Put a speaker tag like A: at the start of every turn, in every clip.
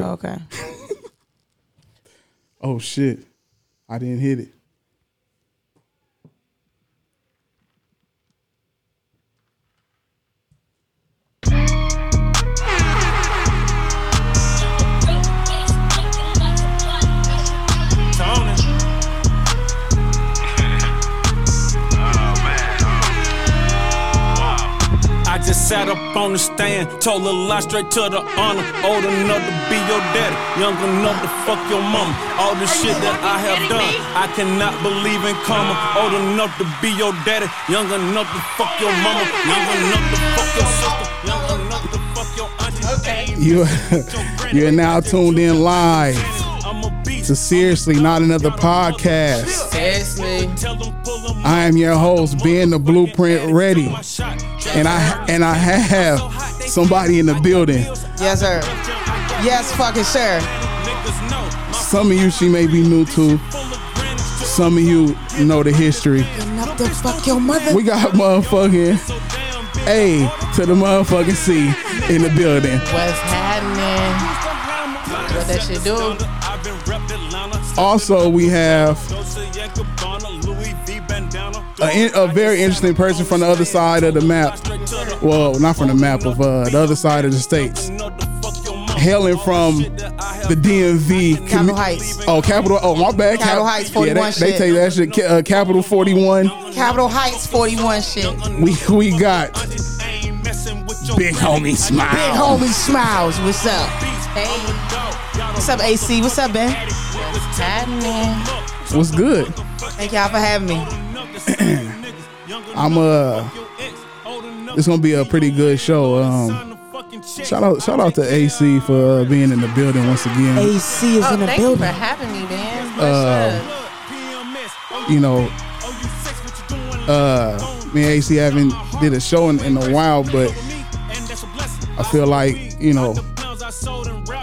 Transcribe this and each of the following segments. A: Okay.
B: Oh shit. I didn't hit it.
C: Tony. oh man. I just sat up on the stand, told a lie straight to the honor. Old enough to be your daddy, young enough to fuck your mama. All the shit that I have done, I cannot believe in karma. Old enough to be your daddy, young enough to fuck your mama, young enough to fuck your sister, young enough to fuck your auntie. Okay.
B: You you're now tuned in live to Seriously Not Another Podcast.
A: Seriously.
B: I am your host, Ben the Blueprint Ready. And I and I have somebody in the building.
A: Yes, sir. Yes, fucking sure.
B: Some of you she may be new to. Some of you know the history.
A: Enough to fuck your mother.
B: We got motherfucking A to the motherfucking C in the building.
A: What's happening? What that shit do?
B: Also, we have a, in- a very interesting person from the other side of the map. Well, not from the map of uh, the other side of the states. Hailing from the DMV, commu-
A: Capitol Heights.
B: Oh, Capital. Oh, my bad.
A: Capitol Heights, 41
B: Yeah, they, they
A: shit.
B: take that shit. Ca- Uh, Capital Forty One.
A: Capitol Heights 41 shit.
B: We we got big homie
A: Big
B: smile.
A: homie smiles. What's up? Hey. What's up, AC? What's up, Ben? What's happening?
B: What's good?
A: Thank y'all for having me.
B: I'm uh. It's gonna be a pretty good show. Um, shout out, shout out to AC for uh, being in the building once again.
A: AC is in the
D: thank you for
A: building. Uh,
D: having me, man.
E: Oh,
B: you know, uh, me and AC haven't did a show in, in a while, but I feel like you know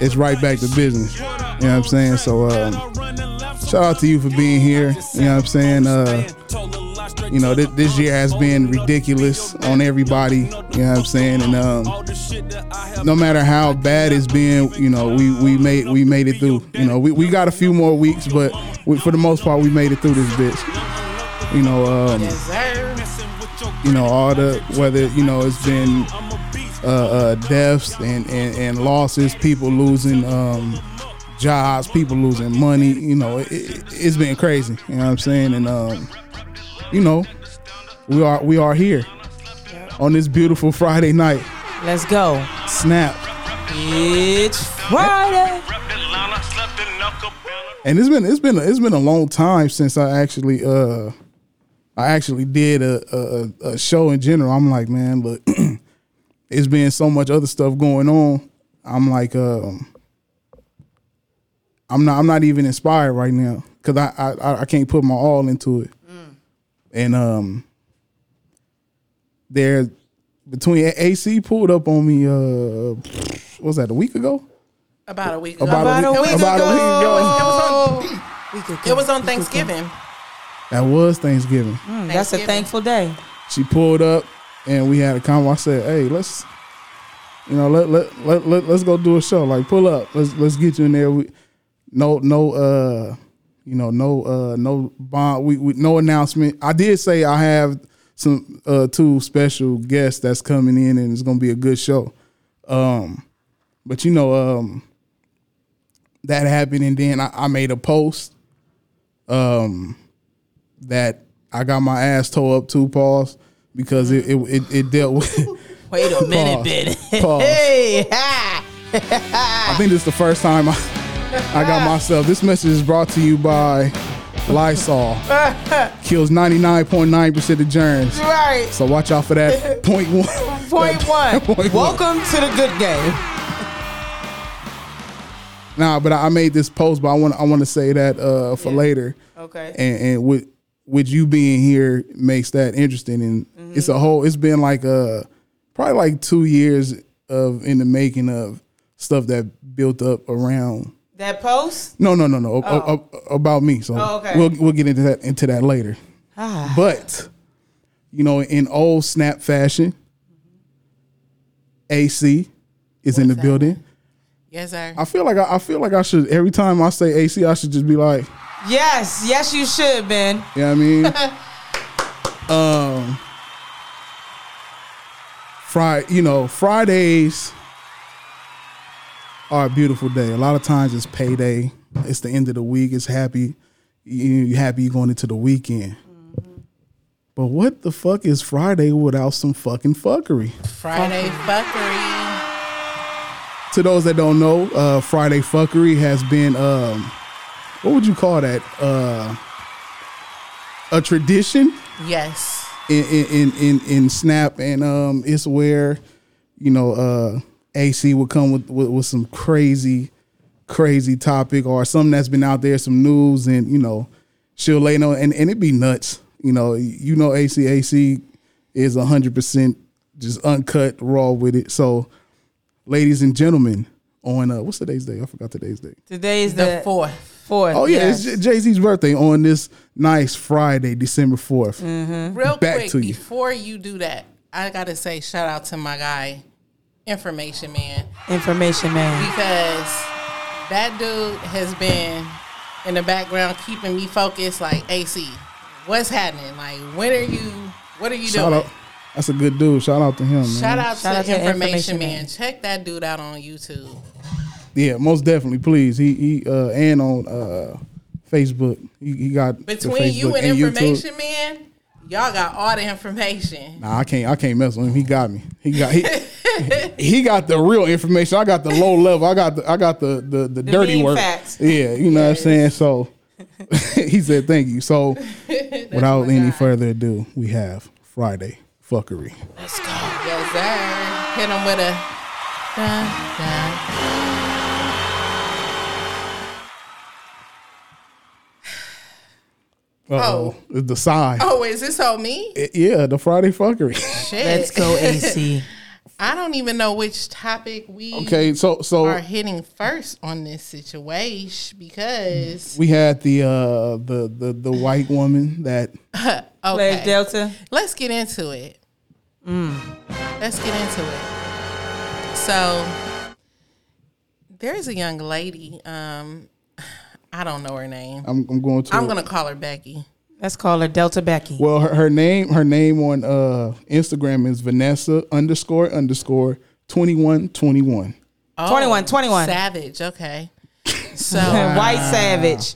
B: it's right back to business. You know what I'm saying? So um, shout out to you for being here. You know what I'm saying? Uh, you know, th- this year has been ridiculous on everybody. You know what I'm saying? And um, no matter how bad it's been, you know, we, we made we made it through. You know, we, we got a few more weeks, but we, for the most part, we made it through this bitch. You know, um,
A: Yes, sir.
B: you know all the whether you know it's been uh, uh, deaths and, and and losses, people losing um, jobs, people losing money. You know, it, it, it's been crazy. You know what I'm saying? And um, you know, we are we are here on this beautiful Friday night.
A: Let's go.
B: Snap.
A: It's Friday.
B: And it's been it's been a, it's been a long time since I actually uh I actually did a a, a- a show in general. I'm like, man, look, it's been so much other stuff going on. I'm like, um, I'm not I'm not even inspired right now because I, I- I I can't put my all into it. And um, there between A- AC pulled up on me. Uh, what was that a week ago?
D: About a week ago.
B: About,
A: a week
B: about a week
A: ago.
B: ago.
D: It was on, it was on Thanksgiving.
B: That was Thanksgiving.
A: Hmm, That's a thankful day.
B: she pulled up and we had a convo. I said, "Hey, let's, you know, let let let, let let's go do a show. Like, pull up. Let's let's get you in there. We, no no uh, you know no uh no bond. We, we no announcement. I did say I have some uh two special guests that's coming in and it's gonna be a good show. Um, but you know um, that happened, and then I, I made a post um, that I got my ass tore up two paws because it it, it, it dealt with.
A: Wait a minute, Betty.
B: Pause. Pause.
A: Hey, ha.
B: I think this is the first time I, I got myself. This message is brought to you by Lysol. Kills 99.9% of germs.
A: Right.
B: So watch out for that point one.
A: Point one.
B: Point one.
A: Welcome to the good game.
B: Nah, but I I made this post, but I want I want to say that uh, for later.
A: Okay.
B: And and with with you being here makes that interesting, and
A: Mm-hmm.
B: it's a whole. It's been like uh probably like two years of in the making of stuff that built up around.
A: That post?
B: No, no, no, no. a- a- a- about me. So
A: Oh, okay. Ah.
B: we'll we'll get into that into that later. But you know, in old snap fashion, AC is in the building.
D: Yes, sir.
B: I feel like I, I feel like I should every time I say AC, I should just be like,
A: Yes, yes, you should, Ben.
B: you know what I mean? um Friday, you know, Fridays are a beautiful day. A lot of times it's payday. It's the end of the week. It's happy. You you happy you're going into the weekend. But what the fuck is Friday without some fucking fuckery?
D: Friday fuckery.
B: to those that don't know, uh, Friday Fuckery has been um, what would you call that? Uh, a tradition
D: Yes.
B: in in, in in in Snap, and um, it's where you know uh, AC would come with, with with some crazy, crazy topic or something that's been out there, some news, and you know she'll lay no and and it be nuts. You know, you know AC AC is hundred percent just uncut raw with it. So, ladies and gentlemen, on uh, what's today's day? I forgot today's day.
A: Today's the,
D: The fourth.
A: fourth.
B: Oh yeah, it's Jay Z's birthday on this nice Friday, December 4th
D: Real
B: Back
D: quick,
B: to you.
D: before you do that, I gotta say shout out to my guy, information man,
A: Information man.
D: because that dude has been in the background keeping me focused. Like AC, what's happening? Like when are you? What are you
B: Shout
D: doing?
B: out, that's a good dude. Shout out to him. man.
D: Shout out
A: Shout
D: to
A: out to
D: information,
A: Information
D: man.
A: Man.
D: Check that dude out on YouTube.
B: Yeah, most definitely. Please, he he uh, and on uh, Facebook, he, he got the
D: Between you
B: Facebook
D: and,
B: YouTube.
D: information man, y'all got all the information.
B: Nah, I can't. I can't mess with him. He got me. He got he, he got the real information. I got the low level. I got the I got the the, the, dirty
A: mean
B: work.
A: facts.
B: Yeah, you know what I'm saying. So he said, "Thank you." So without any further ado, we have Friday fuckery.
D: Yes, sir. Hit him with a. Dun, dun.
B: Uh-oh. the sigh.
D: Oh, is this on me?
B: It- yeah, the Friday fuckery.
D: Shit.
A: Let's go, AC.
D: I don't even know which topic we
B: okay, so so
D: are hitting first on this situation because
B: we had the uh the the the white woman that
D: okay,
A: Play Delta.
D: let's get into it. Let's get into it. So there's a young lady. Um, I don't know her name.
B: I'm, I'm going to.
D: I'm gonna call her Becky.
A: Let's call her Delta Becky.
B: Well, her, her name her name on uh Instagram is Vanessa underscore underscore twenty one twenty one.
D: Oh,
A: 21, 21.
D: Savage. Okay. So
A: White Savage.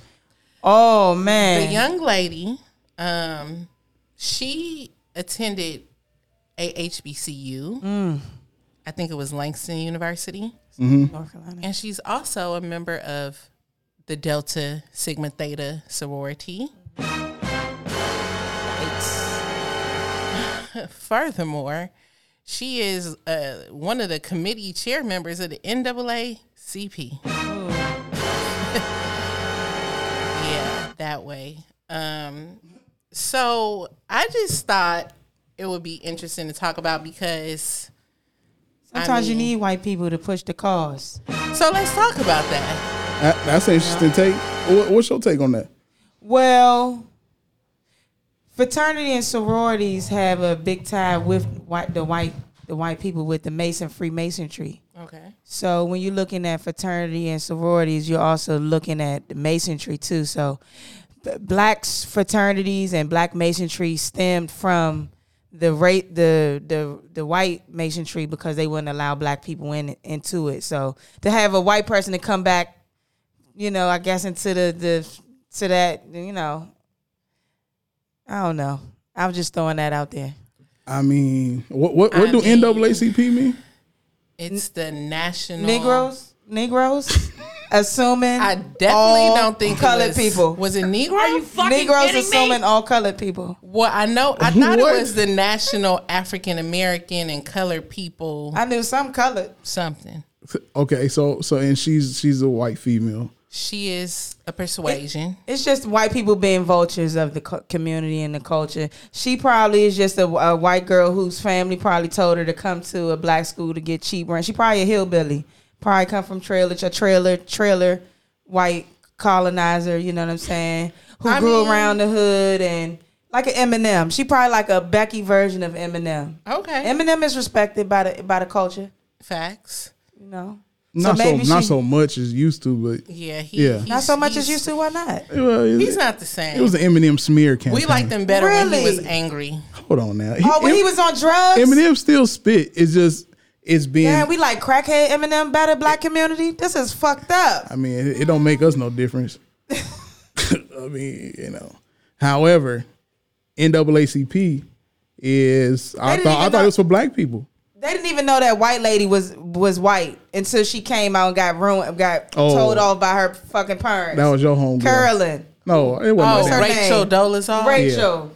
A: Oh
D: the
A: man.
D: young lady, um, she attended a HBCU. I think it was Langston University,
A: North Carolina.
D: and she's also a member of the Delta Sigma Theta sorority. Furthermore, she is uh, one of the committee chair members of the NAACP. yeah, that way. Um, so I just thought it would be interesting to talk about because.
A: Sometimes you
D: mean-
A: need white people to push the cause.
D: So let's talk about that.
B: That, that's an interesting take. What, what's your take on that?
A: Well, fraternity and sororities have a big tie with white the white the white people with the Mason Freemasonry.
D: Okay.
A: So when you're looking at fraternity and sororities, you're also looking at the masonry too. So b- black fraternities and black masonry stemmed from the rate the the the white masonry because they wouldn't allow black people in into it. So to have a white person to come back you know, I guess into the the to that, you know. I don't know. I'm just throwing that out there.
B: I mean, what what, what
D: I
B: do
D: mean-
B: NAACP mean?
D: It's the national
A: Negroes, Negroes, assuming
D: I definitely
A: all
D: don't think it
A: colored
D: was-
A: people.
D: Was it Negro?
A: Negroes assuming all colored people.
D: Well, I know. I thought
B: What?
D: it was the National African American and Colored People
A: I knew some colored.
D: something.
B: Okay, so so and she's she's a white female.
D: She is a persuasion.
A: It's just white people being vultures of the co- community and the culture. She probably is just a, a white girl whose family probably told her to come to a black school to get cheap rent. She probably a hillbilly. Probably come from trailer, a trailer, trailer, white colonizer. You know what I'm saying? Who
D: I
A: grew
D: mean-
A: around the hood and like an Eminem. She probably like a Becky version of Eminem.
D: Okay.
A: Eminem is respected by the by the culture.
D: Facts.
A: You know,
B: Not so,
A: maybe
B: not
A: she-
B: so much as used to, but
D: Yeah. He,
B: Yeah.
A: Not so much as
D: he's-
A: used to. Why not?
B: well, it,
D: He's not the same.
B: It was an Eminem smear campaign.
D: we liked him better when he was
A: Really?
D: angry.
B: Hold on now.
A: Oh, when he was on drugs.
B: Eminem still spit. It's just it's being.
A: Yeah, we like crackhead Eminem better black community. This is fucked up.
B: I mean, it, it don't make us no difference. I mean, you know. However, NAACP is. I
A: didn't
B: thought I
A: even
B: thought
A: know-
B: it was for black people.
A: They didn't even know that white lady was was white until she came out and got ruined, got
B: Oh.
A: told off by her fucking parents.
B: That was your homegirl.
A: Carolyn,
B: No, it
D: Oh,
B: wasn't. like
A: her
B: that.
D: Rachel
A: name?
D: Dolezal.
A: Rachel,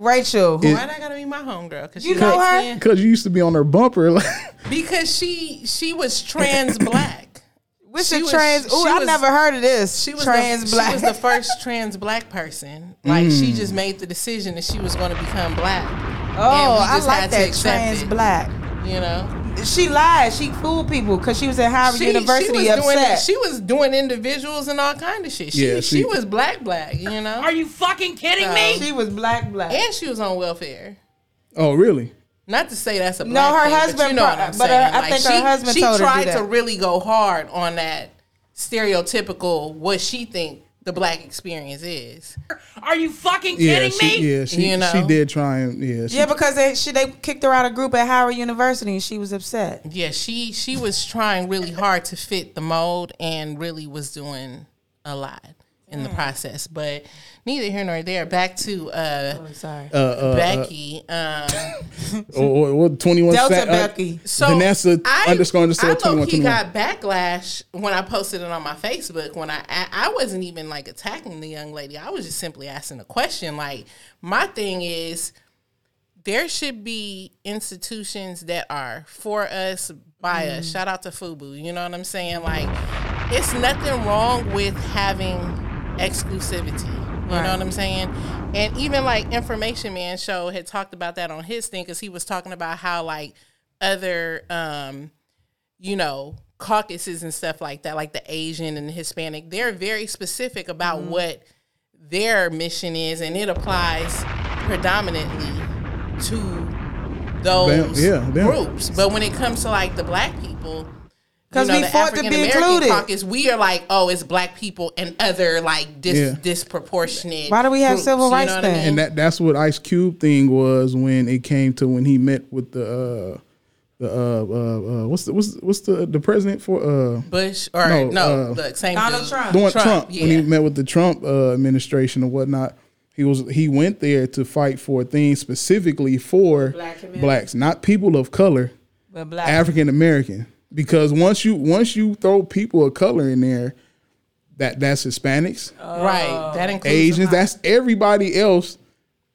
A: Rachel. who-
B: It-
D: Why not gotta be my homegirl? Because
A: You know her?
B: Because you used to be on her bumper. Like,
D: Because she she was trans black.
A: What's
D: she
A: your
D: was-
A: trans? Ooh,
D: she
A: I
D: was-
A: never heard of this.
D: She was
A: trans
D: the,
A: black.
D: She was the first trans black person. Like
B: Mm.
D: she just made the decision that she was going to become black.
A: oh,
D: And we
A: I
D: just
A: like
D: had to
A: that
D: accept
A: trans
D: it,
A: black.
D: You know,
A: She lied. She fooled people because she was at Howard University
D: was
A: upset.
D: doing she was doing individuals and all kind of shit. She
B: Yeah,
D: she,
B: she-
D: was black black. You know,
F: Are you fucking kidding me?
A: She was black black.
D: and she was on welfare.
B: oh, really?
D: Not to say that's a
A: No,
D: black
A: her
D: thing, But
A: husband
D: you know
A: pro-
D: what I'm
A: but her-
D: saying.
A: I
D: Like,
A: think her
D: she-
A: husband
D: she
A: told her to do
D: tried to
A: that.
D: really go hard on that stereotypical what she think the black experience is.
F: Are you fucking
B: Yeah,
F: kidding
B: she,
F: me?
B: yeah, she,
D: You know.
B: she did try and yeah, she,
A: yeah, because they, she they kicked her out of group at Howard University and she was upset.
D: Yeah, she she was trying really hard to fit the mold and really was doing a lot in
A: Hmm.
D: the process. But neither here nor there. Back to uh,
A: Oh, Sorry.
D: Becky. Um,
B: or, or, or twenty one.
A: Delta Becky.
D: so
B: Vanessa underscore underscore
D: I
B: twenty one
D: low-key
B: twenty one.
D: got backlash when I posted it on my Facebook. When I, I I wasn't even like attacking the young lady. I was just simply asking a question. Like my thing is, there should be institutions that are for us by us. Shout out to FUBU. You know what I'm saying? Like it's nothing wrong with having exclusivity. You know what I'm saying? And even like Information Man Show had talked about that on his thing because he was talking about how like other um you know, caucuses and stuff like that, like the Asian and the Hispanic, they're very specific about
B: Mm-hmm.
D: what their mission is, and it applies predominantly to those
B: Them- yeah, them.
D: groups. But when it comes to like the black people, you
A: 'Cause
D: know,
A: we
D: the
A: fought to be
D: African American
A: included.
D: caucus, we are like, oh, it's black people and other like dis-
B: Yeah.
D: disproportionate.
A: Why do we have
D: groups,
A: civil
D: you know
A: rights
D: what I
A: then?
D: mean?
B: And that that's what Ice Cube thing was when it came to when he met with the uh, the uh, uh, uh, what's the what's what's the the president for uh
D: Bush or
B: No,
D: no,
B: uh,
D: the same
A: Donald
D: dude.
A: Trump.
B: the one- Trump, when
D: yeah.
B: he met with the Trump uh, administration and whatnot. He was he went there to fight for things specifically for
A: Black community.
B: blacks, not people of color.
A: But black.
B: African American because once you once you throw people of color in there, that that's Hispanics,
D: right. That includes
B: Asians, that's everybody else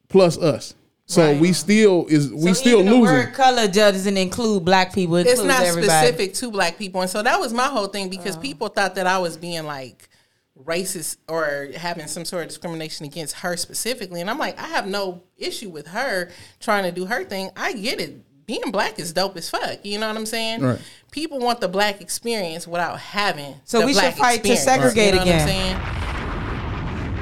B: plus us. So we still is
A: So
B: we still
A: even The
B: losing.
A: word color doesn't include black people. It
D: it's
A: includes
D: not
A: everybody. Oh.
D: specific to black people and so that was my whole thing because people thought that i was being like racist or having some sort of discrimination against her specifically and i'm like i have no issue with her trying to do her thing i get it being black is dope as fuck you know what i'm saying
B: Right.
D: people want the black experience without having
A: So
D: the
A: we should
D: black
A: fight to
D: experience,
A: segregate
D: you know what
A: again.
D: I'm saying?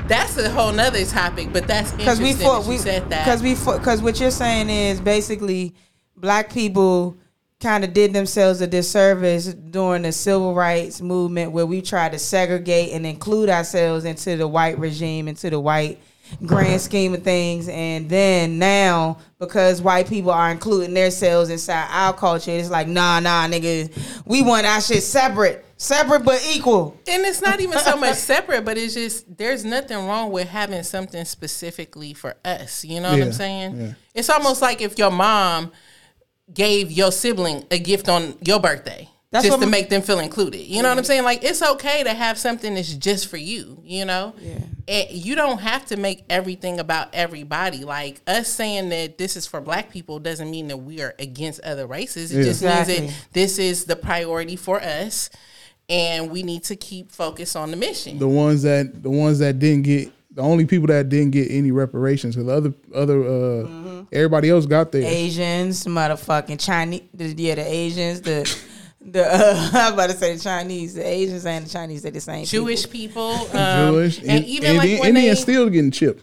D: that's a whole nother topic but that's
A: Because
D: interesting
A: we fought.
D: that
A: We
D: you said that
A: because we because what you're saying is basically black people kind of did themselves a disservice during the civil rights movement where we tried to segregate and include ourselves into the white regime into the white grand scheme of things and then now because white people are including themselves inside our culture it's like nah nah nigga we want our shit separate Separate but equal.
D: And it's not even so much separate, but it's just there's nothing wrong with having something specifically for us. You know what
B: Yeah,
D: I'm saying?
B: yeah.
D: It's almost like if your mom gave your sibling a gift on your birthday.
A: That's
D: just
A: what
D: to
A: my-
D: make them feel included. You know what I'm saying? Like it's okay to have something that's just for you, you know? Yeah. And you don't have to make everything about everybody. Like us saying that this is for black people doesn't mean that we are against other races. It
B: Yeah.
D: just means
A: Exactly.
D: that this is the priority for us and we need to keep focused on the mission.
B: the ones that the ones that didn't get the only people that didn't get any reparations because other other uh
A: Mm-hmm.
B: everybody else got there.
A: Asians, motherfucking Chinese. The, yeah, the Asians, the the uh, I'm about to say the Chinese. The Asians and the Chinese they the same.
D: Jewish people, um,
B: Jewish
D: and,
B: and Indian,
D: even like when
B: Indians
D: they
B: still getting chipped.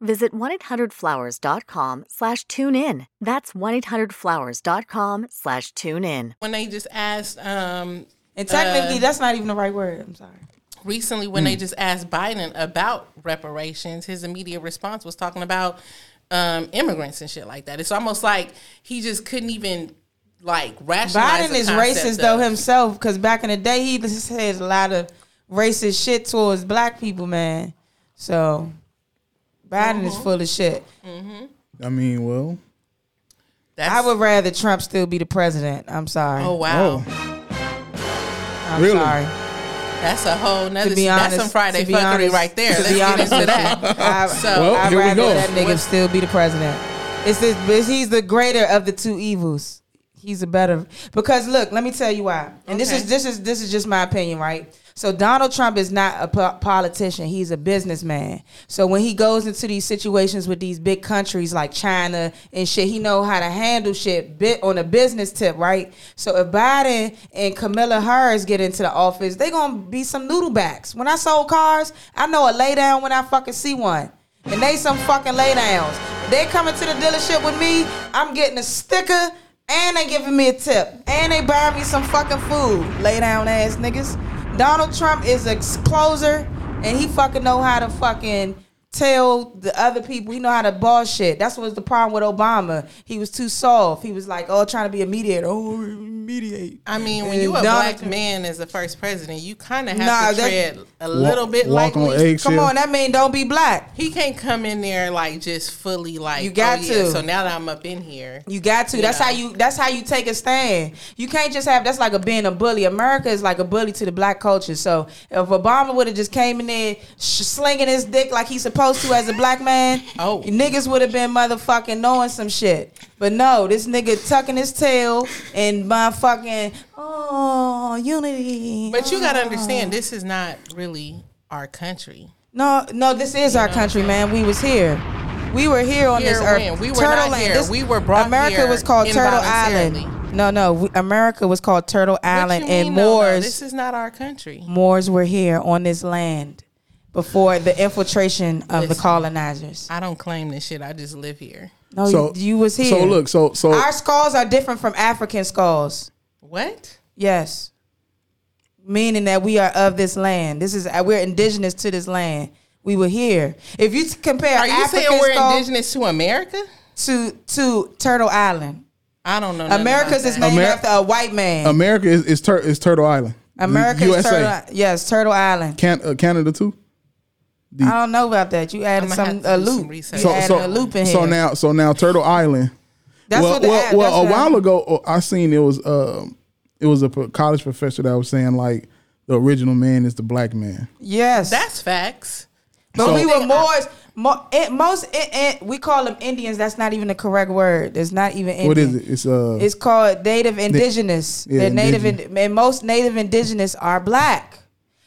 G: visit 1-800-Flowers.com slash tune in. That's 1-800-Flowers.com slash tune in.
D: when they just asked, um,
A: And technically, that's not even the right word. I'm sorry.
D: recently when
B: Mm.
D: they just asked Biden about reparations, his immediate response was talking about um, immigrants and shit like that. It's almost like he just couldn't even like rationalize.
A: Biden
D: the
A: is
D: concept
A: racist
D: of-
A: though himself because back in the day he just said a lot of racist shit towards black people, man. So Biden is
D: Uh-huh.
A: full of shit.
B: I mean, well,
D: That's,
A: I would rather Trump still be the president. I'm sorry.
D: Oh wow,
A: I'm
B: really?
A: sorry.
D: that's a whole nother.
A: To be honest,
D: that's some Friday
A: to be
D: fuckery
A: honest-
D: right there.
A: To
D: Let's
A: be
D: get
A: honest
D: into
A: with
D: that.
A: you, I,
D: So-
B: Well,
A: I'd
B: here we
A: rather
B: go.
A: that nigga still be the president. It's this, it's- he's the greater of the two evils. He's a better because look, let me tell you why. And this
D: Okay.
A: is this is this is just my opinion, right? So Donald Trump is not a po- politician; he's a businessman. So when he goes into these situations with these big countries like China and shit, he know how to handle shit bit on a business tip, right? So if Biden and Camilla Harris get into the office, they gonna be some noodlebacks. When I sold cars, I know a lay down when I fucking see one and they some fucking lay downs. They coming to the dealership with me. I'm getting a sticker, and they giving me a tip, and they buying me some fucking food. Lay down ass niggas. Donald Trump is a closer, and he fucking know how to fucking tell the other people. He know how to boss shit. That's what was the problem with Obama. He was too soft. He was like, oh, trying to be a mediator. Oh, mediate.
D: I mean, when
A: And
D: you a
A: Donald-
D: black man as the first president, you kind of have
A: Nah,
D: to
A: that-
D: tread a little bit
B: walk on
D: lightly.
B: egg-
A: Come
B: Chill.
A: on, that mean don't be black.
D: He can't come in there like just fully like.
A: You got
D: oh, yeah,
A: to.
D: So now that I'm up in here,
A: You got to. That's
D: Yeah.
A: how you. That's how you take a stand. You can't just have. That's like a being a bully. America is like a bully to the black culture. So if Obama would have just came in there sh- slinging his dick like he's supposed to as a black man,
D: Oh.
A: niggas would have been motherfucking knowing some shit. But no, this nigga tucking his tail and motherfucking oh unity.
D: But you gotta understand, this is not really our country.
A: No, no, this is our country, man. We was here. We were here on
D: Here
A: this earth.
D: when? We were
A: Turtle
D: not
A: Land.
D: here.
A: This-
D: We were brought
A: America
D: here
A: was called Turtle Island.
D: involuntarily.
A: No, no, we, America was called Turtle Island,
D: What you
A: and
D: mean, no, no,
A: Moors.
D: this is not our country.
A: Moors were here on this land before the infiltration of the
D: Listen.
A: colonizers.
D: I don't claim this shit. I just live here.
A: No,
B: So-
A: Oh, you, you was here.
B: so look, so so
A: our skulls are different from African skulls.
D: What?
A: Yes. Meaning that we are of this land. This is we're indigenous to this land. We were here. If you compare
D: Are you
A: African
D: saying we're
A: skull
D: indigenous to America?
A: to to Turtle Island,
D: I don't know. nothing
A: America's
D: about
A: is
D: that.
A: named
B: Amer-
A: after a white man.
B: America is is, tur- is Turtle Island.
A: America is
B: USA,
A: Turtle. Yes, Turtle Island.
B: Can- uh, Canada too.
A: I don't know about that. You added
D: I'ma
A: some
D: have to
A: a
D: do some
A: loop.
D: research.
A: you
D: So-
A: added a loop in here.
B: so now so now Turtle Island.
A: that's
B: well,
A: what the,
B: well,
A: ad-
B: well,
A: that's
B: a
A: what-
B: while ago oh, I seen it was um it was a pro- college professor that was saying like the original man is the black man.
A: Yes,
D: That's facts.
A: but
B: so-
A: we were Moors. Mo, it, most it, it, we call them Indians. That's not even the correct word. It's not even Indian.
B: What is it? It's uh
A: It's called Native Indigenous.
B: yeah,
A: They're native,
B: indigenous.
A: ind- and most Native Indigenous are black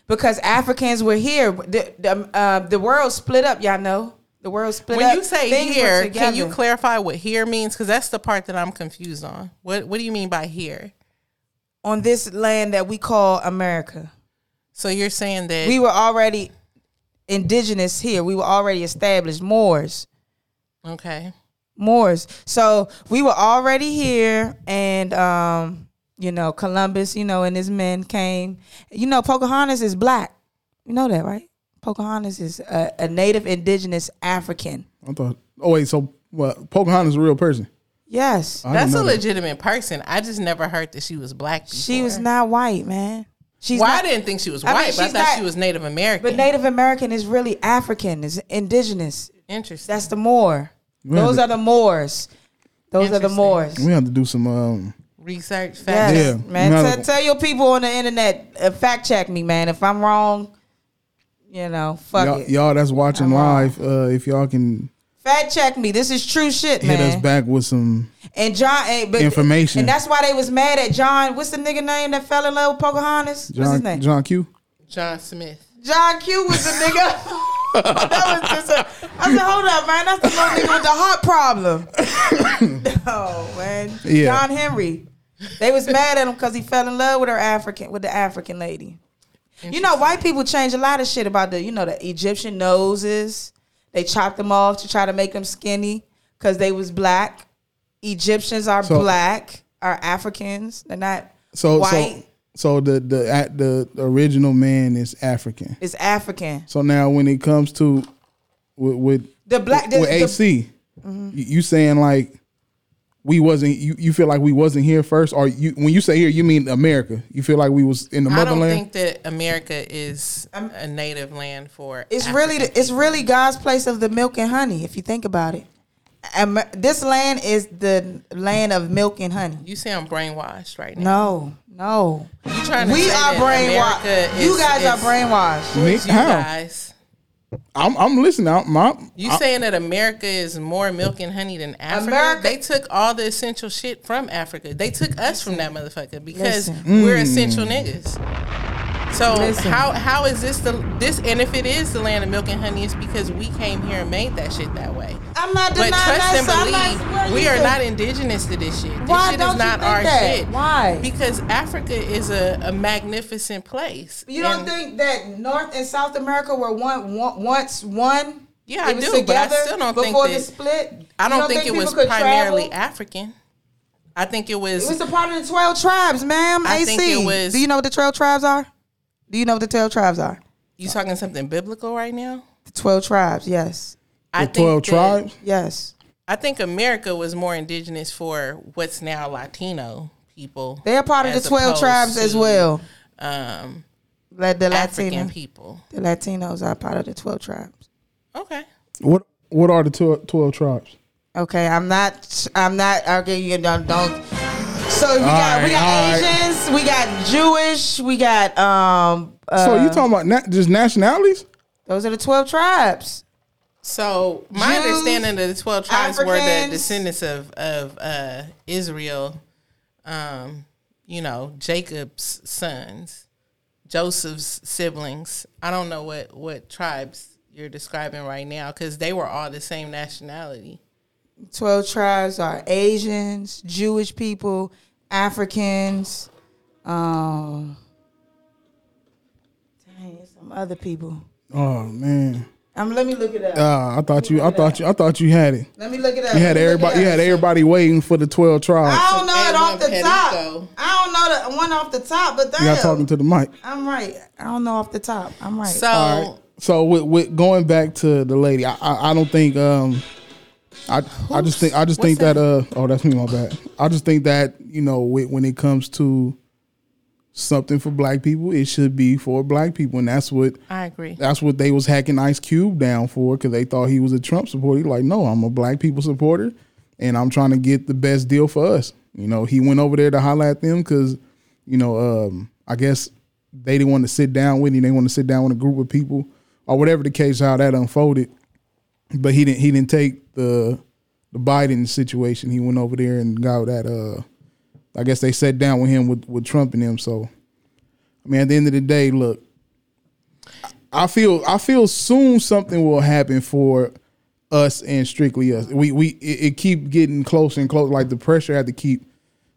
A: because Africans were here. The, the, uh, the world split up, y'all know. The world split
D: When
A: up.
D: you say
A: Things were
D: here, can you
A: together.
D: clarify what here means? Because that's the part that I'm confused on. What What do you mean by here?
A: on this land that we call America?
D: So you're saying that
A: We were already indigenous here. We were already established Moors.
D: Okay.
A: Moors. So we were already here, and um, you know Columbus, you know, and his men came. You know, Pocahontas is black. You know that, right? Pocahontas is a, a native indigenous African.
B: I thought. Oh wait, so what? Pocahontas a real person?
A: Yes,
B: I didn't
D: That's
B: know
D: a
B: that.
D: legitimate person. I just never heard that she was black. Before.
A: she was not white, man. She's
D: Well,
A: not,
D: I didn't think she was
A: I
D: white,
A: mean,
D: but I
A: she's
D: thought
A: not-
D: she was Native American.
A: But Native American is really African. Is indigenous.
D: Interesting.
A: That's the Moor.
B: Really?
A: Those are the Moors. Those are the
D: Interesting.
A: Moors.
B: We have to do some. Um,
D: Research facts.
A: Yes,
B: Yeah.
A: man.
B: No.
A: Tell- tell your people on the internet, uh, fact check me, man. If I'm wrong, you know, fuck
B: y'all,
A: it.
B: y'all that's watching
A: I'm on.
B: live. Uh, if y'all can
A: Fact check me. This is true shit, man.
B: hit us back with some.
A: And John, eh, but,
B: Information.
A: and that's why they was mad at John. What's the nigga name that fell in love with Pocahontas? What's his
B: John,
A: name?
B: John Q.
D: John Smith.
A: John Q was the nigga. that was just a, I said, hold up, man. That's the little nigga with the heart problem. oh man,
B: Yeah.
A: John Henry. They was mad at him because he fell in love with her African, with the African lady. You know, white people change a lot of shit about the, you know, the Egyptian noses. They chopped them off to try to make them skinny because they was black. Egyptians are
B: So-
A: black, are Africans. They're not
B: So
A: white.
B: so so the the at the original man is African.
A: it's African.
B: So now when it comes to with with
A: The black, the,
B: with
A: the- Mm-hmm.
B: AC, you, you saying like we wasn't you, you feel like we wasn't here first or you when you say here you mean America. You feel like we was in the
D: I don't
B: motherland?
D: think that America is a native land for.
A: It's really
D: African
A: it's really God's place of the milk and honey. If you think about it, Am- this land is the land of milk and honey.
D: You sound brainwashed right now.
A: No, no,
D: You trying to
A: we
D: say
A: are
D: that America
A: brainwashed.
D: Is,
A: You guys are
D: is-
A: brainwashed.
B: Me-
D: is You
B: how?
D: guys.
B: I'm I'm listening. I'm, I'm,
D: You
B: I-
D: saying that America is more milk and honey than Africa?
A: America-
D: They took all the essential shit from Africa. They took us from that motherfucker because
A: Listen.
D: we're essential niggas. So
A: Listen.
D: how how is this the this and if it is the land of milk and honey, it's because we came here and made that shit that way.
A: I'm not
D: But
A: denying
D: trust
A: that.
D: and
A: so I'm
D: believe,
A: not-
D: we
A: you
D: are
A: think-
D: not indigenous to this shit. This
A: Why
D: shit
A: don't
D: is
A: you
D: not
A: think
D: our
A: that?
D: shit.
A: Why?
D: Because Africa is a, a magnificent place.
A: You don't
D: And-
A: think that North and South America were one, one once one?
D: Yeah,
A: They
D: I
A: was
D: do, but I still don't think
A: before the
D: that-
A: split.
D: I
A: You
D: don't, think, it
A: people
D: was
A: could
D: primarily
A: travel?
D: African. I think it
A: It
D: was.
A: was a part of the twelve tribes, ma'am.
D: I
A: AC,
D: think it was-
A: do you know what the twelve tribes are? Do you know what the twelve tribes are?
D: you talking something biblical right now?
A: The twelve tribes, yes,
D: I
B: the 12
D: that-
B: tribes?
A: yes.
D: I think America was more indigenous for what's now Latino people.
A: They are part of
D: as
A: the twelve
D: opposed
A: tribes as
D: to,
A: well.
D: Um,
A: Like the
D: African
A: Latino,
D: people.
A: the Latinos are part of the twelve tribes.
D: Okay.
B: what what are the 12, 12 tribes?
A: Okay, I'm not. I'm not. Okay, you don't. don't. So we got we
B: right, all
A: got
B: right.
A: Asians, we got Jewish, we got um. Uh,
B: so you talking about na- just nationalities?
A: those are the twelve tribes.
D: So my
A: Jews,
D: understanding of the twelve tribes were the
A: Africans.
D: descendants of of uh, Israel. Um, you know Jacob's sons, Joseph's siblings. I don't know what what tribes you're describing right now because they were all the same nationality.
A: Twelve tribes are Asians, Jewish people, Africans. Um, dang, it's some other people.
B: Oh man.
A: Um, let me look it up.
B: Uh, I thought you I thought you I thought you had it.
A: let me look it up.
B: You
A: Let
B: had
A: me look it
B: everybody you
A: up.
B: had everybody waiting for the 12 tribes.
A: I don't know it off the
D: Edwin
A: top.
D: Pettico.
A: I don't know the one off the top, but
B: You
A: damn,
B: got talking to the mic.
A: I'm right. I don't know off the top. I'm right.
D: So
B: So with, with going back to the lady, I I, I don't think um I I just think I just think that, uh oh that's me my bad. I just think that you know whe- when it comes to something for black people, it should be for black people, and that's what
D: I agree.
B: that's what they was hacking Ice Cube down for because they thought he was a Trump supporter. He Like no, I'm a black people supporter, and I'm trying to get the best deal for us. You know, he went over there to holler at them because you know um, I guess they didn't want to sit down with him. They want to sit down with a group of people or whatever the case how that unfolded but he didn't he didn't take the the Biden situation. He went over there and got that uh I guess they sat down with him with, with Trump and him. So I mean at the end of the day, look, I I feel I feel soon something will happen for us and strictly us. We we it, it keep getting closer and closer. Like the pressure had to keep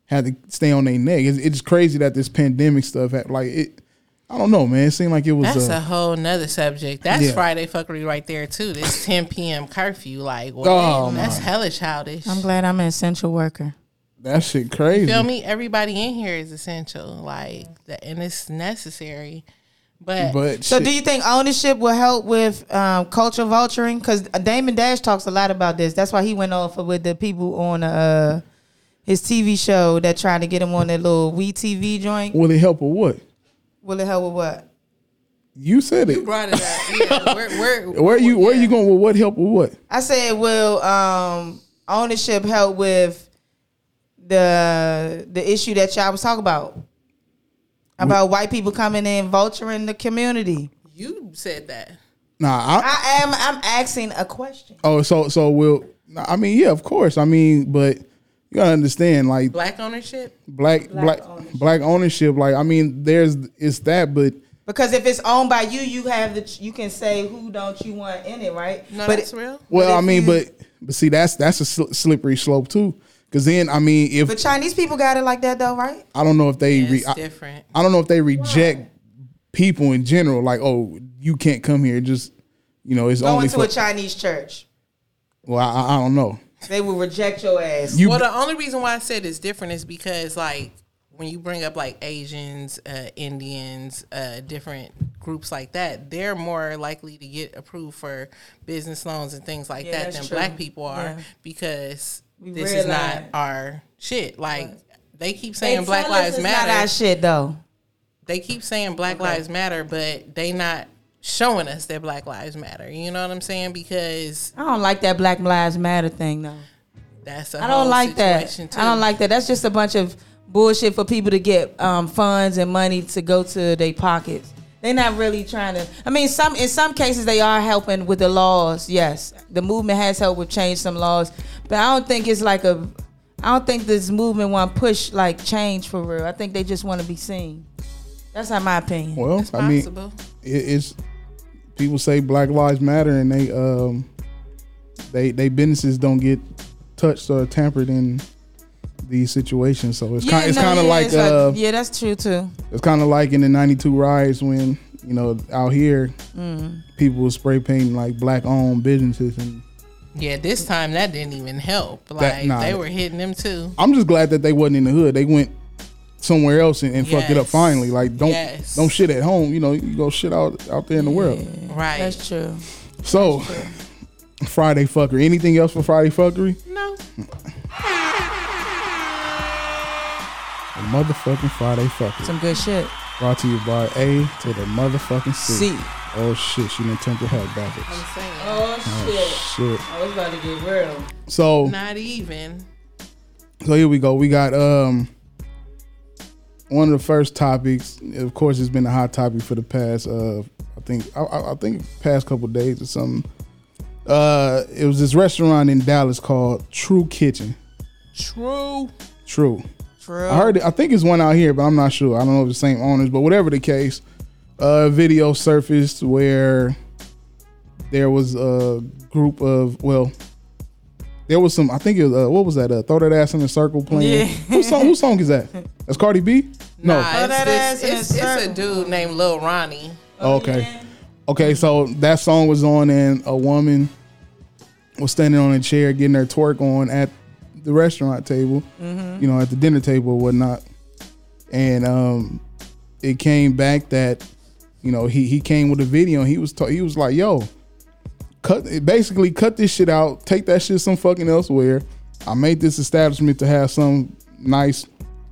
B: had to stay on their neck. It's, it's crazy that this pandemic stuff had like it I don't know, man. It seemed like it was.
D: That's
B: uh,
D: a whole nother subject. That's
B: Yeah.
D: Friday fuckery right there too. This 10 p.m. curfew, like, well,
B: Oh,
D: damn, that's hella childish.
A: I'm glad I'm an essential worker.
B: that shit crazy.
D: Feel me? Everybody in here is essential, like, the, and it's necessary. But,
B: But
A: So,
B: shit,
A: do you think ownership will help with um, culture vulturing? Because Damon Dash talks a lot about this. That's why he went off with the people on uh, his TV show that tried to get him on that little We TV joint.
B: will it help or what?
A: Will it help with what?
B: You said it.
D: brought it up. Yeah, where, where,
B: Where you where you going with what help or what?
A: I said, will um, ownership help with the the issue that y'all was talking about about white people coming in vulturing the community?
D: You said that.
B: Nah, I,
A: I am. I'm asking a question.
B: oh so so will nah, I mean yeah of course I mean but you gotta understand like
D: Black ownership?
B: black black
A: ownership.
B: black ownership like I mean there's it's that but
A: Because if it's owned by you, you have the you can say who don't you want in it, right?
D: No,
A: but
D: that's real.
B: well I
A: if
B: mean
A: you-
B: but but see that's that's a sl- slippery slope too because then I mean if
A: but Chinese people got it like that though, right?
B: I don't know if they re-
D: It's
B: I,
D: different.
B: I don't know if they reject people in general like oh you can't come here just you know it's
A: Going
B: only
A: to
B: for
A: a Chinese church,
B: well I, I don't know
A: they will reject your ass.
B: you
D: well, the only reason why I said it's different is because, like, when you bring up like Asians, uh, Indians, uh, different groups like that, they're more likely to get approved for business loans and things like that
A: that's
D: than
A: true.
D: black people are
A: Yeah.
D: because
A: We
D: this is
A: realize-
D: not our shit. Like, they keep
A: They
D: saying Black
A: tell us
D: Lives
A: it's
D: Matter.
A: Not our shit though.
D: they keep saying Black Lives Matter, but they not showing us that Black Lives Matter. You know what I'm saying? Because
A: I don't like that Black Lives Matter thing though.
D: that's a
A: I don't
D: whole
A: like that.
D: situation,
A: I don't
D: too.
A: like that. That's just a bunch of bullshit for people to get um, funds and money to go to their pockets. They're not really trying to. I mean, some in some cases they are helping with the laws. Yes, the movement has helped with change some laws, but I don't think it's like a. I don't think this movement want to push like change for real. I think they just want to be seen. That's not my opinion.
B: well
D: It's
B: I mean
D: possible.
B: it, it's people say Black Lives Matter and they um they they businesses don't get touched or tampered in these situations. So it's kind it's
A: no,
B: kind of like
A: it's
B: uh
A: yeah, that's true too.
B: it's kind of like in the '92 riots when you know out here
A: Mm.
B: people were spray painting like black owned businesses and.
D: Yeah, this time that didn't even help. Like
B: nah.
D: they were hitting them too.
B: I'm just glad that they wasn't in the hood. They went somewhere else and, and fucked it up
D: Yes.
B: finally. Like don't
D: Yes.
B: don't shit at home. You know you go shit out out there in the world.
D: Right.
A: That's true.
B: So Friday fuckery. Anything else for Friday fuckery?
D: no.
B: motherfucking Friday fucking.
A: Some good shit.
B: Brought to you by A to the motherfucking C.
A: See.
B: Oh shit, she done turned her head backwards.
A: Oh shit!
B: Shit.
A: I was about to get real.
B: So
D: Not even.
B: so here we go. We got um one of the first topics. Of course, it's been a hot topic for the past uh I think I- I, I think past couple days or something. Uh, it was this restaurant in Dallas called True Kitchen.
D: True.
B: True.
A: True.
B: I heard. It, I think it's one out here, but I'm not sure. I don't know if it's the same owners, but whatever the case, uh, video surfaced where there was a group of well, there was some. I think it was uh, what was that? Uh, Throw that ass in a circle playing. Whose song? Whose song is that? That's Cardi B. No.
D: Nah,
A: that
D: it's,
A: ass
D: this-
A: in
D: it's,
A: a
D: it's a
A: circle.
D: dude named Lil Ronnie.
B: Oh, okay. Okay. So that song was on, and a woman was standing on a chair getting her twerk on at the restaurant table. You know, at the dinner table or whatnot. and um, it came back that you know he he came with a video and he was ta- he was like, "Yo, cut basically cut this shit out, take that shit some fucking elsewhere." I made this establishment to have some nice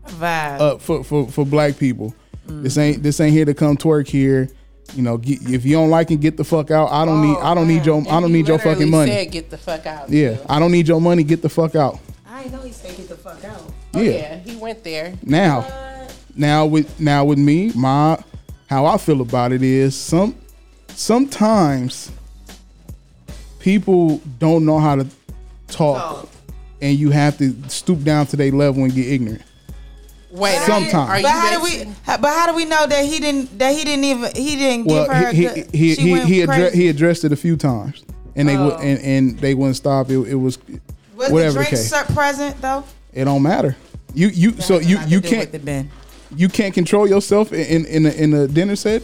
A: Vibe.
B: up for for, for black people. This ain't this ain't here to come twerk here. You know, get, if you don't like it, get the fuck out. I don't need
D: Oh,
B: I don't need your I don't
D: He
B: need your
D: literally
B: fucking money.
D: Said, Get the fuck out.
B: yeah, I don't need your money. Get the fuck out.
A: I know he said get the fuck out.
D: Oh,
B: yeah.
D: yeah. He went there.
B: Now, now with now with me, my how I feel about it is some sometimes people don't know how to talk, and you have to stoop down to their level and get ignorant.
D: Wait. are you-
B: Sometimes.
D: Are you
A: But how do we?
D: basically-
A: how- But how do we know that he didn't? That he didn't even? He didn't give her.
B: Well, he
A: the,
B: he he
A: she
B: he,
A: went
B: he, addre-
A: crazy?
B: he addressed it a few times, and they would and, and they wouldn't stop. It, it was
A: was
B: whatever
A: the
B: the
A: drink
B: case.
A: ser- present though.
B: It don't matter. You you so you you can't
A: Ben.
B: you can't control yourself in in in a, in a dinner set.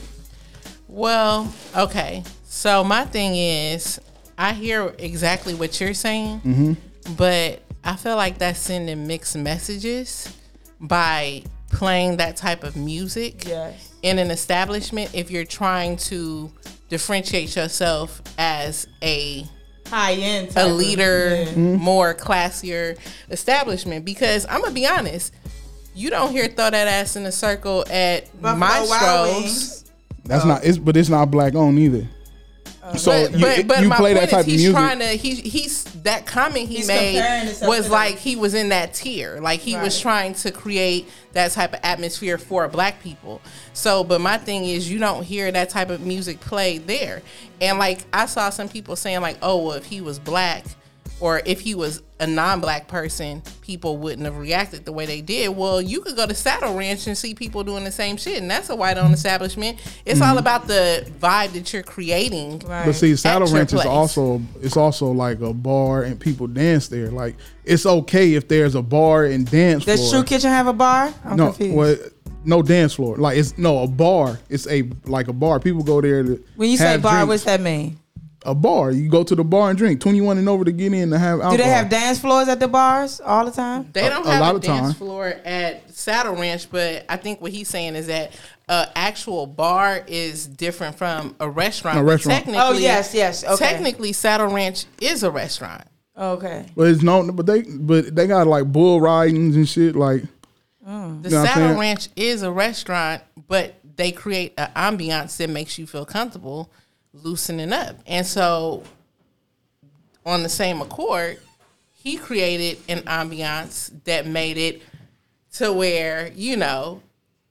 D: Well, okay. So my thing is, I hear exactly what you're saying, but I feel like that's sending mixed messages by playing that type of music
A: Yes.
D: in an establishment if you're trying to differentiate yourself as a
A: High end. type
D: a
A: of-
D: leader,
B: Mm.
A: Yeah.
D: more classier establishment. Because I'm gonna be honest, you don't hear throw that ass in a circle at
A: Buffalo Wild
D: Maestro's.
A: Wings.
B: That's not it's but it's not black owned either. so
D: But,
B: you,
D: but, but
B: you
D: my
B: play that
D: point
B: type
D: is, he's
B: of music.
D: trying to. He, he's that comment he
A: He's comparing
D: made
A: himself
D: was
A: to
D: like
A: them.
D: he was in that tier. Like he was
A: Right.
D: trying to create that type of atmosphere for black people. So, but my thing is, you don't hear that type of music played there. And like I saw some people saying, like, oh, well, if he was black, or if he was a non-black person, people wouldn't have reacted the way they did. Well, you could go to Saddle Ranch and see people doing the same shit, and that's a white-owned establishment. It's
B: Mm-hmm.
D: all about the vibe that you're creating.
B: But see, Saddle
D: At your
B: Ranch is
D: place.
B: also it's also like a bar and people dance there. Like it's okay if there's a bar and dance
A: Does
B: floor.
A: True Kitchen have a bar? I'm
B: no,
A: confused.
B: well, no dance floor. Like it's no a bar. It's a like a bar. People go there to
A: When you say
B: have
A: bar,
B: drinks.
A: what's that mean?
B: a bar. You go to the bar and drink. Twenty one and over to get in to have alcohol.
A: Do they have dance floors at the bars all the time?
D: They don't
B: a
D: have
B: lot
D: a
B: of
D: dance
B: time.
D: floor at Saddle Ranch, but I think what he's saying is that an actual bar is different from a restaurant.
B: A
D: but
B: restaurant.
D: Technically,
A: Oh, yes, yes, okay.
D: Technically, Saddle Ranch is a restaurant.
A: Okay.
B: But it's known. But they but they got like bull ridings and shit. Like
D: The
B: know what I'm
D: Saddle
B: saying?
D: Ranch is a restaurant, but they create an ambiance that makes you feel comfortable loosening up. And so, on the same accord, he created an ambiance that made it to where, you know,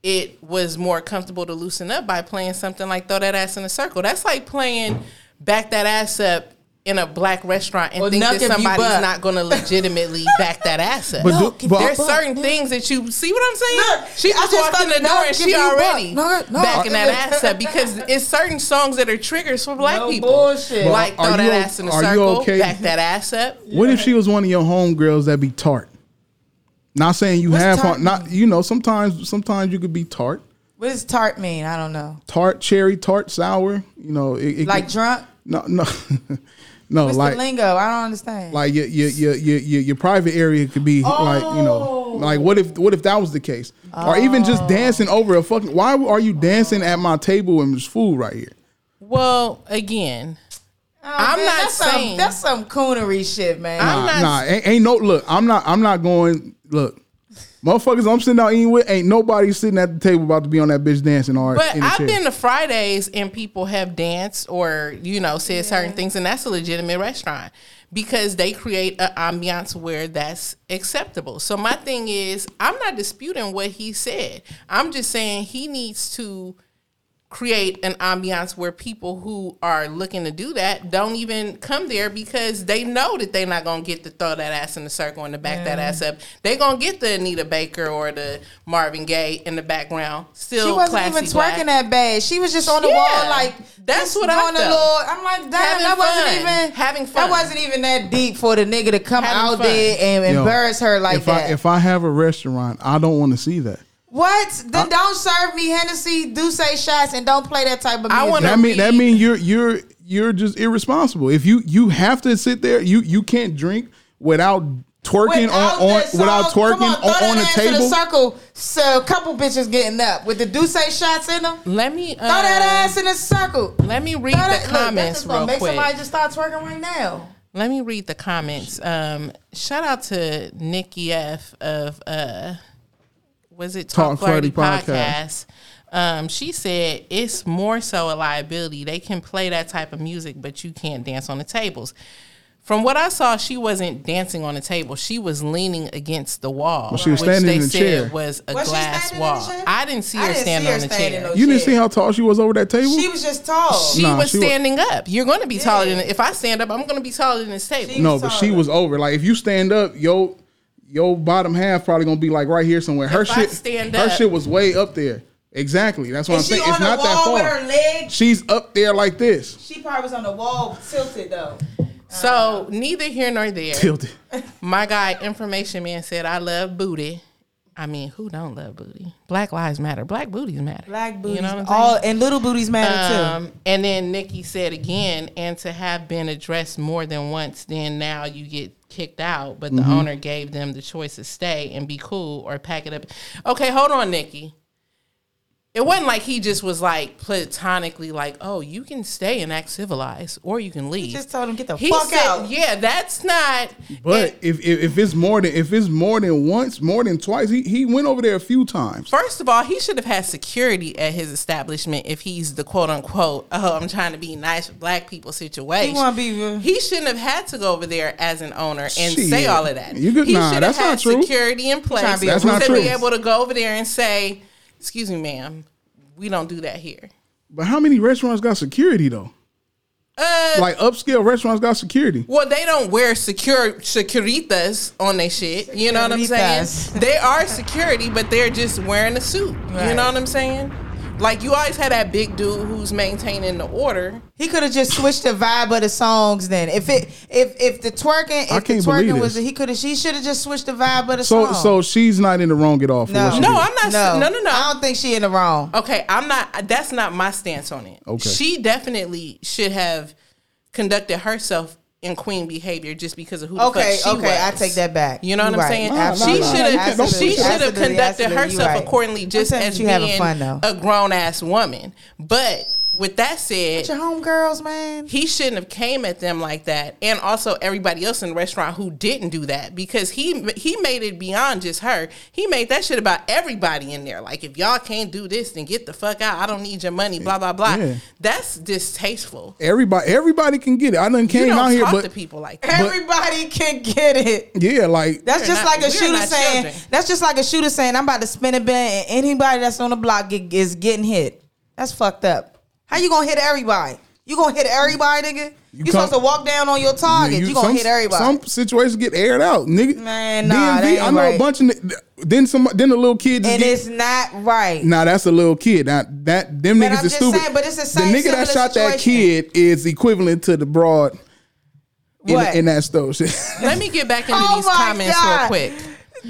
D: it was more comfortable to loosen up by playing something like Throw That Ass in a Circle. That's like playing Back That Ass Up in a black restaurant and
A: Or
D: think
A: Knuck
D: that
A: If You
D: somebody's
A: Buck.
D: not going to legitimately back that ass up.
B: But do- Knuck If but- You
D: There's
B: Buck.
D: certain things that you see what I'm saying?
A: Look,
D: she
A: I
D: just,
A: just
D: walked in the
A: fucking
D: door
A: know,
D: and
A: give
D: she
A: you a
D: already
A: buck. No, no.
D: backing that ass up because it's certain songs that are triggers for black
A: No
D: people.
A: bullshit.
D: Like
B: Well,
D: throw
B: are
D: that
B: you o-
D: ass in a
B: are you
D: circle,
B: okay?
D: back that ass up.
B: what if she was one of your homegirls that be tart? Not saying you
A: What's
B: have
A: tart
B: hom- not you know sometimes sometimes you could be tart.
A: What does tart mean? I don't know.
B: tart cherry tart sour you know it, it
A: Like
B: could-
A: drunk?
B: no no no
A: What's
B: like
A: the lingo? I don't understand.
B: like your your, your your your your private area could be like you
D: Oh.
B: know like what if what if that was the case or even just dancing over a fucking why are you dancing at my table and there's food right here
D: Well, again, I'm
A: Oh, Man,
D: not
A: that's
D: saying-
A: Some, that's some coonery shit, man.
D: I'm
B: nah,
D: not
B: nah ain't, ain't no look i'm not i'm not going look motherfuckers i'm sitting out eating with ain't nobody sitting at the table about to be on that bitch dancing or
D: But
B: in the
D: I've
B: chair.
D: been to Fridays and people have danced or you know said certain things, and that's a legitimate restaurant because they create an ambiance where that's acceptable. So my thing is, I'm not disputing what he said. I'm just saying he needs to create an ambiance where people who are looking to do that don't even come there because they know that they're not going to get to throw that ass in the circle and to back that ass up. They're going to get the Anita Baker or the Marvin Gaye in the background. Still
A: she wasn't
D: classy
A: even twerking
D: black.
A: that bad. She was just on the
D: Yeah.
A: wall, like
D: That's
A: just
D: what I
A: doing a
D: felt.
A: little- I'm like, damn,
D: Having
A: that wasn't
D: fun.
A: even
D: Having fun.
A: That wasn't even that deep for the nigga to come
D: Having
A: out
D: fun.
A: there and
B: Yo,
A: embarrass her like
B: if
A: that.
B: I, if i have a restaurant i don't want to see that
A: what? Then don't serve me Hennessy, do say shots, and don't play that type of music.
D: I wanna-
B: that mean that
D: read.
B: mean you're you're you're just irresponsible. If you you have to sit there, you you can't drink without twerking
A: Without
B: on, on
A: that song,
B: without
A: come
B: twerking
A: throw that
B: on, on the
A: ass in
B: table.
A: circle, so a couple bitches getting up with the do say shots in them.
D: Let me um,
A: Throw that ass in a circle.
D: Let me read
A: Throw that-
D: the
A: look, that's
D: comments
A: just gonna
D: real
A: make
D: quick.
A: somebody just start twerking right now.
D: Let me read the comments. Um, shout out to Nikki F of uh, was it
B: Talk
D: Talk,
B: Flirty
D: Flirty,
B: Podcast.
D: Podcast? Um, she said it's more so a liability. They can play that type of music, but you can't dance on the tables. From what I saw, she wasn't dancing on the table. She was leaning against the wall.
B: Well, she was
D: which
B: standing
D: they
B: in a
D: said
B: chair.
D: was a
A: Was she
D: glass
A: standing in
D: wall.
A: the chair?
D: I didn't see
A: I
D: her
A: didn't see
D: standing
A: her
D: on the
A: standing
D: chair.
A: no
B: you didn't
A: shit.
B: see how tall she was over that table.
A: She was just tall.
D: she
B: Nah,
D: was
B: she wa-
D: standing up. You're going to be taller than if I stand up. I'm going to be taller than this table.
B: no, but she
A: taller.
B: was over. Like if you stand up, yo your bottom half probably gonna be like right here somewhere. Her
D: If I
B: shit
D: stand
B: her
D: up-
B: shit was way up there. Exactly. That's what
A: And
B: I'm
A: she
B: saying.
A: on
B: It's
A: the
B: not that
A: wall with
B: far.
A: her leg?
B: She's up there like this.
A: She probably was on the wall tilted though.
D: So neither here nor there.
B: Tilted.
D: My guy, information man, said I love booty, I mean, who don't love booty? Black lives matter. Black booties matter.
A: Black booties,
D: You know what I'm saying?
A: all and little booties matter too.
D: Um, and then Nikki said again, and to have been addressed more than once, then now you get kicked out. But the
A: Mm-hmm.
D: owner gave them the choice to stay and be cool or pack it up. Okay, hold on, Nikki. It wasn't like he just was like platonically like, oh, you can stay and act civilized, or you can leave.
A: just told him, "Get the
D: He
A: fuck
D: said,
A: out."
D: Yeah, that's not.
B: But if, if if it's more than if it's more than once, more than twice, he, he went over there a few times.
D: First of all, he should have had security at his establishment if he's the quote unquote, oh, I'm trying to be nice with black people
A: He
D: situation.
A: wanna be-
D: He shouldn't have had to go over there as an owner and say
B: Shit.
D: all of that.
B: You could-
D: he
B: nah,
D: should
B: that's
D: have
B: not
D: had
B: true.
D: security in
A: Trying
D: place
A: to be
B: That's
D: to
B: not
D: be
B: true.
D: able to go over there and say, excuse me, ma'am, we don't do that here.
B: But how many restaurants got security though?
D: Uh,
B: Like upscale restaurants got security.
D: Well, they don't wear secure securitas on their shit. You know what I'm
A: Securitas.
D: saying? they are security, but they're just wearing a suit. You
A: Right.
D: know what I'm saying? Like you always had that big dude who's maintaining the order.
A: He could have just switched the vibe of the songs. Then if it if if the twerking if
B: I can't
A: the
B: believe
A: twerking was
B: this.
A: he could have she should have just switched the vibe of the
B: So
A: song.
B: so she's not in the wrong at all. For
A: no
B: what she
D: No,
B: did.
D: I'm not- no, no, Oh. no.
A: I don't think she in the wrong.
D: Okay, I'm not. That's not my stance on it.
B: Okay.
D: She definitely should have conducted herself in queen behavior just because of who. The
A: Okay,
D: fuck she
A: okay, I
D: was.
A: take that back.
D: You know what
A: You're
D: I'm
A: right.
D: saying?
B: Nah, nah,
D: she
B: nah,
D: should
B: nah,
D: have
B: nah,
D: she
B: absolutely,
D: should have
A: absolutely,
D: conducted
A: absolutely, you're
D: herself
A: right.
D: accordingly,
A: I'm
D: just
A: saying
D: as
A: you having
D: being
A: fun, though.
D: a grown ass woman. But with that said,
A: Your homegirls, man.
D: he shouldn't have came at them like that, and also everybody else in the restaurant who didn't do that because he he made it beyond just her. He made that shit about everybody in there. Like if y'all can't do this, then get the fuck out. I don't need your money. Blah blah blah.
B: Yeah.
D: That's distasteful.
B: Everybody everybody can get it. I done
D: You
B: came
D: don't
B: out
D: talk
B: here,
D: to
B: but
D: people like that.
A: Everybody can get it.
B: yeah, like
A: That's just
D: not-
A: like a
D: we are
A: shooter
D: not
A: saying.
D: children.
A: That's just like a shooter saying, "I'm about to spin a bin, and anybody that's on the block get, is getting hit." That's fucked up. How you gonna hit everybody? You gonna hit everybody, nigga? You,
B: come-
A: supposed to walk down on your
B: Yeah,
A: target. You, gonna
B: some-
A: hit everybody?
B: Some situations get aired out, nigga.
A: Man, nah, that ain't
B: I know
A: right.
B: a bunch of ni- then some then the little kid. Just
A: and
B: get-
A: it's not right.
B: Now that's a little kid. Now that them
A: But
B: niggas
A: I'm
B: is
A: just
B: stupid.
A: saying, but it's the same
B: nigga
A: similar
B: that shot that
A: situation.
B: kid is equivalent to the broad in,
A: What?
B: in that stove shit.
D: Let me get back into
A: Oh
D: these
A: my
D: comments
A: God.
D: real quick.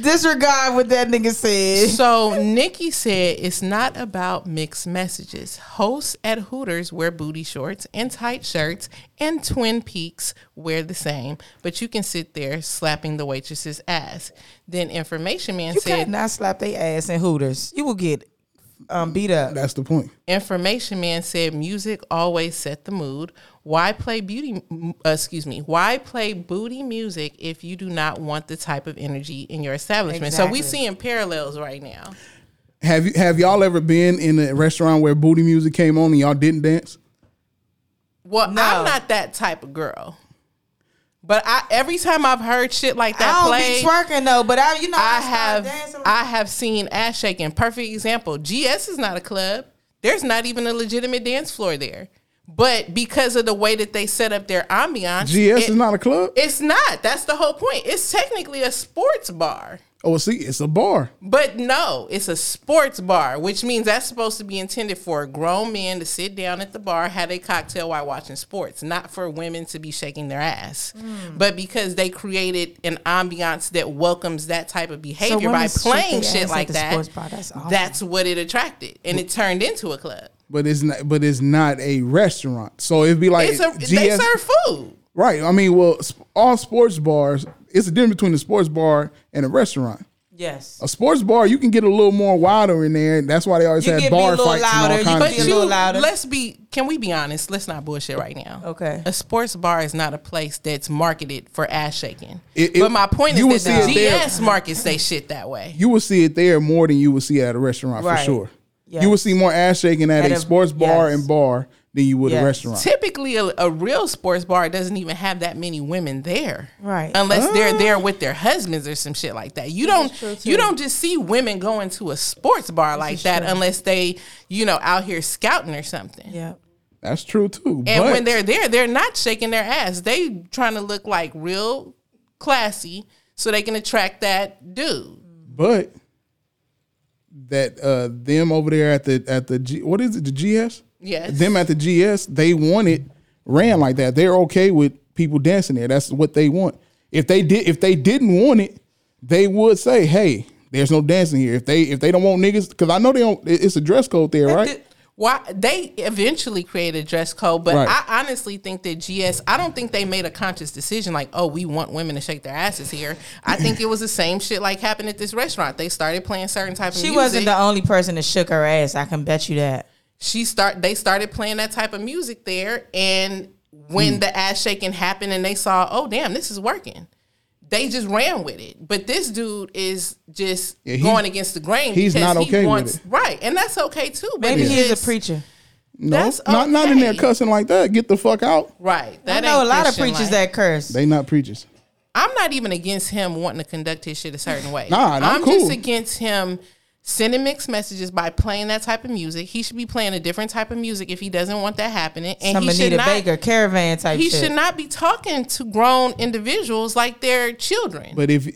A: Disregard what that nigga said.
D: So Nikki said it's not about mixed messages. Hosts at Hooters wear booty shorts and tight shirts, and Twin Peaks wear the same. But you can sit there slapping the waitress's ass. Then Information Man
A: You
D: said,
A: cannot slap they ass in Hooters. You will get um, beat up.
B: that's the point.
D: Information Man said music always set the mood. Why play beauty? m- Uh, excuse me. Why play booty music if you do not want the type of energy in your establishment? So we
A: Exactly.
D: seeing parallels right now.
B: Have you have y'all ever been in a restaurant where booty music came on and y'all didn't dance?
D: Well,
A: No.
D: I'm not that type of girl. But I every time I've heard shit like that
A: I don't
D: played,
A: be twerking though, but I, you know,
D: I
A: start
D: have
A: dancing.
D: I have seen ass shaking. Perfect example. GS is not a club. There's not even a legitimate dance floor there. But because of the way that they set up their ambiance,
B: GS
D: it-
B: is not a club.
D: It's not. That's the whole point. It's technically a sports bar.
B: oh, well, see, it's a bar.
D: But no, it's a sports bar, which means that's supposed to be intended for grown men to sit down at the bar, have a cocktail while watching sports, not for women to be shaking their ass.
A: Mm.
D: But because they created an ambiance that welcomes that type of behavior by
A: women shake
D: playing
A: their
D: shit
A: ass
D: like
A: at the
D: that,
A: sports bar. That's awful.
D: that's what it attracted. And it turned into a club.
B: But it's not. But it's not a restaurant. So it'd be like
D: It's a,
B: GS,
D: they serve food.
B: right. I mean, well, sp- all sports bars. It's a difference between a sports bar and a restaurant.
A: yes.
B: A sports bar, you can get a little more wilder in there. and That's why they always
A: You
B: had
A: can be a
B: bar
A: little
B: fights
A: louder, you
B: and all
A: can
B: kinds
D: But
A: be
B: of
A: a
B: shit.
D: you,
A: little louder.
D: let's be. Can we be honest? Let's not bullshit right now.
A: Okay.
D: A sports bar is not a place that's marketed for ass shaking.
B: It- it-
D: but my point
B: you would
D: is that
B: see
D: the
B: it there.
D: GS markets they shit that way.
B: You will see it there more than you would see it at a restaurant
A: Right.
B: for sure.
A: Yes.
B: You will see more ass shaking at,
A: At
B: a,
A: a-
B: sports bar
A: yes.
B: and bar than you would
A: Yes.
B: a restaurant.
D: Typically, a, a real sports bar doesn't even have that many women there,
A: Right. Ah.
D: Unless they're there with their husbands or some shit like that. You
A: true,
D: don't
A: too.
D: you don't just see women going to a sports bar like that unless they you know out here scouting or something.
A: Yeah.
B: That's true too.
D: And
B: but
D: when they're there, they're not shaking their ass. They trying to look like real classy so they can attract that dude.
B: but that uh them over there at the at the G, what is it the GS?
D: Yes.
B: Them at the GS, they want it ran like that. They're okay with people dancing there. That's what they want. If they did if they didn't want it, they would say, "Hey, There's no dancing here. If they if they don't want niggas, because I know they don't. it- It's a dress code there, right?
D: Why they eventually created a dress code, but
B: Right.
D: I honestly think that GS. I don't think they made a conscious decision like, oh, we want women to shake their asses here. I think it was the same shit like happened at this restaurant. They started playing certain type of
A: She
D: music.
A: wasn't the only person that shook her ass. I can bet you that.
D: she start they started playing that type of music there and
B: Hmm.
D: when the ass shaking happened and they saw oh damn this is working they just ran with it but this dude is just
B: he-
D: going against the grain
B: he's
D: because
B: not okay with it.
D: right and that's okay too but
A: Maybe
D: it's
A: he is a
D: just-
A: preacher.
B: No,
D: That's
B: not not in there
D: okay.
B: cussing like that. Get the fuck out.
D: right
A: I
D: that
A: know a
D: ain't
A: lot of
D: Christian,
A: preachers
D: like-
A: that curse.
B: They not preachers.
D: I'm not even against him wanting to conduct his shit a certain way.
B: Nah, and I'm cool.
D: just against him sending mixed messages by playing that type of music. He should be playing a different type of music if he doesn't want that happening. And
A: Some
D: he should
A: Anita
D: not,
A: Baker caravan type
D: he
A: shit.
D: should not be talking to grown individuals like they're children.
B: But if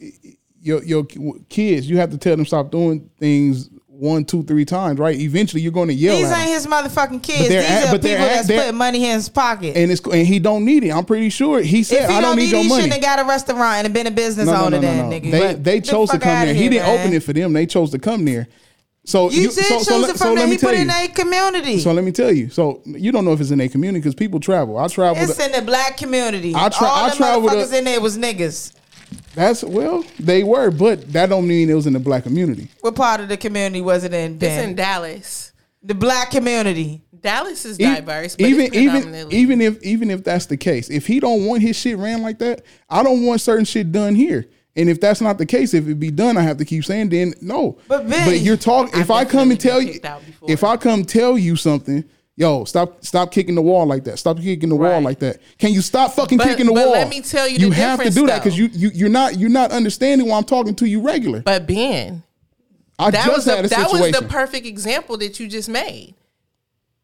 B: your your kids, you have to tell them stop doing things one, two, three times, right? Eventually, you're going to yell.
A: These
B: at 'em.
A: ain't his motherfucking kids.
B: they're
A: These
B: at-
A: are
B: but they're
A: people
B: at-
A: that's
B: they're-
A: putting money in his pocket.
B: and it's and he don't need it. I'm pretty sure he said,
A: if he
B: "I don't need
A: need
B: your
A: it, he
B: money."
A: shouldn't have got a restaurant and been a business
B: No, no,
A: owner
B: no, no,
A: then,
B: no.
A: nigga.
B: They
A: But
B: they
A: get the
B: chose to
A: fuck
B: come
A: outta
B: there.
A: here,
B: he didn't
A: man.
B: open it for them. They chose to come there. So
A: You did
B: so,
A: choose
B: so let,
A: it
B: so
A: from
B: let
A: there.
B: me
A: He
B: tell
A: put it
B: you.
A: in a community.
B: so let me tell you. So you don't know if it's in a community because people travel. I travel.
A: It's in the black community.
B: I tra-
A: All
B: I
A: the
B: traveled
A: motherfuckers
B: to-
A: in there was niggas.
B: that's well, they were, but that don't mean it was in the black community.
A: What part of the community was it in?
D: it's
A: Ben?
D: in Dallas.
A: the black community.
D: Dallas is
B: E-
D: diverse, but
B: even
D: it's
B: even
D: predominantly
B: even if even if that's the case, if he don't want his shit ran like that, I don't want certain shit done here. And if that's not the case, if it be done, I have to keep saying then no.
A: But Vinny-
B: you're talking. If
D: I've
B: I come and
D: definitely
B: tell
D: been
B: you,
D: kicked out before.
B: if I come tell you something, yo, stop stop kicking the wall like that. Stop kicking the wall
D: Right.
B: like that. Can you stop fucking
D: But-
B: kicking the
D: but
B: wall?
D: let me tell you the
B: you have to
D: difference,
B: do that
D: though.
B: because you you you're not you're not understanding why I'm talking to you regular.
D: but Ben,
B: I
D: that
B: just
D: was the,
B: had a
D: that
B: situation.
D: was the perfect example that you just made.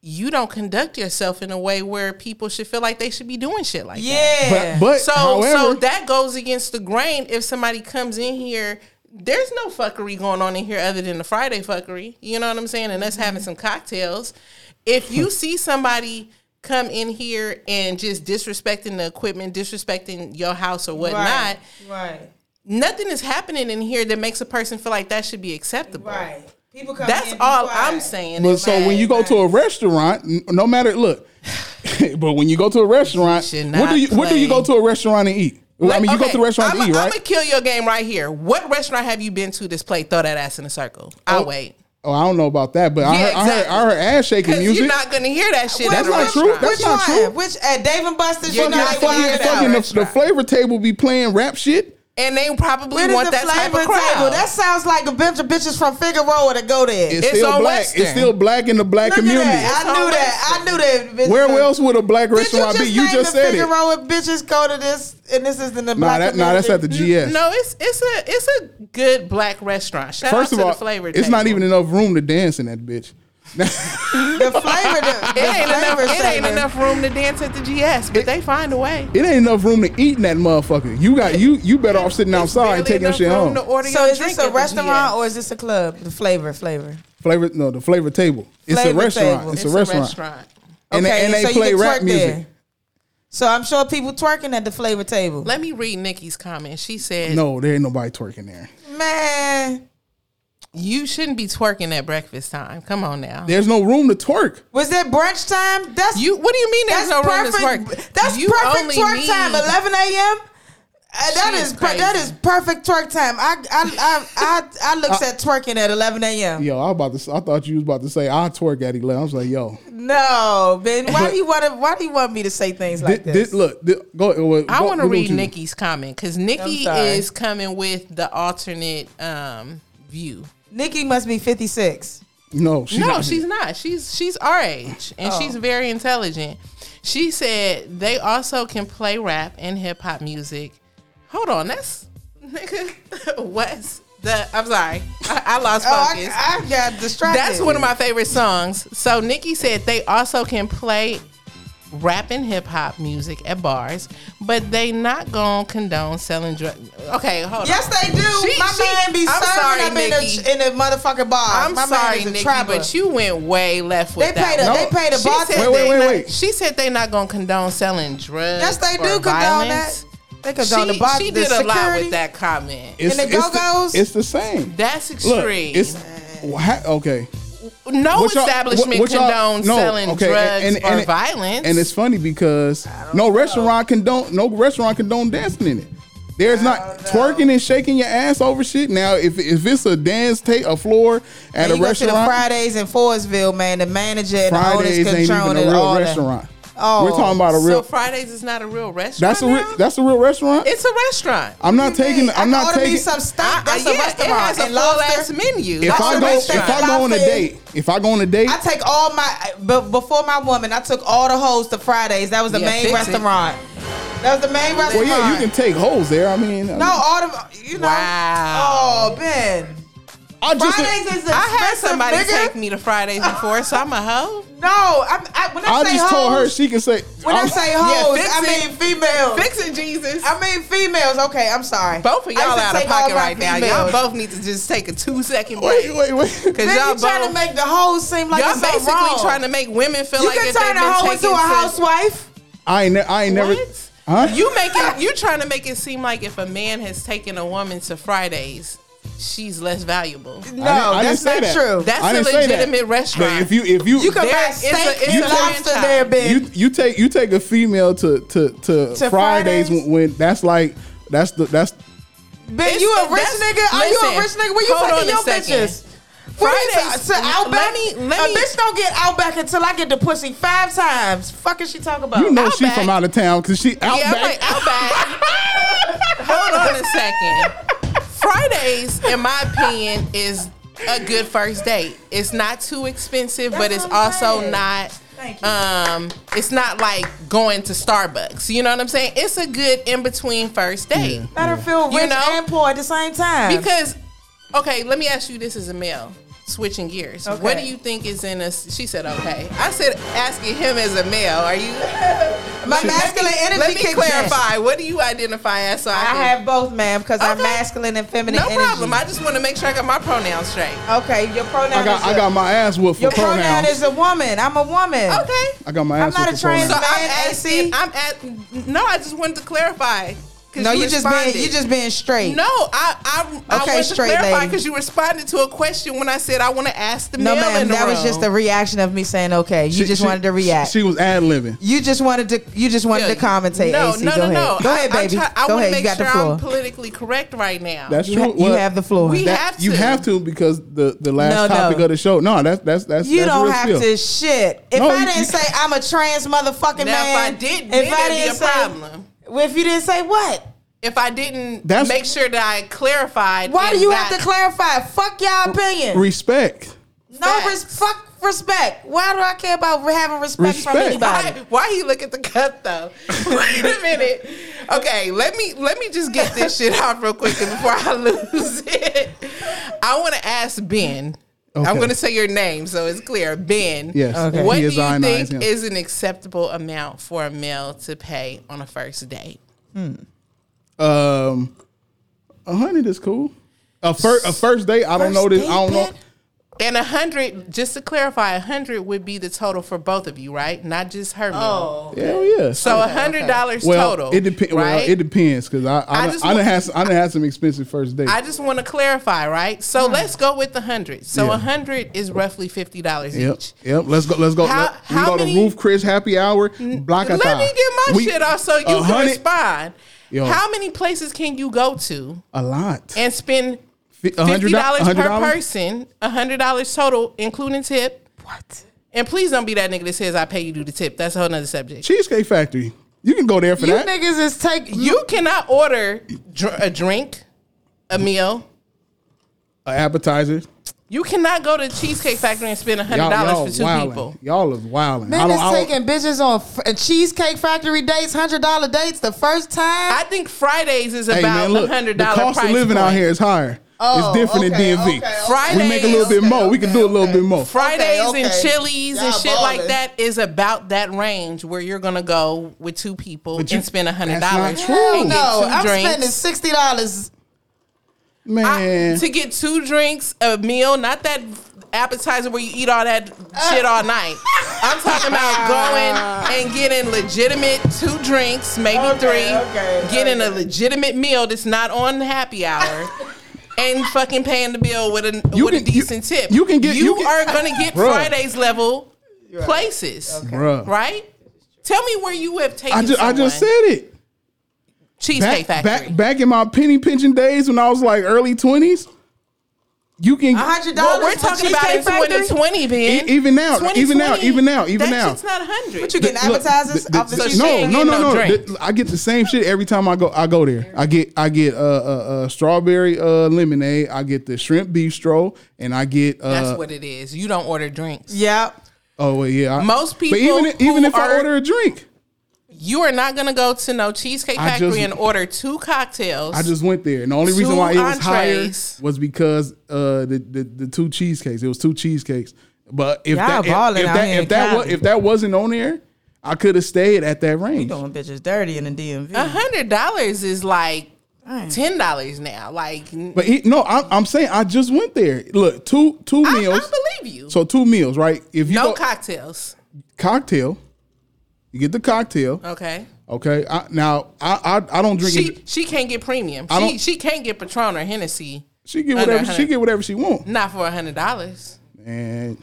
D: You don't conduct yourself in a way where people should feel like they should be doing shit like that.
A: Yeah.
B: but but
D: So
B: however,
D: so that goes against the grain if somebody comes in here there's no fuckery going on in here other than the Friday fuckery. You know what I'm saying? And
B: Mm-hmm.
D: us having some cocktails. If you see somebody come in here and just disrespecting the equipment, disrespecting your house or whatnot,
A: Right. Right.
D: nothing is happening in here that makes a person feel like that should be acceptable.
A: Right. People come
D: That's
A: in, be
D: all
A: quiet.
D: I'm saying.
B: But
D: is
B: so
D: like-
B: when you go to a restaurant, n- no matter look, but when you go to a restaurant,
D: should
B: what do
D: not
B: you what do you
D: play.
B: go to a restaurant and eat? Well, I mean, you go to a restaurant
D: I'm
B: to eat,
D: I'm
B: right?
D: gonna kill your game right here. What restaurant have you been to this play? Throw that ass in a circle. I'll wait.
B: oh, I don't know about that, but I,
D: Yeah,
B: heard, I heard I heard ass shaking
D: Because
B: music.
D: you're not gonna hear that shit.
B: That's
D: at a
B: not true.
D: restaurant.
B: That's
A: Which
B: not
A: one?
B: true.
A: Which at Dave and Buster's?
D: You're
A: you know
D: not
A: they
D: gonna
A: wild
D: get
A: out.
D: that
B: fucking the, the
D: restaurant.
B: flavor table be playing rap shit.
D: and they probably
A: Where
D: want
A: is the
D: that type
A: flavor
D: of crowd.
A: table? That sounds like a bunch of bitches from Figueroa to go there.
B: It's,
D: It's
B: still
D: on
B: black.
D: Western.
B: It's still black in the black
A: Look at
B: community.
A: that. I knew
D: on
A: that. I knew that. bitches
B: Where
A: from-
B: else would a black
A: Did
B: restaurant
A: you
B: be? You
A: name
B: just
A: the
B: said it.
A: Figueroa bitches go to this, and this is in the
B: Nah,
A: black
B: that, nah, that's at the
A: community?
B: GS.
D: No, it's it's a it's a good black restaurant. Shout
B: First
D: out
B: of
D: to
B: all,
D: the flavor.
B: it's not even enough room to dance in that bitch.
A: The flavor, the,
D: It ain't, enough,
A: flavor
D: it ain't
A: shaker.
D: enough room to dance at the GS, but they find a way.
B: It ain't enough room to eat in that motherfucker. You got you you better off sitting
D: It's
B: outside and
D: barely
B: taking your
D: enough
B: shit home.
D: room to order
A: So
D: your
A: is this
D: drink
A: a
D: at the
A: restaurant
D: GS.
A: or is this a club? The flavor, flavor.
B: Flavor no, the flavor table. It's
A: Flavor
B: a restaurant.
A: table.
B: It's,
D: It's
B: a restaurant. And they, and they
A: so you
B: play
A: can
B: rap
A: twerk
B: music.
A: there. So I'm sure people twerking at the flavor table.
D: Let me read Nikki's comment. She said,
B: No, there ain't nobody twerking there.
A: Man,
D: "You shouldn't be twerking at breakfast time. Come on now.
B: There's no room to twerk.
A: was that brunch time? That's
D: You. What do you mean there's
A: That's
D: no room
A: perfect.
D: to twerk?
A: That's
D: You
A: perfect
D: only
A: twerk
D: need-
A: time. 11 a.m. Uh, that
D: She
A: is
D: is
A: per- that
D: crazy.
A: is perfect twerk time. I I I I, I looked at twerking at 11 a.m.
B: Yo, I about to. s- I thought you was about to say I twerk at eleven. I was like, yo,
A: No, Ben, why
B: But-
A: do you want to? Why do you want me to say things
B: thi-
A: like
B: thi-
A: this?
B: look, thi- go. well,
D: I
B: go-
D: want to
B: look what
D: read
B: you-
D: Nikki's comment because
A: I'm
D: Nikki
A: sorry.
D: is coming with the alternate um, view.
A: Nikki must be 56.
B: No, she's
D: no,
B: not.
D: she's not. She's she's our age, and
A: Oh.
D: she's very intelligent. She said they also can play rap and hip hop music. Hold on, that's nigga. What's the? I'm sorry, I, I lost
A: Oh,
D: focus.
A: I, I got distracted.
D: that's one of my favorite songs. So Nikki said they also can play rap and hip hop music at bars, but they not gonna condone selling drugs. Okay, hold
A: Yes,
D: on.
A: they do.
D: She-
A: my
D: she-
A: man be
D: I'm
A: serving
D: sorry,
A: up in
D: Nikki.
A: the, in the motherfucking bar.
D: I'm
A: my man
D: sorry,
A: is a
D: Nikki,
A: trapper.
D: but you went way left with
A: They
D: that.
A: paid a-
D: one.
A: they paid a
D: She
A: bartender.
D: said
B: Wait, wait,
D: they
B: wait,
D: not-
B: wait.
D: She said they not gonna condone selling drugs.
A: Yes, they
D: or
A: do condone
D: violence.
A: They could go in the
D: She,
A: box.
D: she
A: the
D: did a lot
A: security.
D: with that comment.
B: It's,
A: And the
B: it's
A: Go-Go's?
B: The, it's the same.
D: That's
B: Look,
D: extreme.
B: it's well, ha- okay.
D: no
B: What y'all-
D: establishment
B: what- what y'all-
D: condones
B: no,
D: selling
B: okay,
D: drugs
B: and- and-
D: or
B: and it-
D: violence.
B: And it's funny because no restaurant condone no restaurant condone dancing in it. There's not twerking and shaking your ass over shit. Now, if if it's a dance take a floor at
A: And
B: a
A: you go to the
B: restaurant,
A: Fridays in Forestville, man. The manager and
B: Fridays
A: the
B: ain't
A: owners
B: even
A: controlling
B: a
A: it all
B: real
A: that.
B: restaurant.
A: Oh.
B: We're talking about a
D: so
B: real.
D: Fridays is not a real restaurant.
B: that's a real,
D: now?
B: that's a real restaurant.
D: it's a restaurant.
B: I'm not taking.
A: I
B: I'm not
A: order
B: taking.
A: me some steak. That's
D: I-
A: a
D: yeah,
A: restaurant.
D: It has a
A: and
D: full ass
A: lobster.
D: menu.
B: if
D: That's
B: I
D: a
B: go, if
D: restaurant.
B: I go on a
A: Lobster.
B: date, if I go on a date,
A: I take all my but before my woman. I took all the hoes to Fridays. That was the
D: Yeah,
A: main
D: fix it.
A: restaurant. That was the main restaurant.
B: well, yeah, you can take hoes there. I mean,
A: No, all the you know.
D: Wow.
A: Oh, Ben.
B: I just
A: Fridays is expensive.
D: I had somebody
A: nigga.
D: take me to Fridays before, so I'm a hoe.
A: No, I'm, I, when I,
B: I
A: say
B: just
A: hoes,
B: told her she can say.
A: when i
B: I'm-
A: say hoes,
D: fix
A: I
D: it.
A: mean females.
D: Fix it, Jesus.
A: I mean females. Okay, I'm sorry.
D: both of
A: I used
D: y'all
A: to
D: out of
A: take all
D: pocket
A: my
D: right now.
A: females.
D: Y'all both need to just take a two second break.
B: Wait, wait, wait.
D: Cause
A: Ben,
D: y'all
A: you trying to
D: both,
A: make the hoes seem like
D: y'all
A: it's
D: basically
A: wrong.
D: trying to make women feel
A: You
D: like
A: can
D: if
A: turn a
D: they've been
A: hoe
D: taken
A: into a
D: to-
A: housewife.
B: I ain't, ne- I ain't never.
D: What?
B: Huh?
D: You make it. You trying to make it seem like if a man has taken a woman to Fridays, she's less
A: No,
D: valuable.
B: I didn't- I
A: that's
B: didn't
A: not
B: say that.
A: true.
D: That's
B: I
D: a
B: didn't say that.
D: legitimate restaurant.
B: But if you if you
A: you can
D: There
A: buy
D: is
A: steak
D: a- it's
A: and
D: a
A: lobster
D: franchise.
A: there, Ben.
B: you you take you take a female to to to,
A: To
B: Fridays,
A: Fridays?
B: When, when that's like that's the that's
A: Ben,
D: It's-
A: you a rich
D: that's-
A: nigga? Are you a
D: listen,
A: rich nigga? Where you
D: hold on
A: taking
D: a
A: your
D: second.
A: bitches? Fridays
D: Fridays,
A: to Outback.
D: let me- let
A: a
D: me-
A: bitch don't get Outback until I get the pussy five times. Fuck is she talking about?
B: you know she
D: Outback.
B: from out of town because she out
D: yeah, I'm
B: back.
D: like Outback. Hold on a second. Fridays, in my opinion, is a good first date. It's not too expensive, but
A: That's
D: it's
A: what I'm
D: also
A: saying.
D: not.
A: Thank you.
D: Um, it's not like going to Starbucks. You know what I'm saying? It's a good in between first date.
A: Let her feel
D: You
A: rich
D: know?
A: and poor at the same time.
D: Because, okay, let me ask you this as a male. Switching gears, what
A: Okay.
D: do you think is in us? She said, "Okay." I said, asking him as a male. Are you?
A: my masculine energy
D: Let me
A: kicks in.
D: clarify. What do you identify as? So I,
A: I
D: can,
A: have both, ma'am, because I'm
D: Okay.
A: masculine and feminine.
D: no
A: energy.
D: problem. I just want to make sure I got my pronouns straight.
A: okay, your pronoun.
B: I got
A: is a-
B: I got my ass whooped for
A: Your pronoun
B: pronouns.
A: is a woman. I'm a woman.
D: Okay.
B: I got my
A: I'm
B: ass
A: not
B: whooped
A: a
B: for
A: trans-
B: pronouns.
D: So I'm
A: AC?
D: asking. I'm at. No, I just wanted to clarify. 'cause
A: No, you just being
D: responded.
A: you just being straight.
D: No, I I,
A: Okay,
D: I want to
A: straight
D: clarify
A: lady.
D: because you responded to a question when I said I want to ask the
A: no,
D: male in
A: ma'am.
D: the
A: That was
D: room.
A: just a reaction of me saying okay. You
B: She-
A: just
B: she-
A: wanted to react.
B: She was ad libbing.
A: you just wanted to. You just wanted to commentate.
D: No,
A: AC.
D: no,
A: Go
D: no, no.
A: ahead. Go
D: I-
A: ahead,
D: I'm
A: baby.
D: try- I
A: Go
D: wanna
A: ahead. You
D: make
A: got
D: sure
A: the floor.
D: I'm politically correct right now.
B: That's
A: You
B: true.
A: ha- you have the floor. We
D: have
B: You
D: to.
B: have to because the the last
A: No, no.
B: topic of the show. No, that's that's that's
A: You
B: that's
A: don't
B: real
A: have
B: spill.
A: to shit. If
B: No,
A: I
B: you-
A: didn't say I'm a trans motherfucking
D: Now, if I
A: man,
D: did, then that'd be a problem.
A: Well, if you didn't say what?
D: if I didn't
B: That's-
D: make sure that I clarified.
A: Why do
D: and
A: you
D: that-
A: have to clarify? Fuck y'all opinion.
B: Respect.
A: no, res-
D: facts.
A: fuck respect. Why do I care about having respect, from
B: Respect.
A: anybody?
D: Why, why he look at the cut though? Wait a minute. Okay, let me let me just get this shit off real quick before I lose it. I want to ask Ben. I'm
B: Okay.
D: going to say your name so it's clear. Ben.
B: Yes. Okay.
D: What
B: He
D: do
B: is
D: you
B: ionized,
D: think
B: yeah.
D: is an acceptable amount for a male to pay on a first date?
B: Um, a hundred is cool. A first a first date. I don't know this. I don't know.
D: And a hundred, just to clarify, a hundred would be the total for both of you, right? Not just her. Oh,
B: Hell yeah.
D: so a hundred dollars
B: well,
D: total.
B: It depends.
D: Right?
B: Well, it depends because I I,
D: I
B: done-
D: just
B: I, done
D: want-
B: had some- I done had some expensive first dates.
D: I just want to clarify, right? So let's go with the hundred. So a
B: Yeah.
D: hundred is roughly fifty dollars
B: Yep,
D: each.
B: yep. Let's go. Let's go.
D: How-
B: let, we
D: how
B: go
D: many-
B: to Roof Chris Happy Hour. Block a
D: Let me get my
B: We-
D: shit off so
B: a
D: you can
B: hundred-
D: respond.
B: Yo.
D: How many places can you go to
B: A lot.
D: and spend
B: Fi- a
D: fifty
B: hundred
D: dollars
B: a
D: per
B: hundred dollars?
D: person, hundred dollars total, including tip? What? And please don't be that nigga that says I pay you do the tip. That's a whole nother subject.
B: Cheesecake Factory. You can go there for
A: You
B: that.
A: niggas is take
D: You cannot order dr- a drink, a meal.
B: A appetizer.
D: You cannot go to Cheesecake Factory and spend hundred
B: Y'all, y'all
D: dollars for two
B: wildin'.
D: people.
B: Y'all is wilding. I don't.
A: Niggas
B: I don't
A: taking bitches on f- cheesecake factory dates, hundred dollar dates the first time.
D: I think Fridays is
B: hey
D: about
B: man,
D: a
B: look.
D: hundred
B: The
D: dollar
B: cost
D: price
B: of living out
D: point.
B: here is higher.
A: Oh,
B: it's different
A: okay,
B: in DMV.
A: okay, okay.
B: We make a little
D: Fridays-
B: bit more. we can do a little bit more.
D: Fridays
A: Okay,
D: and
A: okay.
D: Chili's and
A: Y'all
D: shit like
A: ballin'.
D: that is about that range where you're gonna go with two people
B: But you-
D: and spend a hundred
B: that's not
D: dollars.
B: true.
D: and get
A: no,
D: two
A: I'm
D: drinks.
A: spending sixty dollars.
B: Man,
D: I- to get two drinks, a meal, not that appetizer where you eat all that shit all night. I'm talking about going and getting legitimate two drinks, maybe
A: Okay,
D: three,
A: okay,
D: getting a legitimate meal that's not on happy hour. And fucking paying the bill with a
B: You
D: with a
B: can- you-
D: decent tip.
B: you can get- you can-
D: are gonna get
B: Bruh.
D: Fridays level places,
B: Bruh.
D: right? Tell me where you have taken.
B: I just I just said
D: someone.
B: it.
D: Cheesecake
B: Back,
D: Factory.
B: back back in my penny pinching days when I was like early twenties, you can
A: hundred
D: Well,
A: dollars.
D: we're talking about in 2020, Ben.
B: E- even now, even now, even now, even
D: that
B: now.
D: shit's not 100.
A: What you getting appetizers
B: The-
A: off the
B: the-
D: she
B: no,
D: ain't
B: no,
D: getting
B: no,
D: no
B: no.
D: drink.
B: The- I get the same shit every time I go. I go there. I get I get uh, uh, uh strawberry uh lemonade. I get the shrimp bistro, and I get uh
D: That's what it is. You don't order drinks.
A: Yep.
B: oh well, yeah. I-
D: Most
B: But even
D: people
B: even
D: who
B: if I
D: are-
B: order a drink,
D: You are not going to go to no Cheesecake
B: I
D: Factory
B: just-
D: and order two cocktails.
B: I just went there, and the only reason
D: Two
B: why it was higher
D: entrees.
B: was because uh the, the the two cheesecakes. It was two cheesecakes. But if
A: Y'all
B: that if,
A: balling
B: if
A: out
B: that
A: here
B: if
A: in
B: that was,
A: Cali.
B: if that wasn't on there, I could have stayed at that range.
A: Doing bitches dirty in the DMV.
D: $100 is like
A: Dang.
D: $10 now. Like, n-
B: But he, no, I'm, I'm saying I just went there. Look, two two
D: I- I
B: meals.
D: believe you.
B: So two meals, right? If you
D: no
B: go-
D: cocktails.
B: cocktail, you get the cocktail.
D: Okay.
B: Okay. I, now I, I I don't drink.
D: She
B: it.
D: she can't get premium.
B: I
D: She
B: don't-
D: she can't get Patron or Hennessy.
B: She get
D: Under
B: whatever she
D: 100.
B: get whatever she want.
D: Not for $100.
B: And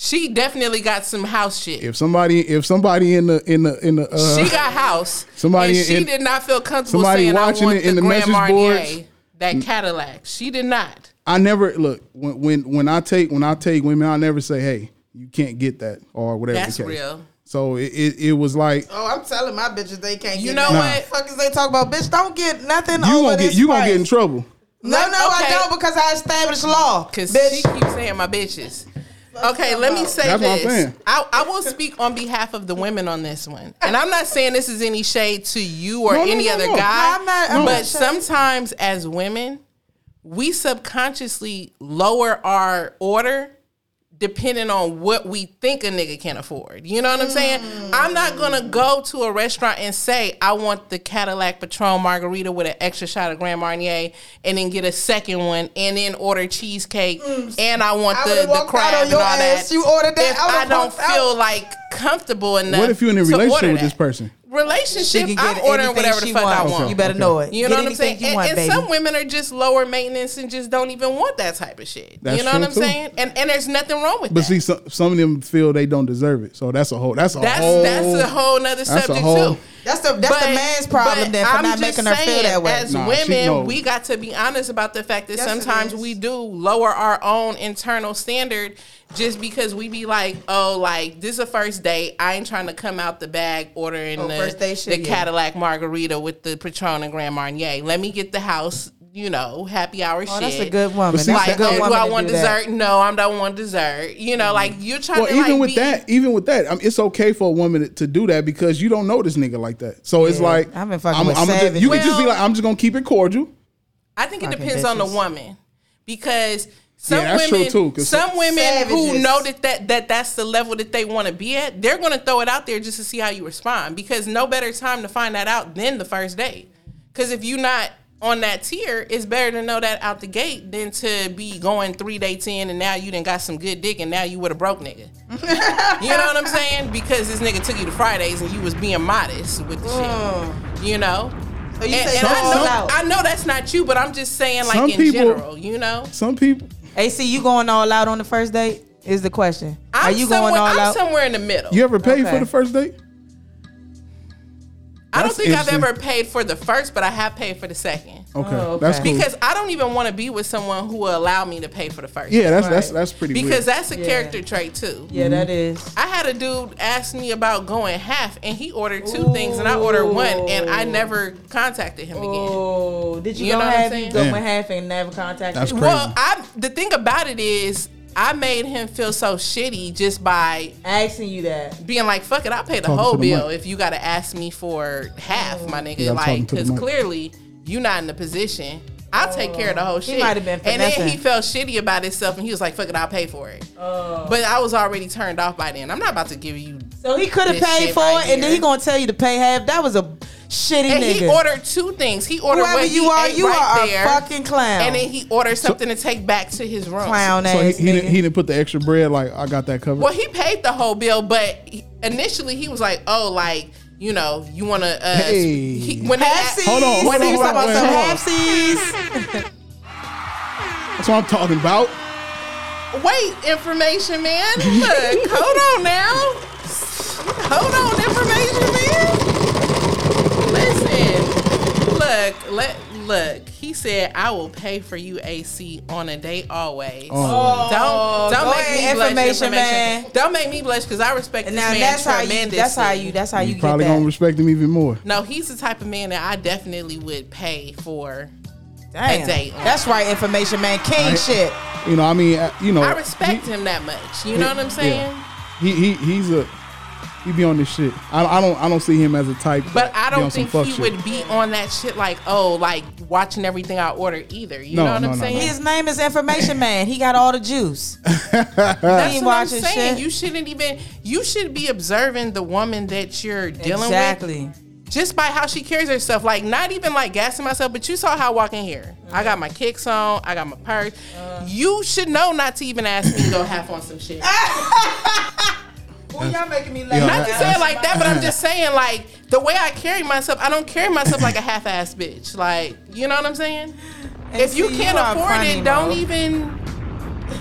D: She definitely got some house shit.
B: if somebody if somebody in the in the in the uh,
D: she got house.
B: somebody
D: and she
B: in-
D: did not feel comfortable
B: somebody
D: saying
B: watching
D: I want
B: it in
D: the,
B: the
D: Grand
B: message
D: Marnier,
B: boards. Mm.
D: that Cadillac. She did not.
B: I never look when when when I take when I take women I never say hey you can't get that or whatever. the
D: That's
B: case.
D: real.
B: So it, it it was like
A: Oh, I'm telling my bitches they can't.
D: You
A: get
D: know
A: nothing.
D: what?
A: Fuckers they talk about, bitch. Don't get
D: Oh,
A: nothing.
B: you
A: over
B: gonna get
A: this
B: you gonna get in
A: price.
B: trouble.
A: No, no,
D: Okay.
A: I don't because I established law.
D: Cause she
A: bitch,
D: keeps saying my bitches. Okay, let me say
B: That's what I'm
D: this.
B: saying.
D: I, I will speak on behalf of the women on this one. And I'm not saying this is any shade to you or
B: No, no,
D: any
B: no,
D: other
B: no.
D: guy.
A: No, I'm not- I'm
D: but
A: not shade.
D: sometimes as women, we subconsciously lower our order depending on what we think a nigga can afford. You know what I'm saying? I'm not
A: Mm.
D: gonna go to a restaurant and say I want the Cadillac Patron margarita with an extra shot of Grand Marnier, and then get a second one, and then order cheesecake, and I want
A: Mm. I
D: the
A: would've
D: the
A: walked out
D: crab
A: on
D: and
A: your
D: all
A: ass.
D: that.
A: You ordered that,
D: If
A: I would've
D: I, don't
A: walked out.
D: feel like comfortable enough.
B: What if you're in a
D: to
B: relationship
D: order
B: with this
D: that?
B: person?
D: Relationship,
A: can get
D: I'm ordering
A: anything
D: whatever the
A: she
D: fuck I
A: wants.
D: want.
A: You better know it.
D: You
A: Get
D: know what I'm
A: anything
D: saying?
A: You
D: and,
A: want,
D: and
A: baby.
D: some women are just lower maintenance and just don't even want that type of shit.
B: That's
D: you know
B: true,
D: what I'm
B: too.
D: saying? And and there's nothing wrong with
B: But
D: that.
B: see, some, some of them feel they don't deserve it. So that's a whole. That's a
D: that's
B: whole.
D: that's a whole nother
B: that's a
D: subject
B: whole-
D: too.
A: that's the that's
D: But-
A: the man's problem
D: but
A: then for
D: I'm
A: not
D: just
A: making her feel
D: saying,
A: that way.
D: As
B: Nah, she know.
D: women, we got to be honest about the fact that
A: Yes, it
D: sometimes
A: is.
D: we do lower our own internal standard just because we be like, oh, like this is a first date. I ain't trying to come out the bag ordering
A: Oh,
D: the,
A: first date shit,
D: the
A: yeah.
D: Cadillac margarita with the Patron and Grand Marnier. Let me get the house, you know, happy
A: Oh,
D: hour shit.
A: that's a good woman.
B: But see,
A: That's
D: Like,
A: a good
D: oh,
A: woman.
D: do I
A: to
D: want
A: do that. Mm-hmm.
D: dessert? No, I don't want dessert. You know, like you're trying
B: Well,
D: to
B: even
D: like,
B: with
D: be-
B: that, even with that, I mean, it's okay for a woman to do that because you don't know this nigga like that. So it's
A: Yeah.
B: like
A: I've been fucking
B: I'm,
A: with
B: I'm just-
A: savages.
B: You can just be
D: Well-
B: like, I'm just gonna keep it cordial.
D: I think it
A: Fucking
D: depends on the
A: bitches.
D: woman because some
B: Yeah, that's true,
D: women,
B: too, 'cause
D: some women who
A: Savages.
D: know that, that that that's the level that they want to be at, they're going to throw it out there just to see how you respond because no better time to find that out than the first date. Because if you're not on that tier, it's better to know that out the gate than to be going three dates in and now you done got some good dick and now you with a broke nigga. you know what I'm saying? Because this nigga took you to Fridays and you was being modest with the shit. You know.
A: Mm. So you
D: And,
A: say
D: and I
A: balls
D: know
A: out.
D: I know that's not you, but I'm just saying like
B: Some
D: in
B: people-
D: general, you know.
B: Some people,
A: AC, you going all out on the first date? Is the question.
D: I'm
A: Are you
D: somewhere,
A: going all
D: I'm
A: out?
D: somewhere in the middle.
B: you ever pay for
A: Okay.
B: the first date?
D: I don't
B: That's
D: think I've
B: interesting.
D: ever paid for the first, but I have paid for the second.
B: Okay,
A: Oh, okay.
B: that's cool.
D: Because I don't even want to be with someone who will allow me to pay for the first.
B: yeah, that's that's
A: Right.
B: that's pretty.
D: because
B: weird.
D: that's a
A: Yeah.
D: character trait too.
A: yeah, that is.
D: I had a dude ask me about going half, and he ordered two things, and I ordered one, and I never contacted him again.
A: Oh, did you,
D: You
A: go
D: know what I'm
A: half?
D: saying?
A: You go
B: Damn.
A: with half and never contact?
B: That's
A: me?
B: crazy.
D: Well, I the thing about it is, I made him feel so shitty just by
A: Asking you that.
D: being like, "Fuck it, I'll pay the
B: Talking
D: whole
B: to the
D: bill
B: mic.
D: if you gotta ask me for half, my nigga."
B: Yeah, I'm talking
D: like,
B: to the
D: because
B: mic.
D: clearly you not in the position. I'll take care of the whole shit.
A: might have been
D: and then
A: finessing.
D: he felt shitty
A: Oh.
D: about himself, and he was like, "Fuck it, I'll pay for it." But I was already turned off by then. I'm not about to give you
A: So he could have
D: This
A: paid
D: shit
A: for
D: right
A: it, and then he
D: here.
A: gonna tell you to pay half. That was a shitty
D: And
A: nigga.
D: he ordered two things. He ordered
A: Whoever
D: what
A: you
D: he
A: are,
D: ate
A: you
D: right
A: are a
D: there,
A: fucking clown.
D: And then he ordered something to take back to his room.
A: clown
B: So he,
A: ass.
B: he,
A: nigga.
B: didn't, he didn't put the extra bread. Like I got that covered.
D: Well, he paid the whole bill, but he- initially he was like, "Oh, like you know, you want to." Uh,
B: Hey.
D: he- when they
A: half
D: asked,
A: seas.
B: Hold on,
A: When
B: hold
A: he
B: on,
A: was talking
B: wait,
A: about some
B: hold on.
A: half seas.
B: That's what I'm talking about.
D: wait, information man, look, hold on now, hold on, information man. Listen, look, let look. He said, "I will pay for you AC on a day always."
B: Oh.
D: Don't don't
A: Oh, go
D: make me
A: ahead,
D: blush,
A: information
D: information
A: man.
D: man. Don't make me blush because I respect
A: And
D: this
A: now
D: man
A: that's how you.
D: tremendously.
A: That's how you. That's how you,
B: You
A: get
B: probably gonna
A: that.
B: respect him even more.
D: No, he's the type of man that I definitely would pay for.
A: Damn.
D: date.
A: That's right, information man. King shit.
B: You know, I mean, I- you know,
D: I respect him that much. You know what I'm saying?
B: He he he's a he be on this shit. I, I don't I don't see him as a type.
D: But I
B: be on some
D: don't think
B: fuck
D: he
B: shit.
D: would be on that shit like, oh, like watching everything I order either. You
B: No,
D: know what
B: no,
D: I'm
B: no,
D: saying?
B: no.
A: His name is information man. He got all the juice.
D: That's
A: He ain't
D: what I'm
A: watching
D: saying.
A: shit.
D: You shouldn't even. You should be observing the woman that you're dealing
A: exactly.
D: with just by how she carries herself. Like not even like gassing myself, but you saw how I walk in here. I got my kicks on. I got my purse. you should know not to even ask me to go half on some shit.
A: Well, y'all making me
B: Yeah,
D: Not to
B: I-
D: say it like that, but I'm just saying like the way I carry myself, I don't carry myself like a half-ass bitch. Like you know what I'm saying? if you
A: see,
D: can't
A: you are
D: afford
A: funny,
D: it, don't
A: though.
D: even.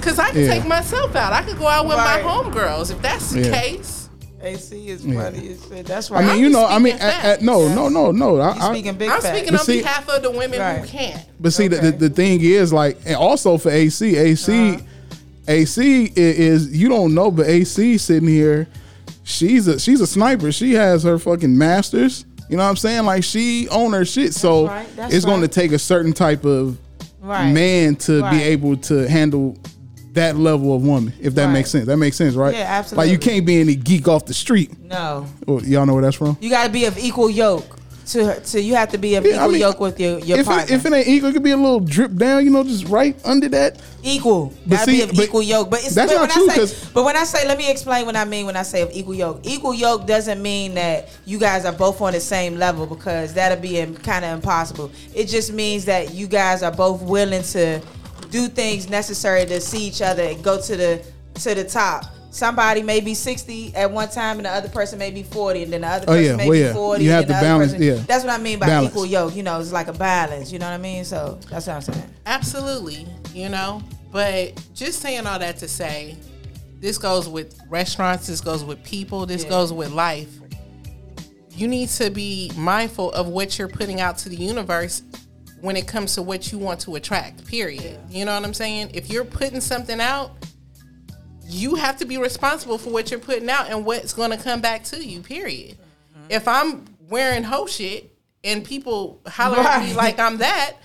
D: Cause I can
B: Yeah.
D: take myself out. I could go out with
A: Right.
D: my homegirls if that's the
B: Yeah.
D: case.
A: AC is
B: Yeah.
A: funny as shit. That's
B: I
A: right.
B: mean, you
D: just
B: know, I mean,
D: speaking
B: I- I- no, no, no, no. I,
A: He's
B: I-
A: speaking big
D: I'm
A: facts.
D: speaking
B: But
D: on
B: see-
D: behalf of the women
A: Right.
D: who can't.
B: But see, the,
A: Okay. Uh-huh.
B: the the thing is like, and also for AC, AC, AC i- is you don't know, but AC sitting here, she's a she's a sniper. She has her fucking masters. You know what I'm saying? Like she own her shit. so
A: right, that's
B: it's going to
A: right.
B: take a certain type of
A: Right.
B: man to
A: Right.
B: be able to handle that level of woman. If that
A: Right.
B: makes sense, that makes sense, right?
A: Yeah,
B: Like
A: absolutely.
B: you can't be any geek off the street.
A: No,
B: Oh, y'all know where that's from.
A: you got to be of equal yoke to her. To you have to be of
B: Yeah, I
A: equal
B: mean,
A: yoke with your your
B: if
A: partner.
B: it, if it ain't equal, it could be a little drip down. You know, just right under that.
A: equal.
B: But
A: Gotta
B: see,
A: be of
B: but
A: equal yoke. But it's,
B: that's
A: but
B: not
A: when
B: true,
A: I
B: 'cause-
A: say, but when I say, let me explain what I mean when I say of equal yoke. Equal yoke doesn't mean that you guys are both on the same level because that'd be kind of impossible. It just means that you guys are both willing to do things necessary to see each other and go to the to the top. Somebody may be sixty at one time, and the other person may be forty, and then the other
B: Oh,
A: person
B: yeah,
A: may
B: well,
A: be
B: yeah.
A: forty.
B: You have
A: and the
B: to
A: other
B: balance-
A: person-
B: yeah.
A: That's what I mean by
B: Balance.
A: equal yoke. You know, it's like a balance. You know what I mean? So that's what I'm saying.
D: Absolutely, you know. But just saying all that to say, this goes with restaurants, this goes with people, this goes with life. You need to be mindful of what you're putting out to the universe when it comes to what you want to attract, period. You know what I'm saying? If you're putting something out, you have to be responsible for what you're putting out and what's going to come back to you, period. If I'm wearing hoe shit and people holler at me
A: Right.
D: like I'm that,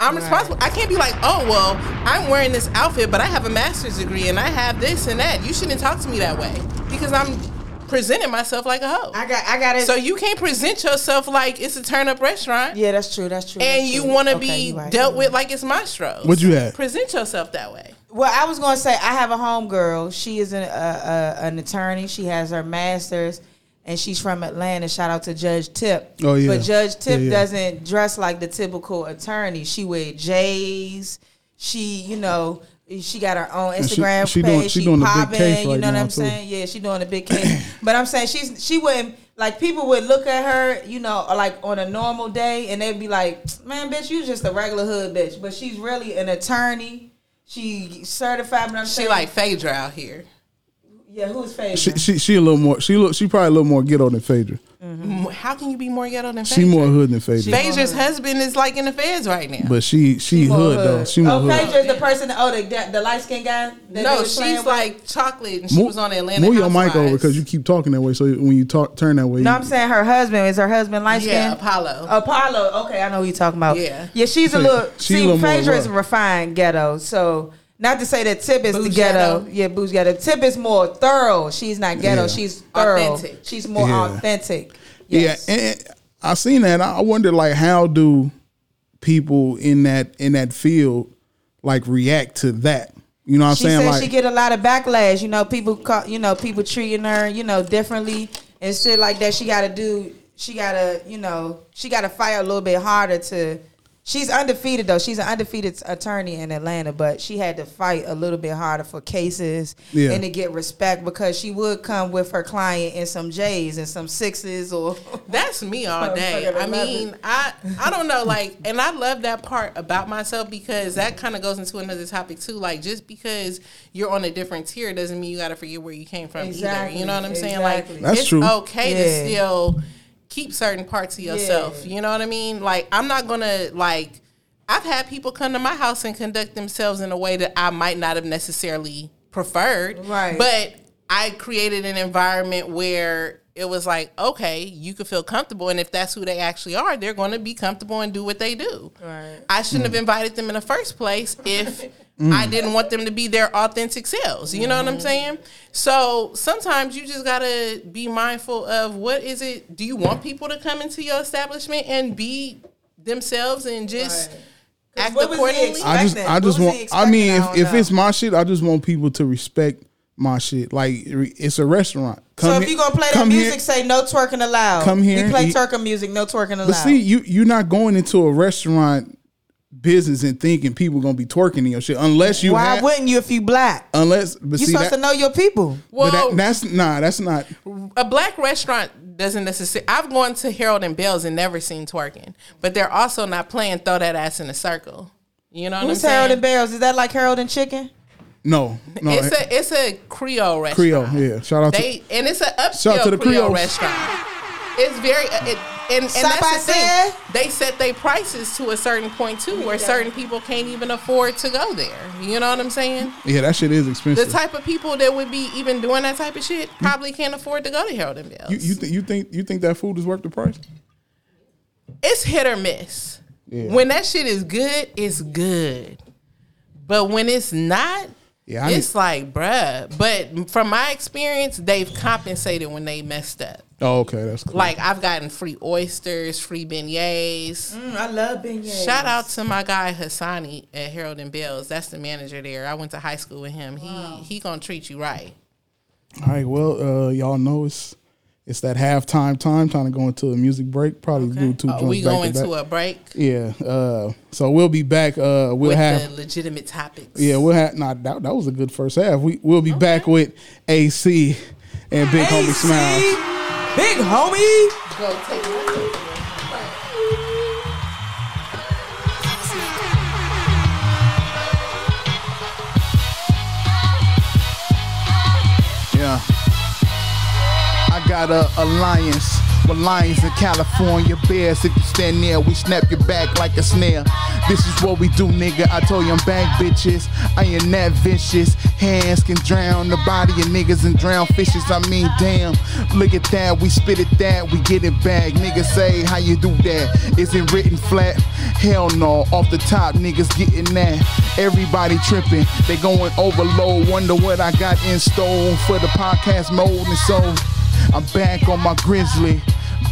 D: I'm responsible. I can't be like, oh well, I'm wearing this outfit, but I have a master's degree and I have this and that. You shouldn't talk to me that way because I'm presenting myself like a hoe.
A: I got I got it.
D: so you can't present yourself like it's a turn up restaurant
A: Yeah, that's true. That's true.
D: and
A: that's
D: you
A: true.
D: want to
A: Okay,
D: be
A: you right,
D: dealt
A: you
D: with like it's Maestro.
B: What you had?
D: Present yourself that way.
A: Well, I was gonna say I have a homegirl. She is an, uh, uh, an attorney. She has her master's, and she's from Atlanta. Shout out to Judge Tip.
B: Oh, yeah.
A: But Judge Tip
B: Yeah, yeah.
A: doesn't dress like the typical attorney. She wear J's. She, you know, she got her own
B: she-
A: Instagram
B: she
A: page.
B: doing- she
A: she
B: doing the big
A: popping.
B: case
A: you
B: right
A: know what
B: now,
A: I'm
B: too.
A: saying? Yeah, she doing a big case. but I'm saying she's she wouldn't like people would look at her, you know, like on a normal day, and they'd be like, "Man, bitch, you just a regular hood bitch." But she's really an attorney. She certified, but I'm
D: She
A: saying,
D: like Phaedra out here.
A: yeah, who's favorite?
B: She, she she a little more. She look. She probably a little more ghetto than Phaedra.
D: M- How can you be more ghetto than
B: She
D: Phaedra?
B: more hood than Phaedra.
D: Phaedra's husband is like in the feds right now.
B: But she she,
A: More
B: hood, though. She more
A: oh,
B: hood.
A: Phaedra's the person. Oh, the the, the light skinned guy. That they
D: no,
A: was playing
D: she's
A: with?
D: like chocolate, and she
B: Mo-
D: was on Atlanta.
B: Move your mic over
D: Housewives.
B: because you keep talking that way. So when you talk, turn that way.
A: No,
B: you-
A: I'm saying her husband is her husband light skinned.
D: Yeah, Apollo.
A: Apollo. Okay, I know who you're talking about.
D: Yeah.
A: Yeah, she's a
B: Yeah,
A: little.
B: she a
A: see,
B: little more
A: Phaedra is
B: rough.
A: refined ghetto. So not to say that Tip is the
D: Bougie
A: ghetto.
D: ghetto.
A: Yeah, booze ghetto. Tip is more thorough. She's not ghetto.
B: Yeah.
A: She's thorough.
D: Authentic.
A: She's more
B: Yeah.
A: authentic. Yes.
B: Yeah, and and I seen that. I wonder like how do people in that in that field like react to that? You know what I'm
A: she
B: saying?
A: said
B: Like,
A: she get a lot of backlash. You know, people call, you know people treating her you know differently and shit like that. She got to do. She got to you know she got to fight a little bit harder to. She's undefeated though. She's an undefeated attorney in Atlanta, but she had to fight a little bit harder for cases
B: Yeah.
A: and to get respect because she would come with her client in some J's and some sixes or
D: That's me all
A: Motherfucker,
D: day.
A: I
D: I
A: love
D: mean,
A: it.
D: I I don't know, like, and I love that part about myself because that kind of goes into another topic too. Like, just because you're on a different tier doesn't mean you got to forget where you came from either.
A: Exactly,
D: You know what I'm saying?
A: exactly.
D: Like,
B: That's
D: it's
B: true.
D: okay
A: Yeah.
D: to still keep certain parts of yourself. You know what I mean? Like, I'm not gonna like. I've had people come to my house and conduct themselves in a way that I might not have necessarily preferred.
A: Right.
D: But but I created an environment where it was like, okay, you could feel comfortable, and if that's who they actually are, they're going to be comfortable and do what they do. Right. I shouldn't have invited them in the first place if I didn't want them to be their authentic selves. You know what
A: Mm-hmm.
D: I'm saying? So sometimes you just gotta be mindful of what is it. Do you want people to come into your establishment and be themselves and just act
A: what was the
D: accordingly?
A: ex-
B: I just,
A: expecting?
B: I just
A: What was
B: want.
A: he
B: I mean,
A: expecting? I
B: if,
A: don't
B: if
A: know.
B: it's my shit, I just want people to respect my shit. Like re- it's a restaurant. Come
A: so if
B: here-
A: you gonna play that
B: come here-
A: music, say no twerking allowed.
B: Come here,
A: You play
B: eat-
A: twerking music, no twerking allowed.
B: But see, you you're not going into a restaurant business and thinking people gonna be twerking in your shit unless you.
A: Why
B: have,
A: wouldn't you if you black?
B: Unless, but
A: you
B: see
A: supposed
B: that,
A: to know your people.
B: but that-
D: Well-
B: that's nah. That's not.
D: a black restaurant doesn't necessarily. I've gone to Harold and Bell's and never seen twerking, but they're also not playing throw that ass in a circle. You know what
A: Who's
D: I'm saying?
A: Harold and Barrels? Is that like Harold and Chicken?
B: No, no.
D: It's a it's a Creole restaurant.
B: Creole. Yeah. Shout out
D: They and it's an
B: Shout out
D: upscale
B: to the
D: Creole
B: Creoles.
D: restaurant. It's very uh, it, and, and
A: Somebody
D: that's the
A: said-
D: thing. They set their prices to a certain point too, where certain people can't even afford to go there. You know what I'm saying?
B: to. Yeah, that shit is
D: The
B: expensive.
D: type of people that would be even doing that type of shit probably can't afford to go to Harold and Bell's.
B: you you, th- you think you think that food is worth the price?
D: it's hit or miss. When that shit is good, it's good. But when it's not,
B: Yeah, I
D: it's like, bruh. But from my experience, they've compensated when they messed up.
B: Oh, okay, that's cool.
D: Like I've gotten free oysters, free beignets.
A: Mm, I love beignets.
D: Shout out to my guy Hassani at Harold and Bell's. That's the manager there. I went to high school with him. He he gonna treat you right.
B: All right, well, uh, y'all know it's it's that halftime time, time to go into a music break. Probably do two.
D: Are Oh, we
B: joints back
D: going
B: to
D: to
B: back.
D: a break
B: Yeah. Uh, so we'll be back. Uh, we'll
D: with
B: have
D: the legitimate topics?
B: yeah, we'll have. Nah, that, that was a good first half. We we'll be back with AC and Big Homie Smiles.
A: Big homie.
D: Go take
B: Yeah. I got a alliance with lions in California bears. If you stand near, we snap your back like a snare. This is what we do, nigga. I told you I'm back, bitches. I ain't that vicious. Hands can drown the body of niggas and drown fishes. I mean, damn. Look at that. We spit it that. We get it back. Niggas say, how you do that? Is it written flat? Hell no. Off the top, niggas getting that. Everybody tripping. They going overload. Wonder what I got in store for the podcast mode. And so I'm back on my grizzly.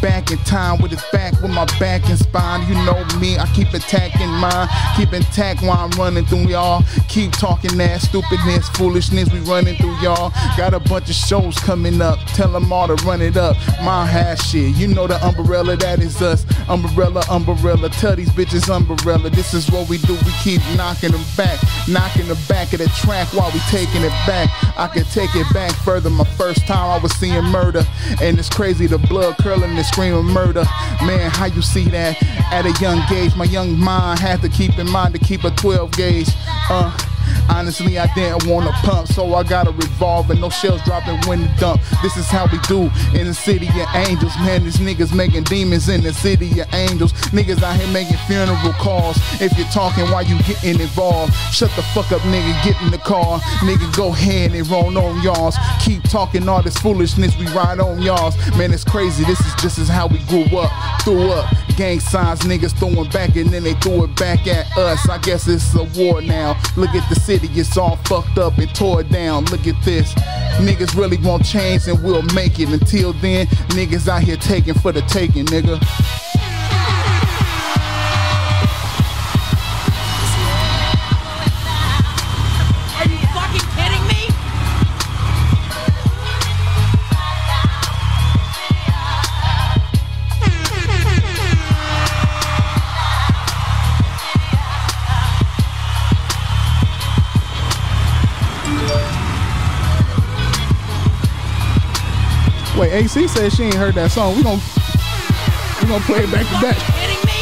B: Back in time with his back, with my back and spine. You know me, I keep attacking mine. Keep intact while I'm running through y'all. Keep talking that stupidness, foolishness we running through y'all. Got a bunch of shows coming up. Tell them all to run it up. My hash shit. You know the umbrella, that is us. Umbrella, umbrella. Tell these bitches umbrella. This is what we do. We keep knocking them back. Knocking the back of the track while we taking it back. I can take it back further. My first time I was seeing murder. And it's crazy the blood curling and screaming murder. Man, how you see that? At a young age, my young mind had to keep in mind to keep a 12 gauge. Uh, honestly, I didn't want to pump, so I got a revolver. No shells dropping when the dump. This is how we do in the city of angels. Man, these niggas making demons in the city of angels. Niggas out here making funeral calls. If you're talking while you getting involved, shut the fuck up, nigga. Get in the car. Nigga, go ahead and roll on y'alls. Keep talking all this foolishness. We ride on y'alls. Man, it's crazy. This is just as how we grew up. Threw up. Gang signs, niggas throwing back and then they threw it back at us. I guess it's a war now. Look at the city, it's all fucked up and tore down. Look at this. Niggas really won't change and we'll make it. Until then, niggas out here taking for the taking, nigga.
F: Are you
B: wait, AC says she ain't heard that song. We gonna we gonna play it back to back.
F: Kidding me?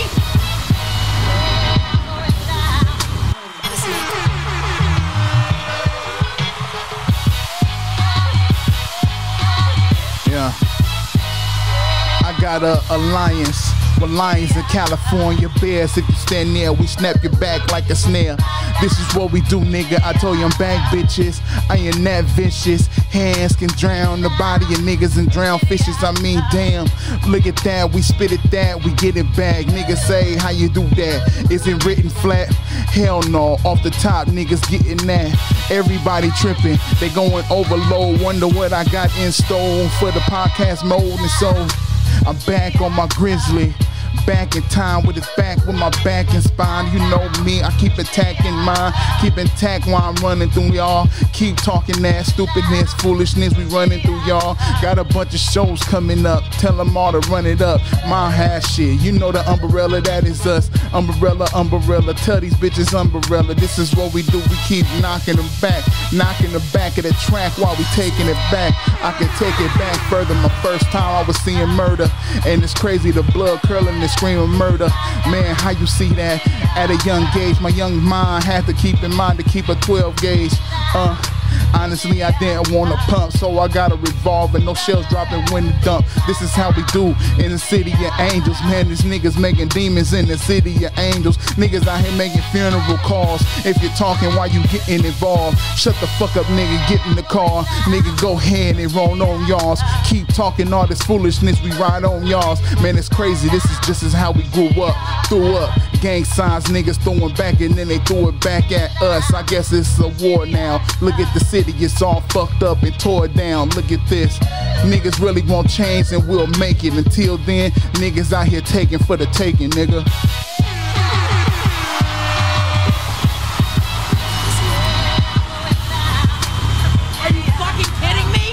B: Yeah. I got a alliance with lions in California bears. If you stand near, we snap your back like a snare. This is what we do, nigga. I told you I'm back, bitches. I ain't that vicious. Hands can drown the body of niggas and drown fishes. I mean, damn. Look at that. We spit it that. We get it back. Niggas say, how you do that? Is it written flat? Hell no. Off the top, niggas getting that. Everybody tripping. They going overload. Wonder what I got in store for the podcast mode. And so I'm back on my grizzly. Back in time with his back, with my back and spine. You know me, I keep attacking mine. Keep intact while I'm running through y'all. Keep talking that stupidness, foolishness we running through y'all. Got a bunch of shows coming up. Tell them all to run it up. My hash shit. You know the umbrella, that is us. Umbrella, umbrella. Tell these bitches umbrella. This is what we do. We keep knocking them back. Knocking the back of the track while we taking it back. I can take it back further. My first time I was seeing murder. And it's crazy the blood curling and screaming murder. Man, how you see that? At a young age, my young mind had to keep in mind to keep a 12 gauge. Uh, honestly, I didn't want to pump, so I got a revolver. No shells dropping when the dump. This is how we do in the city of angels. Man, these niggas making demons in the city of angels. Niggas out here making funeral calls. If you're talking while you getting involved, shut the fuck up, nigga. Get in the car. Nigga, go ahead and roll on y'alls. Keep talking all this foolishness we ride on y'alls. Man, it's crazy. This is this is how we grew up, threw up. Gang signs, niggas throwing back and then they threw it back at us. I guess it's a war now. Look at the city, it's all fucked up and tore down. Look at this. Niggas really want change and we'll make it. Until then, niggas out here taking for the taking, nigga.
F: Are you fucking kidding me?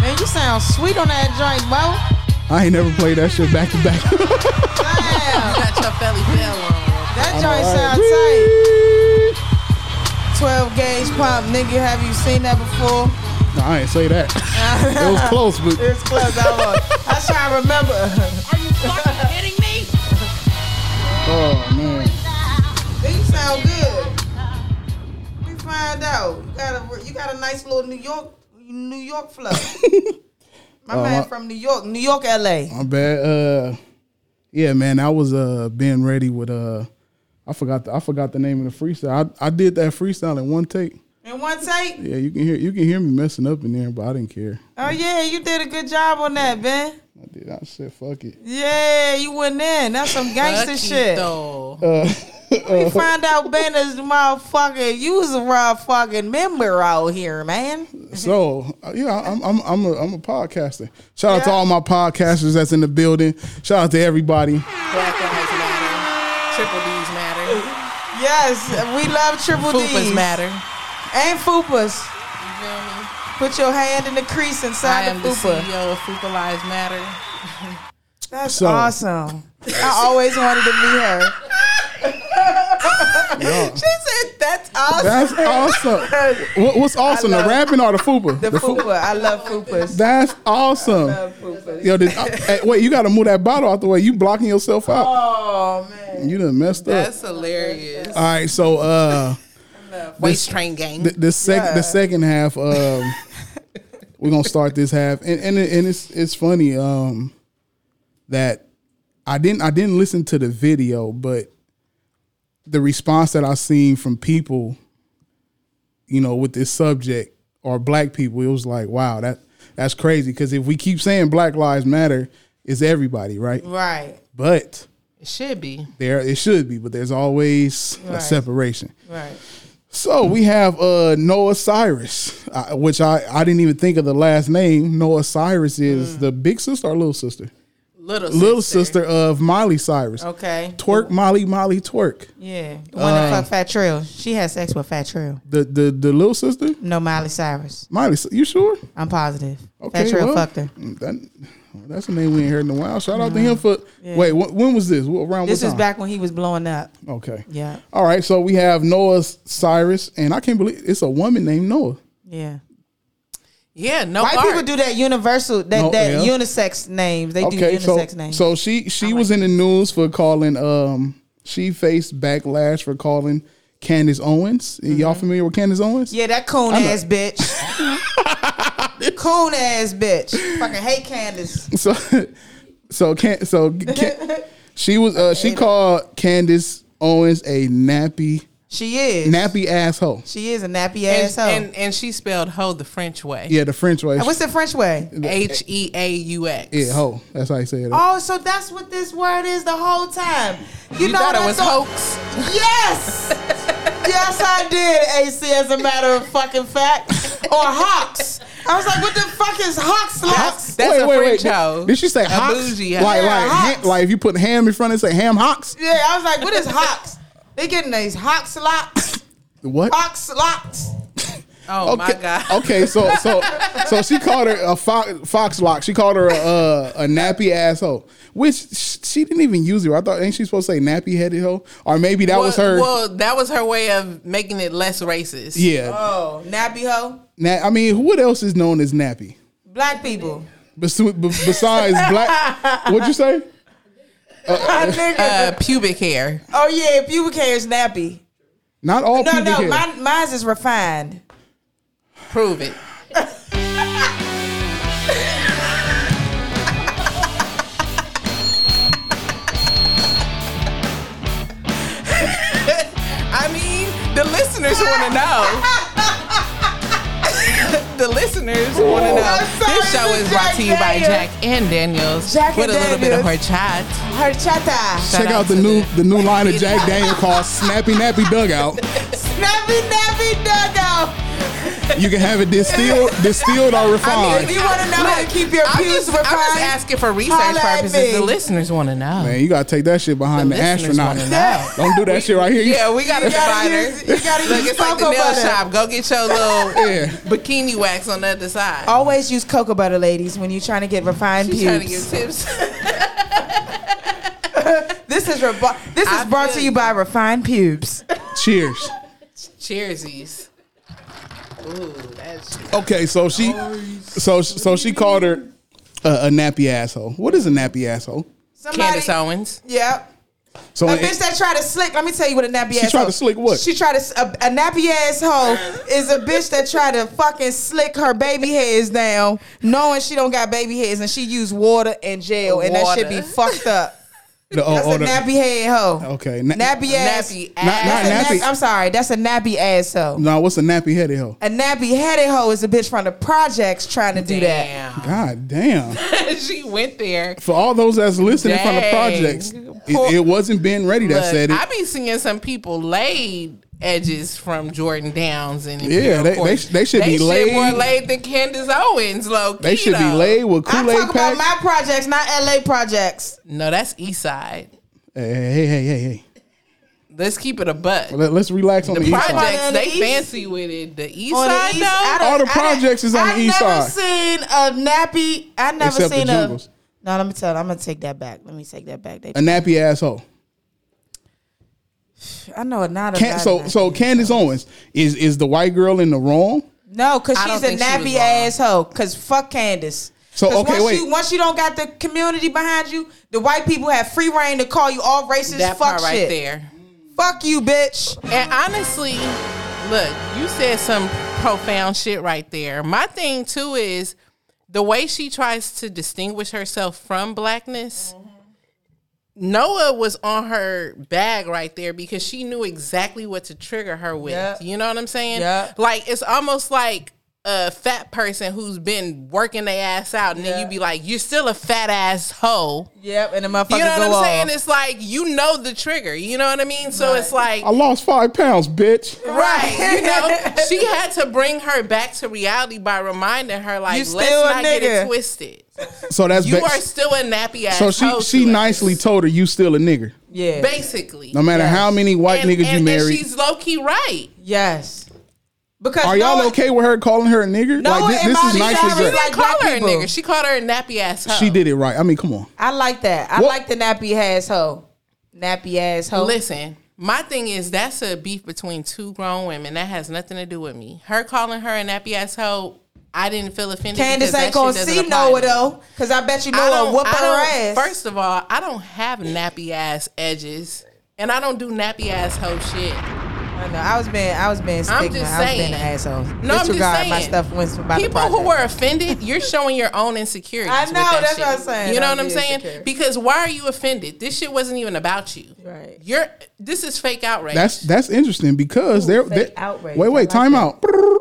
A: Man, you sound sweet on that joint, bro.
B: I ain't never played that shit back to back.
A: Damn,
D: You got your belly bell on.
A: that joint sound tight. 12 gauge pump, nigga. Have you seen that before?
B: No, I ain't say that. it was close, but
A: It's close. I was. I try to remember.
F: Are you fucking kidding me?
B: oh man.
A: They sound good. We find out. You got a you got a nice little New York New York flow. My
B: Uh-huh.
A: man from New York, New York, L.A.
B: My bad. Uh, yeah, man, I was uh being ready with uh, I forgot the, I forgot the name of the freestyle. I, I did that freestyle in one take.
A: In one take.
B: Yeah, you can hear you can hear me messing up in there, but I didn't care.
A: Oh yeah, you did a good job on that, Ben.
B: I did. I said, fuck it.
A: Yeah, you went in. That's some gangster shit.
D: Though.
A: We find out Ben is the motherfucker. You was a raw fucking member out here, man.
B: So uh, yeah, I'm I'm I'm a, I'm a podcaster. Shout out to all my podcasters that's in the building. Shout out to everybody.
D: Black lives matter. Triple D's matter.
A: Yes, we love triple D's.
D: Fupas matter.
A: And fupas.
D: You feel me?
A: Put your hand in the crease
D: I
A: inside
D: am
A: the
D: the E
A: fupa.
D: CEO of Fupa Lives Matter.
A: That's
B: So-
A: awesome. I always wanted to meet her. she said, "That's awesome."
B: That's awesome. What, what's awesome? The
A: love-
B: rapping or the fupa?
A: the
B: fu-
A: fupa. I love fupas.
B: That's awesome.
A: fupas.
B: Yo, did, I, hey, wait, you gotta move that bottle out the way. You blocking yourself out.
A: Oh man,
B: You done messed up.
D: That's hilarious.
B: All right, so uh,
D: Waste Train Gang.
B: the, the second
A: Yeah.
B: the second half, um, we're gonna start this half, and and, it, and it's it's funny um, that I didn't I didn't listen to the video, but the response that I seen from people, you know, with this subject or black people, it was like, wow, that that's crazy. Because if we keep saying Black Lives Matter, it's everybody, right?
A: right,
B: But
D: it should be.
B: there it should be, but there's always a
A: Right.
B: separation.
A: right.
B: So we have uh, Noah Cyrus, uh, which I, I didn't even think of the last name. Noah Cyrus
A: Mm.
B: is the big sister or little sister?
D: Little sister.
B: Little sister of Miley Cyrus.
A: Okay,
B: Twerk Molly Molly Twerk.
A: yeah. The one that fucked Fat Trill. She had sex with Fat Trill.
B: The the the little sister?
A: No Miley Cyrus.
B: Miley, you sure?
A: I'm positive. Fat Trill
B: well, mm,
A: fucked her.
B: that- that's a name we ain't heard in a while. Shout out to him for Wait, wh- when was this? What around
A: Uh-huh. This
B: what
A: is
B: time?
A: back when he was blowing up.
B: Okay.
A: Yeah,
B: All right, so we have Noah Cyrus and I can't believe it's a woman named Noah.
A: yeah.
D: Yeah, no
A: White
D: art.
A: people do that universal, that,
B: No,
A: that
B: yeah.
A: unisex names. They
B: Okay,
A: do
B: so
A: unisex names.
B: so she she was in the news for calling um she faced backlash for calling Candace Owens. Y'all familiar with Candace Owens?
A: Mm-hmm. yeah, that coon
B: I'm
A: ass bitch. coon ass bitch. Fucking hate Candace.
B: So so can so can, she was uh she called Candace Owens a nappy
A: She is.
B: nappy asshole.
A: She is a nappy
D: and,
A: asshole.
D: and and she spelled hoe the French way.
B: Yeah, the French way.
A: And what's the French way?
D: H E A U X.
B: Yeah, ho. That's how you say it.
A: Oh, so that's what this word is the whole time. You,
D: You
A: know
D: thought it
A: what I
D: was
A: thought-
D: hoax.
A: Yes. yes, I did. AC, as a matter of fucking fact, or hawks. I was like, what the fuck is hawks? Hawks.
D: that's a French hoe.
B: Did she say
D: A
B: hocks?
D: bougie hoe.
B: like
A: Yeah,
B: like
A: hocks.
B: ha- like if you put ham in front and say ham hocks?
A: Yeah, I was like, what is hawks? They getting these hawks locks,
B: What?
A: hawks locks.
D: Oh my god.
B: Okay, so so so she called her a fo- fox lock. She called her a, uh, a, a nappy asshole, which sh- she didn't even use it. I thought ain't she supposed to say nappy headed hoe, or maybe that
D: well,
B: was her.
D: Well, that was her way of making it less racist.
B: yeah,
A: Oh, nappy hoe,
B: Na- I mean, what else is known as nappy
A: black people.
B: Bes- b- besides black? What'd you say?
D: Uh, pubic hair.
A: Oh yeah, pubic hair is nappy.
B: Not all
A: No,
B: people
A: no,
B: here.
A: mine, mine's is refined.
D: Prove it. I mean, the listeners want to know. the listeners want to know.
A: I'm sorry,
D: this show
A: this
D: is
A: is
D: brought
A: Jack
D: to you by
A: Daniels.
D: Jack and Daniels
A: Jack
D: with
A: and
D: a little bit of her
A: Daniels.
D: chat.
A: Horchata.
B: Check
D: Shout
B: out
D: out
B: the
D: to
B: new
D: the-
B: the new line of Jack Daniel called Snappy Nappy Dugout.
A: Nappy, nappy, dodo.
B: You can have it distilled, distilled or
A: I mean,
B: refined.
A: if you want to know how to keep your
D: I'm
A: pubes
D: just, I'm
A: refined,
D: just asking for research
A: holla at me.
D: purposes. The listeners want to know.
B: Man, you gotta take that shit behind the,
D: The listeners
B: astronaut.
D: wanna know.
B: Don't do that shit right here. You-
D: Yeah, we got a
A: You gotta use-
D: divider.
A: you gotta
D: Look,
A: use
D: it's like the
A: cocoa
D: nail
A: butter.
D: shop. Go get your little
B: Yeah.
D: bikini wax on the other side.
A: Always use cocoa butter, ladies, when you're trying to get refined
D: She's trying to get
A: pubes.
D: tips.
A: This is rebo- this is
D: I
A: brought
D: feel
A: to you
D: you.
A: by Refined Pubes.
B: Cheers.
D: Cheersies. Ooh, that's
B: Okay, so she, so so she called her a, a nappy asshole. What is a nappy asshole?
A: Somebody,
D: Candace Owens.
A: yep.
B: So
A: A bitch that tried to slick. Let me tell you what a nappy ass.
B: tried to slick what?
A: She tried to s- a, a nappy asshole is a bitch that tried to fucking slick her baby hairs down, knowing she don't got baby hairs, and she used water and gel, and that should be
D: Water.
A: fucked up.
B: the, oh,
A: That's
B: oh,
A: a
B: the-
A: nappy head hoe.
B: Okay, na-
A: na- nappy ass.
D: Nappy
B: Not- not
A: That's a
D: ass.
B: nappy.
A: nap- I'm sorry. That's a nappy asshole.
B: No, what's a nappy headed hoe?
A: A nappy headed hoe is a bitch from the projects trying to do that.
D: Damn.
B: God damn!
D: she went there.
B: For all those that's listening from the
D: Dang.
B: projects, it, it wasn't Ben Ready that
D: Look,
B: said it.
D: I be seeing some people laid edges from Jordan Downs and
B: Yeah, they- they sh- they should be laid.
D: more laid than Candace Owens, low
B: they should be laid with
A: I
B: Kool
A: talk
B: Aid
A: about
B: pack.
A: my projects, not LA projects.
D: No, that's East Side.
B: hey, hey, hey, hey, hey!
D: Let's keep it a buck.
B: Let, us relax on the,
D: the
B: east side.
D: projects
A: On the
D: they
A: east-
D: fancy with it. The east
A: On the
D: side
A: east- I
D: though,
A: don't-
B: All the
A: I don't-
B: projects is on the
A: I've
B: east
A: never
B: side.
A: seen a nappy. I never
B: Except the
A: seen a.
B: jungles.
A: No, let me tell. You, I'm gonna take that back. Let me take that back. They,
B: A nappy asshole.
A: I know not a.
B: Can,
A: lot
B: so
A: of
B: so
A: nappies.
B: Candace Owens is is the white girl in the wrong?
A: No, because
D: I don't
A: she's a
D: think she was
A: nappy
D: wrong.
A: asshole. Because fuck Candace.
B: So,
A: 'Cause
B: okay,
A: once
B: wait.
A: You, once you don't got the community behind you, the white people have free reign to call you all racist.
D: that
A: fuck
D: part right
A: shit.
D: there.
A: Fuck you, bitch.
D: And honestly, look, you said some profound shit right there. My thing too is the way she tries to distinguish herself from blackness. Noah was on her bag right there because she knew exactly what to trigger her with.
A: Yeah.
D: You know what I'm saying?
A: Yeah.
D: Like it's almost like a fat person who's been working their ass out, and then you be like, "You're still a fat ass hoe."
A: Yep, and the motherfucker
D: You know what
A: go
D: I'm
A: off.
D: saying? It's like you know the trigger. You know what I mean? So it's like
B: I lost five pounds, bitch.
D: Right. You know, she had to bring her back to reality by reminding her, like,
A: You
D: let's
A: still a
D: not get
A: nigga."
D: it twisted.
B: So that's
D: You
B: ba-
D: are still a nappy ass.
B: so she
D: hoe
B: she
D: to us,
B: nicely told her you still a nigger.
A: yeah.
D: basically.
B: No matter how many white
D: and,
B: niggas
D: and-
B: you
D: and
B: married,
D: she's low key right.
A: Yes. Because
B: are y'all
A: Noah-
B: okay with her calling her a nigger?
A: No,
B: like thi-
A: and
B: this, is
A: Miley
B: nicely
A: Cyrus
D: She
A: She's
B: dressed.
D: didn't
A: like
D: call
A: black
D: her a
A: people.
D: nigger. She called her a nappy ass hoe.
B: She did it right. I mean, come on.
A: I like that. I
B: What-
A: like the nappy asshole. Nappy asshole.
D: Listen, my thing is that's a beef between two grown women. That has nothing to do with me. Her calling her a nappy ass hoe, I didn't feel offended. because
A: Candace
D: that
A: ain't
D: shit
A: gonna
D: doesn't
A: see
D: apply to
A: Noah
D: me.
A: though, because I bet you
D: I
A: Noah
D: don't-
A: whoop her
D: I
A: ass.
D: don't- First of all, I don't have nappy ass edges, and I don't do nappy ass hoe shit.
A: I know. I was being, I was being stigma.
D: I'm just
A: I was
D: saying.
A: being an asshole.
D: No, I'm just
A: Disregard
D: saying.
A: my stuff went by the
D: People who
A: project.
D: were offended, you're showing your own insecurities.
A: I
D: with
A: know,
D: that
A: that's
D: shit.
A: what I'm saying.
D: You know
A: Don't
D: what I'm
A: be
D: saying?
A: insecure.
D: Because why are you offended? This shit wasn't even about you.
A: Right.
D: You're. This is fake outrage.
B: That's that's interesting because there.
A: fake
B: there-
A: outrage.
B: Wait,
A: I
B: wait,
A: like
B: time
A: that.
B: out.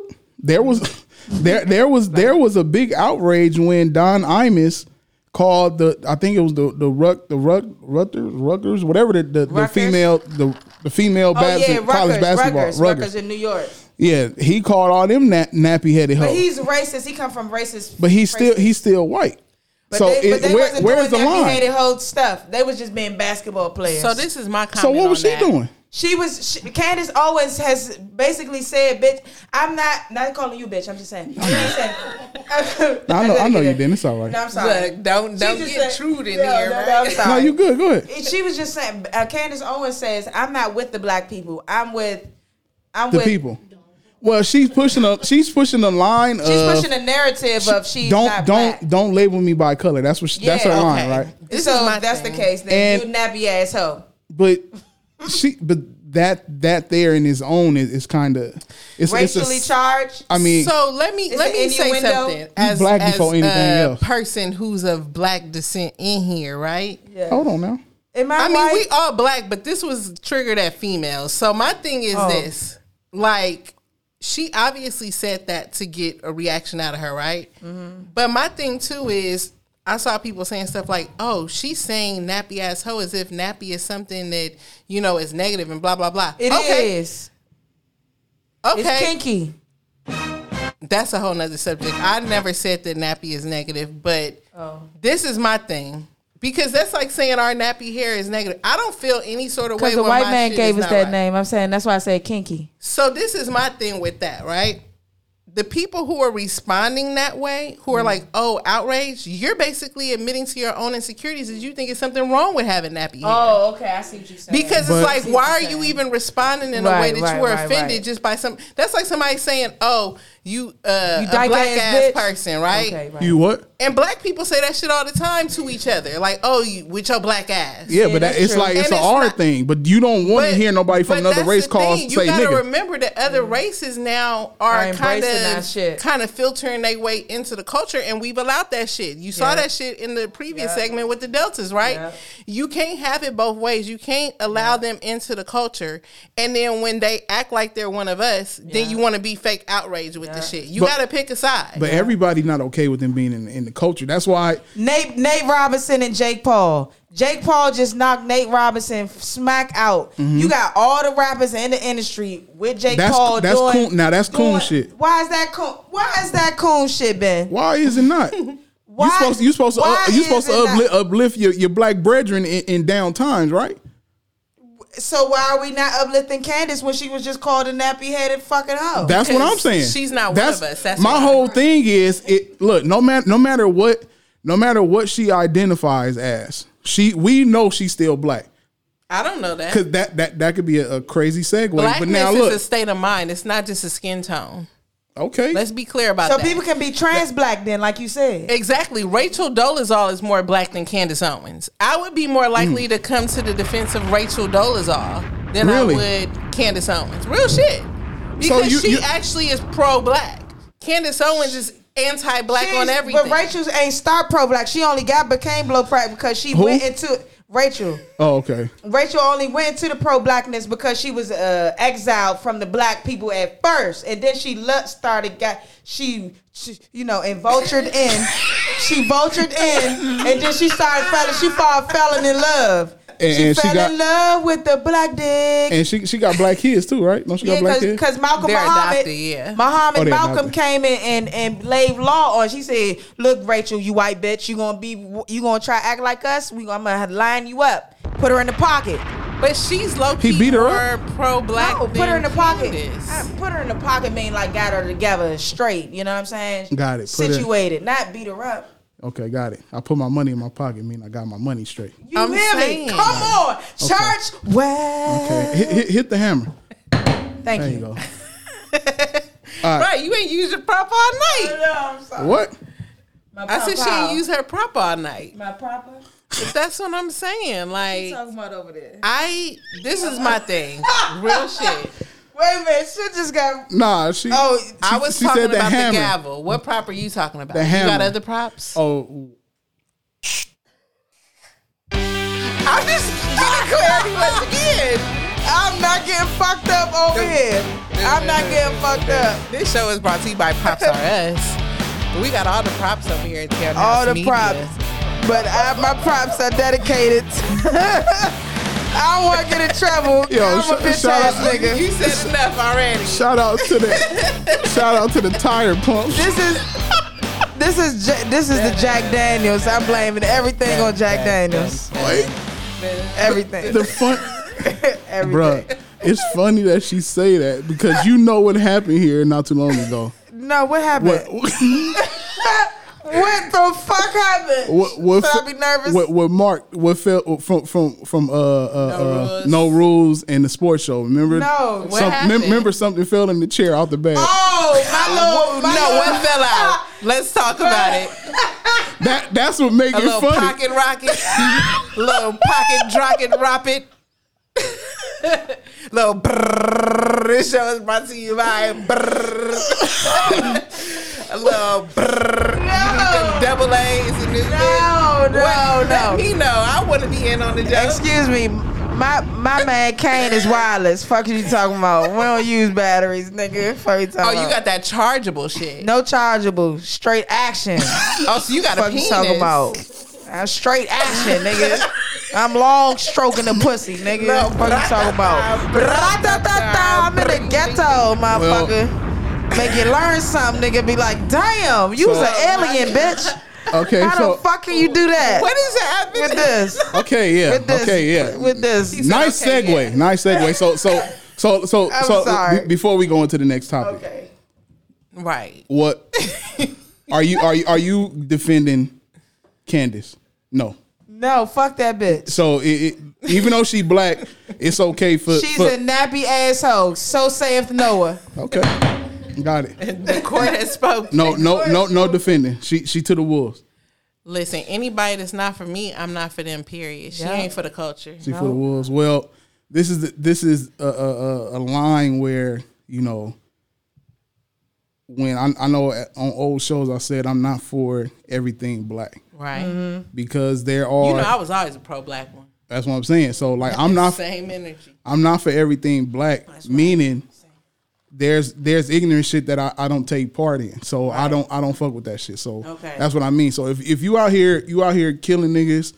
B: There was there there was there was a big outrage when Don Imus called the I think it was the the Ruck the Ruck Rutgers Rutgers whatever the the, the
A: Rutgers?
B: female the the female
A: Oh
B: bas-
A: yeah,
B: college
A: Rutgers,
B: basketball
A: Rutgers,
B: Rutgers.
A: Rutgers in New York.
B: Yeah, he called all them na- nappy headed
A: But
B: hoes.
A: he's racist. He come from racist.
B: Oh. But he's still
A: racist-
B: he's still white.
A: But
B: so
A: they,
B: it,
A: but they
B: where,
A: wasn't
B: where's the
A: doing that
B: line?
A: Hated whole stuff. They was just being basketball players.
D: so. This is my comment.
B: So what was
D: on
B: she
D: that.
B: doing?
A: She was she, Candace always has basically said, "Bitch, I'm not not calling you bitch. I'm just saying." She said-
B: I know- I
A: gotta get
B: know you
A: it.
B: didn't. It's all right.
A: No, I'm sorry.
D: Look, don't-
A: She
D: don't
A: just
D: get
A: said-
D: trued in
A: No, no,
D: here,
A: no,
D: right?
A: I'm sorry.
B: No, you good. Go ahead.
A: She was just saying. Uh, Candace Owens says, "I'm not with the black people. I'm with, I'm
B: The
A: with
B: people. Well, she's pushing up. She's pushing the line.
A: She's
B: of,
A: pushing a narrative of she's
B: Uh, don't
A: not
B: don't
A: black.
B: don't label me by color. That's what she, that's her
A: Yeah,
B: line,
D: okay.
B: right?
D: This
A: so
D: is my
A: if that's
D: thing.
A: the case. Then
B: And-
A: you nappy asshole.
B: But she but that that there in his own is, is kind of it's
A: Racially
B: it's a,
A: charged.
B: I mean,
D: So let me
A: It's
D: let
A: an
D: me say
A: innuendo.
D: something
A: You
D: as,
B: black
D: as
B: before anything
D: a
B: else.
D: person who's of black descent in here, right?
B: hold on now.
A: Am I,
D: I mean,
A: white?
D: we all black, but this was triggered at females. So my thing is
A: Oh.
D: this: like, she obviously said that to get a reaction out of her, right?
A: Mm-hmm.
D: But my thing too is, I saw people saying stuff like, "Oh, she's saying nappy ass hoe," as if nappy is something that you know is negative and blah blah blah.
A: It is.
D: okay, okay,
A: It's kinky.
D: that's a whole nother subject. I never said that nappy is negative, but
A: Oh.
D: this is my thing. Because that's like saying our nappy hair is negative. I don't feel any sort of way.
A: Because the
D: when
A: white
D: my
A: man
D: shit
A: gave
D: is
A: us
D: not
A: that
D: right.
A: name. I'm saying that's why I said kinky.
D: So this is my thing with that, right? The people who are responding that way, who are
A: Mm-hmm.
D: like, "Oh, outrage," you're basically admitting to your own insecurities that you think it's something wrong with having nappy hair.
A: Oh, okay. I see what you're saying.
D: Because
B: But-
D: it's like, why are you even responding in a way
A: Right,
D: that
A: right,
D: you were
A: right,
D: offended
A: right.
D: just by some? That's like somebody saying, "Oh, you, uh,
A: You
D: a
A: dyke
D: black ass,
A: ass bitch."
D: person," right?
A: Okay, right.
B: You what?
D: And black people say that shit all the time to each other, like, "Oh, you with your black ass."
A: Yeah,
B: Yeah, but that,
A: that's
B: it's
A: true.
B: like it's
D: And
B: an
D: it's
B: R
D: not-
B: thing. But you don't want to hear nobody from
D: but
B: another
D: that's
B: race
D: the
B: call
D: thing.
B: say
D: You gotta
B: nigga.
D: remember that other races now are,
A: Are
D: kind
A: embracing that
D: of
A: shit.
D: kind of filtering their way into the culture, and we've allowed that shit. You saw that shit in the previous segment with the deltas, right?
A: Yep.
D: You can't have it both ways. You can't allow them into the culture, and then when they act like they're one of us, then you want to be fake outraged with the shit. You
B: But-
D: gotta pick a side.
B: but everybody not okay with them being in, in the culture. That's why
A: Nate Nate Robinson and Jake Paul. Jake Paul just knocked Nate Robinson smack out. You got all the rappers in the industry with Jake
B: Mm-hmm. That's-
A: Paul.
B: that's
A: doing,
B: coon- now that's coon
A: doing-
B: shit.
A: Why is that coon? Why is that coon shit, Ben?
B: why is it not?
A: Why-
B: you supposed you supposed to
A: why
B: uh, you
A: is
B: supposed to
A: it not-
B: uplift, uplift your, your black brethren in, in down times, right?
A: So why are we not uplifting Candace when she was just called a nappy headed fucking hoe?
B: That's what I'm
D: Because
B: saying.
D: she's not one
B: That's-
D: of us. That's
B: my
D: why.
B: whole thing is it. Look, no matter no matter what, no matter what she identifies as, she we know she's still black
D: I don't know that.
B: because that that that could be a, a crazy segue. but
D: Blackness
B: now look,
D: is a state of mind. It's not just a skin tone.
B: okay,
D: Let's be clear about
A: so
D: that.
A: people can be trans black then, like you said.
D: Exactly. Rachel Dolezal is more black than Candace Owens. I would be more
A: Mm.
D: likely to come to the defense of Rachel Dolezal than
B: Really?
D: I would Candace Owens. Real shit. Because
B: you-
D: she
B: you-
D: actually is pro black. Candace Owens is anti black
A: She's-
D: on everything.
A: But Rachel ain't star pro black. She only got became blow black because she
B: Who?
A: went into Rachel.
B: oh okay,
A: Rachel only went to the pro blackness because she was uh, exiled from the black people at first, and then she lo- started got she, she you know and vultured in, she vultured in, and then she started falling. She fall falling in love.
B: And-
A: she
B: and she
A: fell
B: got-
A: in love with the black dick.
B: and she she got black kids too, right? Don't she got black kids?
A: because Malcolm
D: They're
A: Muhammad,
D: adopted, yeah.
A: Muhammad
B: Oh, they're
A: Malcolm
B: adopted.
A: came in and and laid law on. She said, "Look, Rachel, you white bitch, you gonna be you gonna try to act like us. We I'm gonna line you up, put her in the pocket,
D: but she's low key
B: He beat her
D: more pro black.
A: no, put her in the pocket.
D: Candace.
A: I- put her in the pocket mean like got her together straight. You know what I'm saying?
B: Got it. Put her-
A: Situated, not beat her up.
B: Okay, got it. I put my money in my pocket. Mean I got my money straight.
A: You
D: I'm
A: hear
D: saying.
A: me? Come on, church. Well,
D: Oh.
B: Okay, hit, hit, hit the hammer.
A: thank
B: There
A: you.
B: you go.
D: Right, you ain't used your prop all night.
B: What?
D: I said she ain't use her prop all night.
A: my proper.
D: But that's what I'm saying. Like
A: Talking about over there.
D: I, this is my thing. Real shit.
A: Wait a minute, shit just got.
B: Nah, she.
D: Oh,
B: she-
D: I was
B: she
D: talking
B: said the
D: about
B: hammer.
D: the gavel. What prop are you talking about?
B: The
D: You got
B: hammer.
D: other props?
B: Oh,
D: I'm just getting clarity once again.
A: I'm not getting fucked up over here. I'm not getting fucked up.
D: This show is brought to you by Props R Us. We got all the props over here at Town
A: All
D: House
A: the
D: Media.
A: props, but I, my props are dedicated. I don't want to get in trouble.
B: Yo,
A: I'm a
B: shut-
A: bitch
B: shut
A: ass
B: up.
A: nigga.
D: You said enough already.
B: shout out to the shout out to the tire pumps.
A: This is this is Ja- this is the Jack Daniels. I'm blaming everything on Jack Daniels.
B: Wait,
A: Everything.
B: the fun,
A: Everything.
B: bruh. It's funny that she say that because you know what happened here not too long ago.
A: No, what
B: What?
A: happened? What the fuck happened?
B: What? What?
A: So I be nervous.
B: What? What? Mark? What fell from from from uh uh, uh
D: Rules.
B: no rules and the sports show? Remember?
A: No, what
B: some, mem-
D: happened?
B: remember something fell in the chair out the bag.
A: Oh, my
D: Whoa,
A: lord. My
D: no,
A: lord.
D: one fell out. Let's talk about it.
B: That that's what make
D: A
B: it
D: little
B: funny.
D: pocket rocket, little pocket rocket rocket, little brrrr. This show is brought to you by brrrr. A little brrrr. You need them double A's in this
A: No,
D: bitch.
A: no,
D: What?
A: no.
D: Let me know. I want to be in on the joke.
A: Excuse me. My my man Kane is wireless. Fuck you talking about? We don't use batteries, nigga. Fuck you talking
D: Oh, you
A: about?
D: got that chargeable shit.
A: no chargeable, straight action.
D: Oh, so you got a
A: fuck
D: penis.
A: you talking about? I'm straight action, nigga. I'm long stroking the pussy, nigga.
D: No,
A: fuck you talking about? Ra-ta-ta-ta, I'm in the ghetto, motherfucker. Make you learn something, nigga. Be like, damn, you was
B: So-
A: an alien, bitch.
B: Okay,
A: How
B: so
A: the fuck can you do that?
D: What is happening?
A: with this?
B: okay, yeah,
A: With this?
B: okay, yeah.
A: With this?
B: nice
D: okay,
B: segue, nice segue. So so so so
A: I'm
B: so
A: sorry.
B: be- before we go into the next topic,
A: Okay.
D: Right.
B: what are you are you are you defending Candace? No.
A: No, fuck that bitch.
B: So it, it, even though she black, it's okay for.
A: She's
B: for-
A: a nappy asshole. Oh, So saith Noah.
B: okay. Got it.
D: The court has spoken.
B: No, no, no, no defending. She she to the wolves.
D: Listen, anybody that's not for me, I'm not for them. Period. She ain't for the culture.
B: She for the wolves. Well, this is the, this is a, a, a- a line where you know when I, I know at- on old shows I said I'm not for everything black
D: Right.
B: because there are.
D: You know, I was always a pro black one.
B: that's what I'm saying. So like I'm not
D: Same energy.
B: I'm not for everything black, meaning there's there's ignorant shit that I, I don't take part in. So I don't I don't fuck with that shit. So
D: Okay.
B: that's what I mean. So if, if you out here you out here killing niggas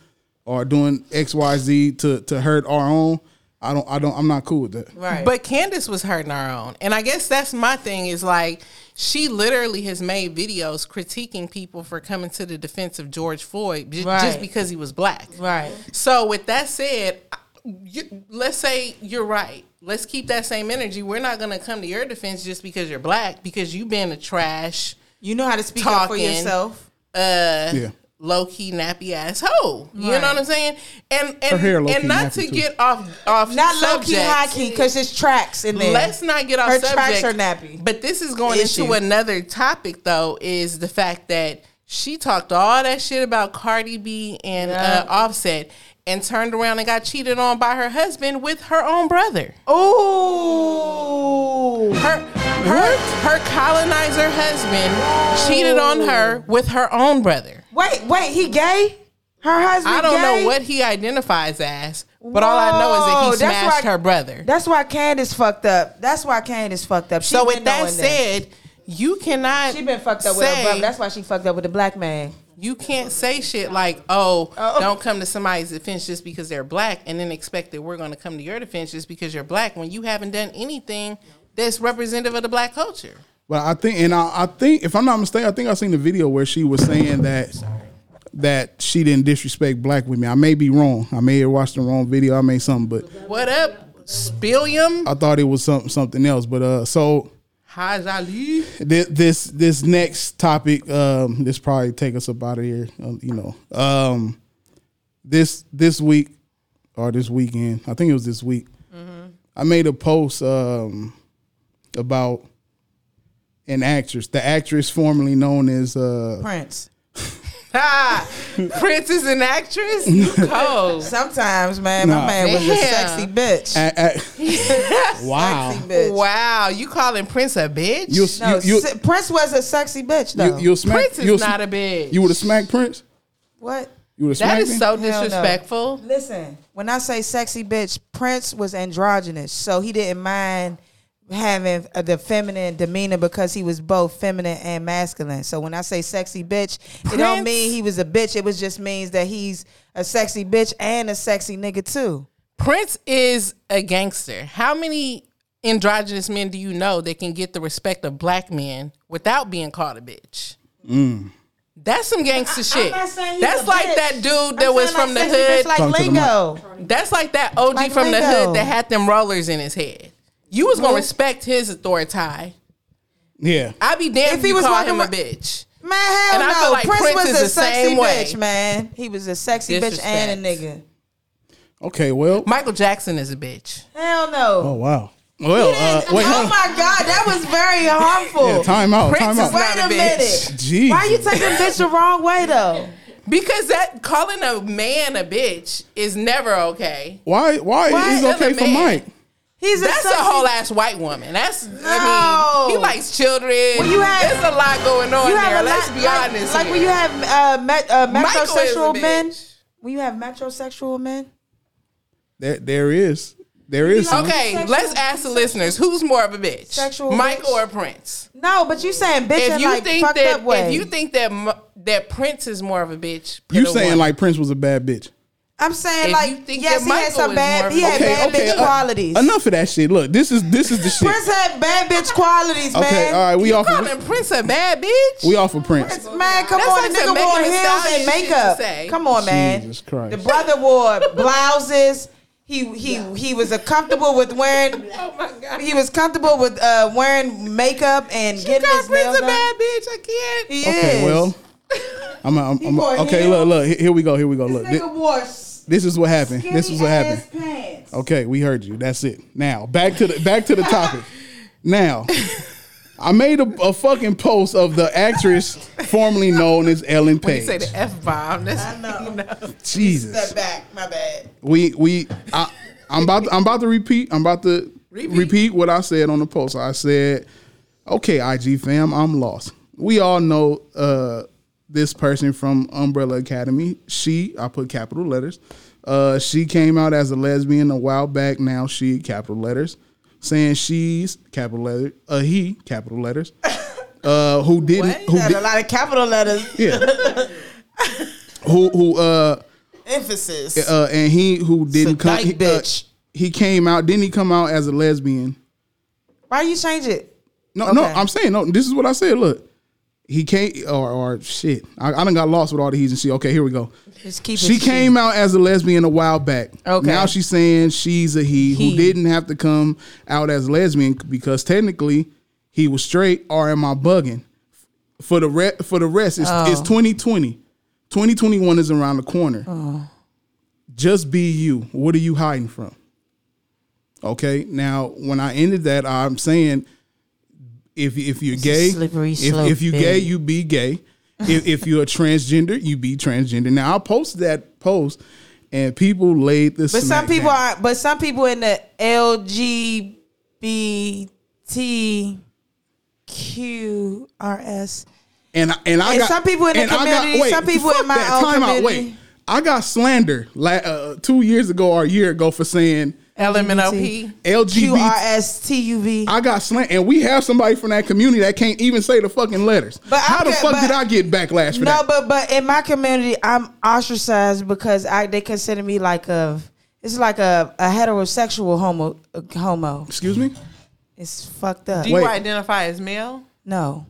B: or doing XYZ to to hurt our own, I don't I don't I'm not cool with that.
D: Right. But Candace was hurting her own. And I guess that's my thing is like she literally has made videos critiquing people for coming to the defense of George Floyd j-
A: Right.
D: just because he was black.
A: Right.
D: So with that said, I- you, let's say you're right. Let's keep that same energy. We're not going to come to your defense just because you're black because you've been a trash,
A: You know how to speak up for
D: Talking.
A: yourself.
B: Yeah.
D: low key nappy ass hoe. You know what I'm saying? And and
B: hair low-key
D: and not
B: nappy,
D: to
B: too.
D: get off off
A: Not low key,
D: subject.
A: high key, because there's tracks in there.
D: Let's not get off
A: Her
D: subject.
A: tracks are nappy.
D: But this is going
A: Issue.
D: into another topic though. Is the fact that she talked all that shit about Cardi B and uh, Offset, and turned around and got cheated on by her husband with her own brother.
A: Ooh.
D: Her her her colonizer husband cheated on her with her own brother.
A: Wait, wait, he gay? Her husband
D: I don't
A: gay?
D: know what he identifies as, but all I know
A: Whoa,
D: is that
A: that's
D: he smashed
A: why-
D: her brother.
A: That's why Candace fucked up. That's why Candace fucked up. She
D: So
A: been
D: with that
A: knowing this.
D: said, you cannot.
A: she been fucked up with her
D: say-
A: brother. That's why she fucked up with the black man.
D: you can't say shit like, "Oh,
A: Oh.
D: don't come to somebody's defense just because they're black," and then expect that we're going to come to your defense just because you're black when you haven't done anything that's representative of the black culture.
B: But I think, and I, I think, if I'm not mistaken, I think I seen the video where she was saying that that she didn't disrespect black women. I may be wrong. I may have watched the wrong video. I may something, but
D: What up, Spilliam?
B: I thought it was something something else. But uh, so
D: Haj Ali.
B: this this, this next topic, um, this probably take us up out of here. uh, You know, um, this this week or this weekend, I think it was this
D: Mm-hmm.
B: week. I made a post um, about and actress. The actress formerly known as uh,
A: Prince.
D: Ah, Prince is an actress. You cold.
A: Sometimes, man, my
B: Nah.
A: man was a sexy
D: Damn.
A: bitch.
B: a- a- wow.
A: Sexy bitch.
D: Wow, you calling Prince a bitch?
B: You'll,
A: No,
B: you, you,
A: se- Prince was a sexy bitch though.
B: you, you'll smack.
D: Prince is
B: you'll,
D: not a bitch.
B: You would have smacked Prince.
A: what?
B: You would have smacked
D: that is
B: him?
D: so
A: no.
D: disrespectful.
A: Listen, when I say sexy bitch, Prince was androgynous, so he didn't mind having uh, the feminine demeanor because he was both feminine and masculine. So when I say sexy bitch, it don't
D: Prince-
A: mean he was a bitch. It was just means that he's a sexy bitch and a sexy nigga too.
D: Prince is a gangster. How many androgynous men do you know that can get the respect of black men without being called a bitch?
B: Mm.
D: That's some gangster shit.
A: I'm not saying he's
D: That's
A: a
D: like
A: bitch.
D: that
A: I'm
D: dude that was
A: saying like
D: from the
A: sexy bitch
D: hood.
B: Talk
A: like
B: to the
A: lingo.
D: That's like that OG
A: Like
D: from the
A: Lego.
D: hood that had them rollers in his head. You was gonna respect his authority.
B: Yeah.
D: I'd be damned
A: If
D: if,
A: he
D: you
A: was
D: called
A: walking
D: him a
A: with-
D: bitch.
A: Man, hell
D: And I
A: no.
D: feel like
A: Prince,
D: Prince
A: was
D: is
A: a
D: the
A: sexy
D: same way.
A: bitch, man. He was a sexy bitch and a nigga.
D: Disrespect.
B: Okay. Well.
D: Michael Jackson is a bitch.
A: Hell no.
B: oh wow. Well. Uh,
A: oh
B: wait. huh?
A: my God, that was very harmful.
B: Yeah, time out.
D: Prince
B: Time out.
D: is
A: Wait
D: right.
A: a,
D: Not a bitch.
A: minute.
B: Jeez.
A: Why you taking bitch the wrong way though?
D: Because that calling a man a bitch is never okay.
B: Why? Why,
D: Why
B: is
D: is
B: okay
D: that a
B: for
D: man?
B: Mike?
A: He's
D: That's
A: a, sexy-
D: a whole ass white woman. That's
A: No.
D: I mean, he likes children.
A: Well, you have-
D: There's a lot going on
A: You
D: there.
A: have a
D: Let's
A: lot,
D: be
A: like,
D: honest.
A: Like
D: here.
A: when you have uh, met, uh,
D: Michael is a
A: metrosexual men.
D: bitch.
A: When you have metrosexual men.
B: There, there is. There is. some.
D: Okay,
A: Sexual-
D: let's ask the listeners who's more of a bitch,
A: Sexual
D: Michael
A: bitch?
D: or Prince?
A: No, but you saying bitch
D: If
A: in
D: you
A: like
D: think
A: fucked
D: that
A: up way.
D: if you think that m- that Prince is more of a bitch, put
B: You
D: a
B: saying
D: one.
B: like Prince was a bad bitch?
A: I'm saying
D: if
A: like
D: you think
A: yes,
D: that
A: he had
D: Michael
A: some
D: is
A: bad.
D: more
A: He had
D: of a-
A: bad
B: okay,
A: bitch
B: uh,
A: qualities.
B: Enough of that shit. Look, this is this is the shit.
A: Prince had bad bitch qualities, man.
B: Okay, all right, we
D: you
B: off. of-
D: calling Prince a bad bitch?
B: We off of Prince.
A: Man, come
D: That's
A: on,
D: like
A: the nigga
D: some
A: wore
D: Megan Thee
A: heels
D: Stallion
A: and
D: shit to
A: makeup.
D: say.
A: Come on, man.
B: Jesus Christ.
A: The brother wore blouses. He he he was a comfortable with wearing.
D: oh my god,
A: He was comfortable with uh, wearing makeup and
D: you
A: getting
D: called
A: his
D: Prince
A: nails
D: a
A: done.
D: bad bitch? I can't.
A: He
B: Okay,
A: is.
B: well, I'm, I'm, I'm
A: wore
B: okay.
A: heels.
B: Look, look. he- Here we go. Here we go.
A: this
B: Look, thi-
A: nigga wore skinny
B: this is what happened. This is what
A: ass
B: happened.
A: pants.
B: Okay, we heard you. That's it. Now back to the back to the topic. Now, I made a, a fucking post of the actress formerly known as Ellen
D: When
B: Page.
D: you say the f bomb, that's I
B: Jesus,
A: Step back, my bad.
B: we we I, I'm about to, I'm about to repeat. I'm about to repeat.
D: Repeat.
B: what I said on the post. I said, "Okay, IG fam, I'm lost. We all know uh, this person from Umbrella Academy. She, I put capital letters. Uh, she came out as a lesbian a while back. Now she, capital letters, saying she's capital letter, uh, he, capital letters, uh, who didn't, who
A: He had
B: di-
A: a lot of capital letters.
B: yeah, who who uh."
A: Emphasis.
B: uh, and he who didn't come,
A: dyke
B: he, uh,
A: bitch.
B: he came out. Didn't he come out as a lesbian?
A: Why you change it?
B: No, no.
A: Okay.
B: I'm saying no. This is what I said. Look, he came or or shit. I, I done got lost with all the he's and she. Okay, here we go.
A: Just keep it
B: She came out as a lesbian a while back.
A: Okay.
B: Now she's saying she's a he, who didn't have to come out as lesbian because technically he was straight. Or am I bugging? For the re- for the rest, it's, it's
A: Oh.
B: 2020. 2021 is around the corner.
A: Oh.
B: Just be you. What are you hiding from? Okay. Now, when I ended that, I'm saying if if you're gay,
A: slippery
B: if,
A: slope,
B: if you gay,
A: babe.
B: you be gay. if, if you're a transgender, you be transgender. Now, I posted that post, and people laid this.
A: But some
B: smack
A: people
B: down.
A: are. But some people in the LGBTQRS.
B: and I- and I
A: And
B: got
A: some people in the
B: and I
A: community, some people in
B: fuck
A: my own
B: Time out,
A: community.
B: wait. I got slander la- uh, two years ago or a year ago for saying
D: LMNOP.
B: LGBT.
A: QRSTUV.
B: I got slant, and we have somebody from that community that can't even say the fucking letters.
A: But
B: how
A: I
B: the
A: could-
B: fuck
A: but-
B: did I get backlash for
A: No,
B: that?
A: but but in my community, I'm ostracized because I they consider me like a it's like a, a heterosexual homo a homo.
B: Excuse me.
A: It's fucked up.
D: Do you
B: Wait.
D: identify as male?
A: no,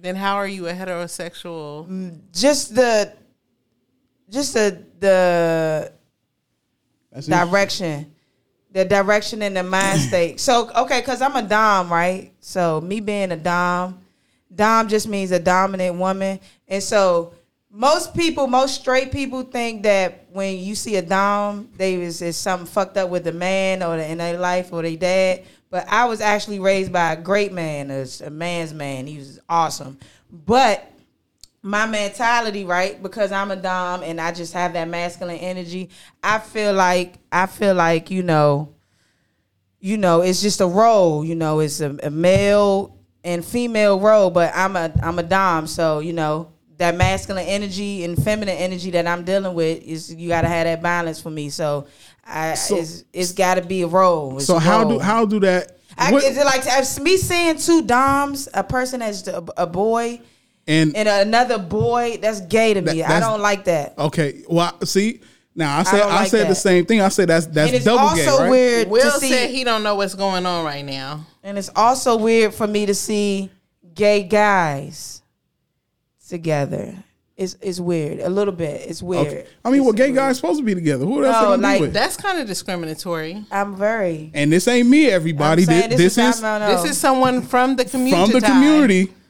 D: Then how are you a heterosexual?
A: just the just the the
B: That's it.
A: direction. The direction and the mind state. So okay, cause I'm a dom, right? So me being a dom, dom just means a dominant woman, and so most people, most straight people think that when you see a dom, they is, is something fucked up with the man or in their life or they dad. But I was actually raised by a great man, a, a man's man. He was awesome. But my mentality, right? Because I'm a dom and I just have that masculine energy. I feel like I feel like you know, you know, it's just a role. You know, it's a, a male and female role, but I'm a I'm a dom, so you know that masculine energy and feminine energy that I'm dealing with is you got to have that balance for me. So, I it's, it's got to be a role. It's
B: So
A: a
B: how do
A: role.
B: how do that?
A: I,
B: what-
A: is it like it's me seeing two doms, a person that's a, a boy
B: and
A: and another boy that's gay to
B: That-
A: me. I
B: that's-
A: don't like that.
B: okay, well, see, now I said
A: don't
B: I,
A: like
B: said the
A: that.
B: same thing. I said that's that's
A: and it's
B: double
A: also
B: gay, right?
A: weird
D: Will
A: to see,
D: said he don't know what's going on right now.
A: and it's also weird for me to see gay guys together. It's it's weird a little bit. It's weird.
B: Okay. I mean, well, gay guys supposed to be together. Who else
A: No,
B: they gonna
A: like
B: be with?
D: That's kind of discriminatory.
A: I'm very.
B: and this ain't me, everybody.
A: I'm
B: Thi-
A: saying
B: this,
A: how
B: is
A: I know.
D: This is someone from the community.
B: from the community.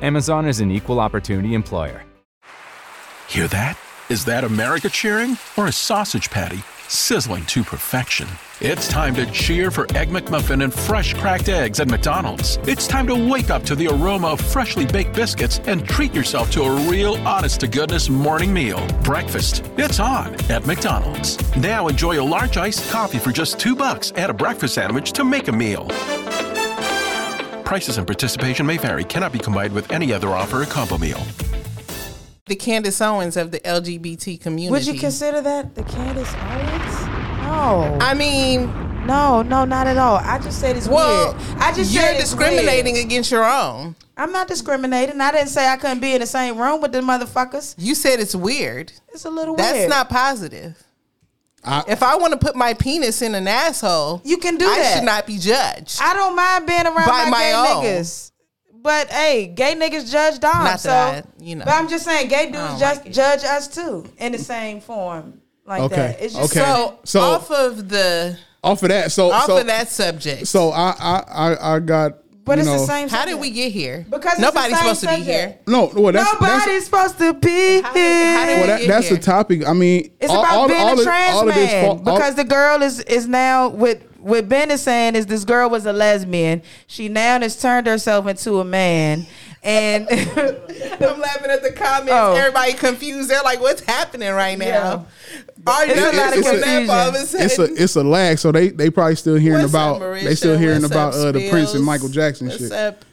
E: Amazon is an equal opportunity employer.
H: Hear that? Is that America cheering or a sausage patty sizzling to perfection? It's time to cheer for Egg McMuffin and fresh cracked eggs at McDonald's. It's time to wake up to the aroma of freshly baked biscuits and treat yourself to a real honest to goodness morning meal. Breakfast. It's on at McDonald's. Now enjoy a large iced coffee for just 2 bucks and a breakfast sandwich to make a meal. Prices and participation may vary. Cannot be combined with any other offer or combo meal.
D: the Candace Owens of the LGBT community.
A: Would you consider that the Candace Owens? No,
D: I mean,
A: no, no, not at all. I just said it's
D: well,
A: weird. I just
D: you're
A: said it's
D: discriminating
A: weird.
D: against your own.
A: I'm not discriminating. I didn't say I couldn't be in the same room with the motherfuckers.
D: You said it's weird.
A: It's a little
D: That's
A: weird.
D: not positive.
B: I-
D: if I want to put my penis in an asshole,
A: You can do
D: I
A: that.
D: should not be judged.
A: I don't mind being around
D: By
A: my,
D: my
A: gay
D: own.
A: niggas. But hey, gay niggas judge Dom.
D: Not
A: so,
D: that I- you know.
A: But I'm just saying, gay
D: don't
A: dudes just
D: like it.
A: judge us too in the same form like
B: Okay,
A: that. It's just
B: okay.
D: so,
B: So-
D: off of the
B: Off of that, so
D: off
B: so,
D: of that subject.
B: so I I I, I got.
A: But
B: you
A: it's
B: know-
A: the same.
D: how did
A: subject.
D: we get here?
A: Because it's the
D: nobody's
A: same
D: supposed to be
A: subject.
D: here.
B: No, well, that's
A: Nobody's
B: that's,
A: supposed to be
D: How did- how did
A: here.
B: well,
D: get
B: that, that's the
D: here.
B: topic. I mean,
A: It's
B: all-
A: about
B: all-
A: being
B: all
A: a
B: of-
A: trans
B: all of this
A: man
B: fall- all-
A: because the girl is is now with what Ben is saying is this girl was a lesbian. She now has turned herself into a man, and
D: I'm laughing at the comments.
A: Oh.
D: Everybody confused. They're like, "What's happening right now?" Are you
A: It's a lot of
D: looking
A: confusion.
D: up all of a sudden?
B: it's a it's a lag, so they they probably still hearing
D: What's
B: about
D: up,
B: they still
D: Marisha?
B: hearing
D: What's
B: about
D: up,
B: uh, the Prince and
D: Spills?
B: Michael Jackson
D: What's
B: shit.
D: up?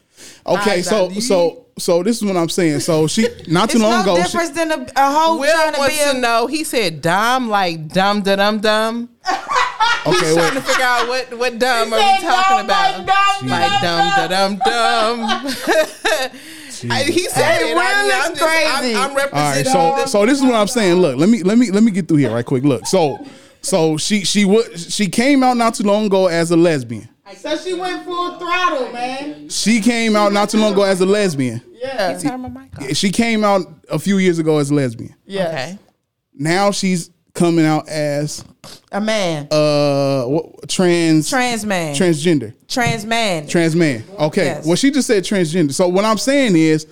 B: Okay,
D: Nas
B: so
D: Ali?
B: so so this is what I'm saying. So she not too
A: it's
B: long
A: no
B: ago. She,
A: difference than a, a hoe
D: Will
A: trying to be
D: wants to
A: a.
D: know. He said, "Dom like dumb da dum dum."
B: okay,
D: Trying to
B: wait,
D: figure out what what dumb are we talking about? Like dumb da dum dum. I- He said,
A: Hey, Will
D: it. I mean,
A: is
D: I'm, just, I'm,
A: crazy.
D: I'm
B: all right.
D: representing.
B: So
D: the-
B: so this is what I'm saying. Look, let me let me let me get through here right quick. Look, so so she she would she came out not too long ago as a lesbian.
A: So she went full throttle, man.
B: She came out not too long ago as a lesbian.
A: Yeah,
B: She came out a few years ago as a lesbian.
A: yeah.
D: okay.
B: Now she's coming out as
A: A man,
B: uh what, trans
A: trans man, trans,
B: transgender.
A: man.
B: Trans man. Okay.
A: Yes.
B: Well, she just said transgender. So what I'm saying is,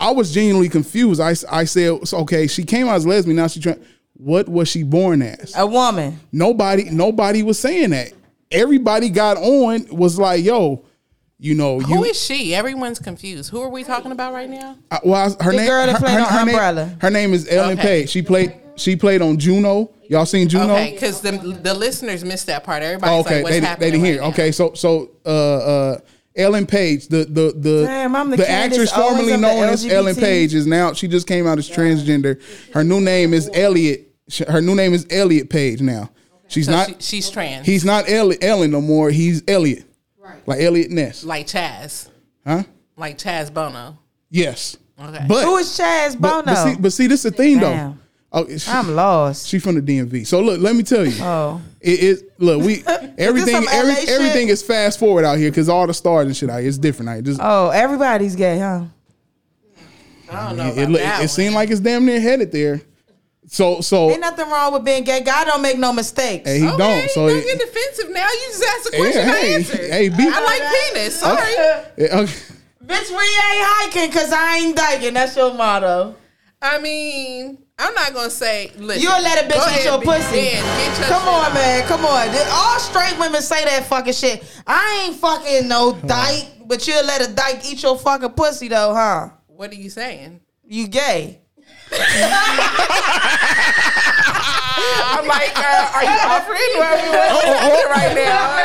B: I was genuinely confused. I, I said, so, okay, she came out as lesbian. Now she trans. What was she born as?
A: a woman.
B: Nobody, nobody was saying that. Everybody got on was like, yo, you know, you.
D: Who is she? Everyone's confused. Who are we talking about right now?
B: I- well, I- her
A: The
B: name.
A: girl that
B: her,
A: played
B: her-
A: on
B: her name-
A: Umbrella.
B: her name is Ellen
D: Okay.
B: Page. She played. She played on Juno. Y'all seen Juno?
D: Okay, because the the listeners missed that part. Everybody's
B: Oh, okay,
D: like, "What's
B: they,
D: happening?"
B: they didn't
D: right
B: hear.
D: now?
B: Okay, so so uh, uh, Ellen Page, the the the,
A: Damn, I'm the Candace
B: actress
A: Owens
B: formerly
A: of the
B: known as Ellen
A: LGBT.
B: Page is now she just came out as transgender. Her new name is Elliot. Sh- Her new name is Elliot Page now. She's
D: So
B: not.
D: she, she's trans.
B: he's not Ellie, Ellen no more. He's Elliot. Right. Like Elliot Ness.
D: like Chaz,
B: huh?
D: like Chaz Bono.
B: Yes.
D: Okay.
B: But
A: Who is Chaz Bono?
B: But, but see, but see, this is the thing
A: Damn.
B: though. Oh, it's-
A: I'm lost.
B: She from the DMV. So look, let me tell you.
A: Oh.
B: It is look, we everything
A: some
B: every,
A: LA shit?
B: everything is fast forward out here because all the stars and shit out here. It's different out here. Just,
A: Oh, everybody's gay, huh?
D: I don't know.
B: it, it, look- it seemed like it's damn near headed there. So so
A: Ain't nothing wrong with being gay. God don't make no mistakes.
B: and he
D: Oh,
B: don't. So
D: don't
B: it-
D: get defensive now. You just asked a
B: Yeah,
D: question. I
B: hey,
D: answered.
B: hey, be-
D: I like penis. Sorry.
B: it- eh, okay.
A: Bitch, we ain't hiking because I ain't dyking. That's your motto.
D: I mean, I'm not gonna say. Listen,
A: You'll let a
D: Go
A: bitch eat
D: ahead,
A: your
D: be-
A: pussy.
D: yeah, get your
A: Come
D: shit
A: on,
D: off.
A: man. Come on. Th- All straight women say that fucking shit. I ain't fucking no dyke, but you'll let a dyke eat your fucking pussy, though, huh?
D: What are you saying?
A: You gay.
D: I'm like, uh, are you offering where we went right now? Yeah.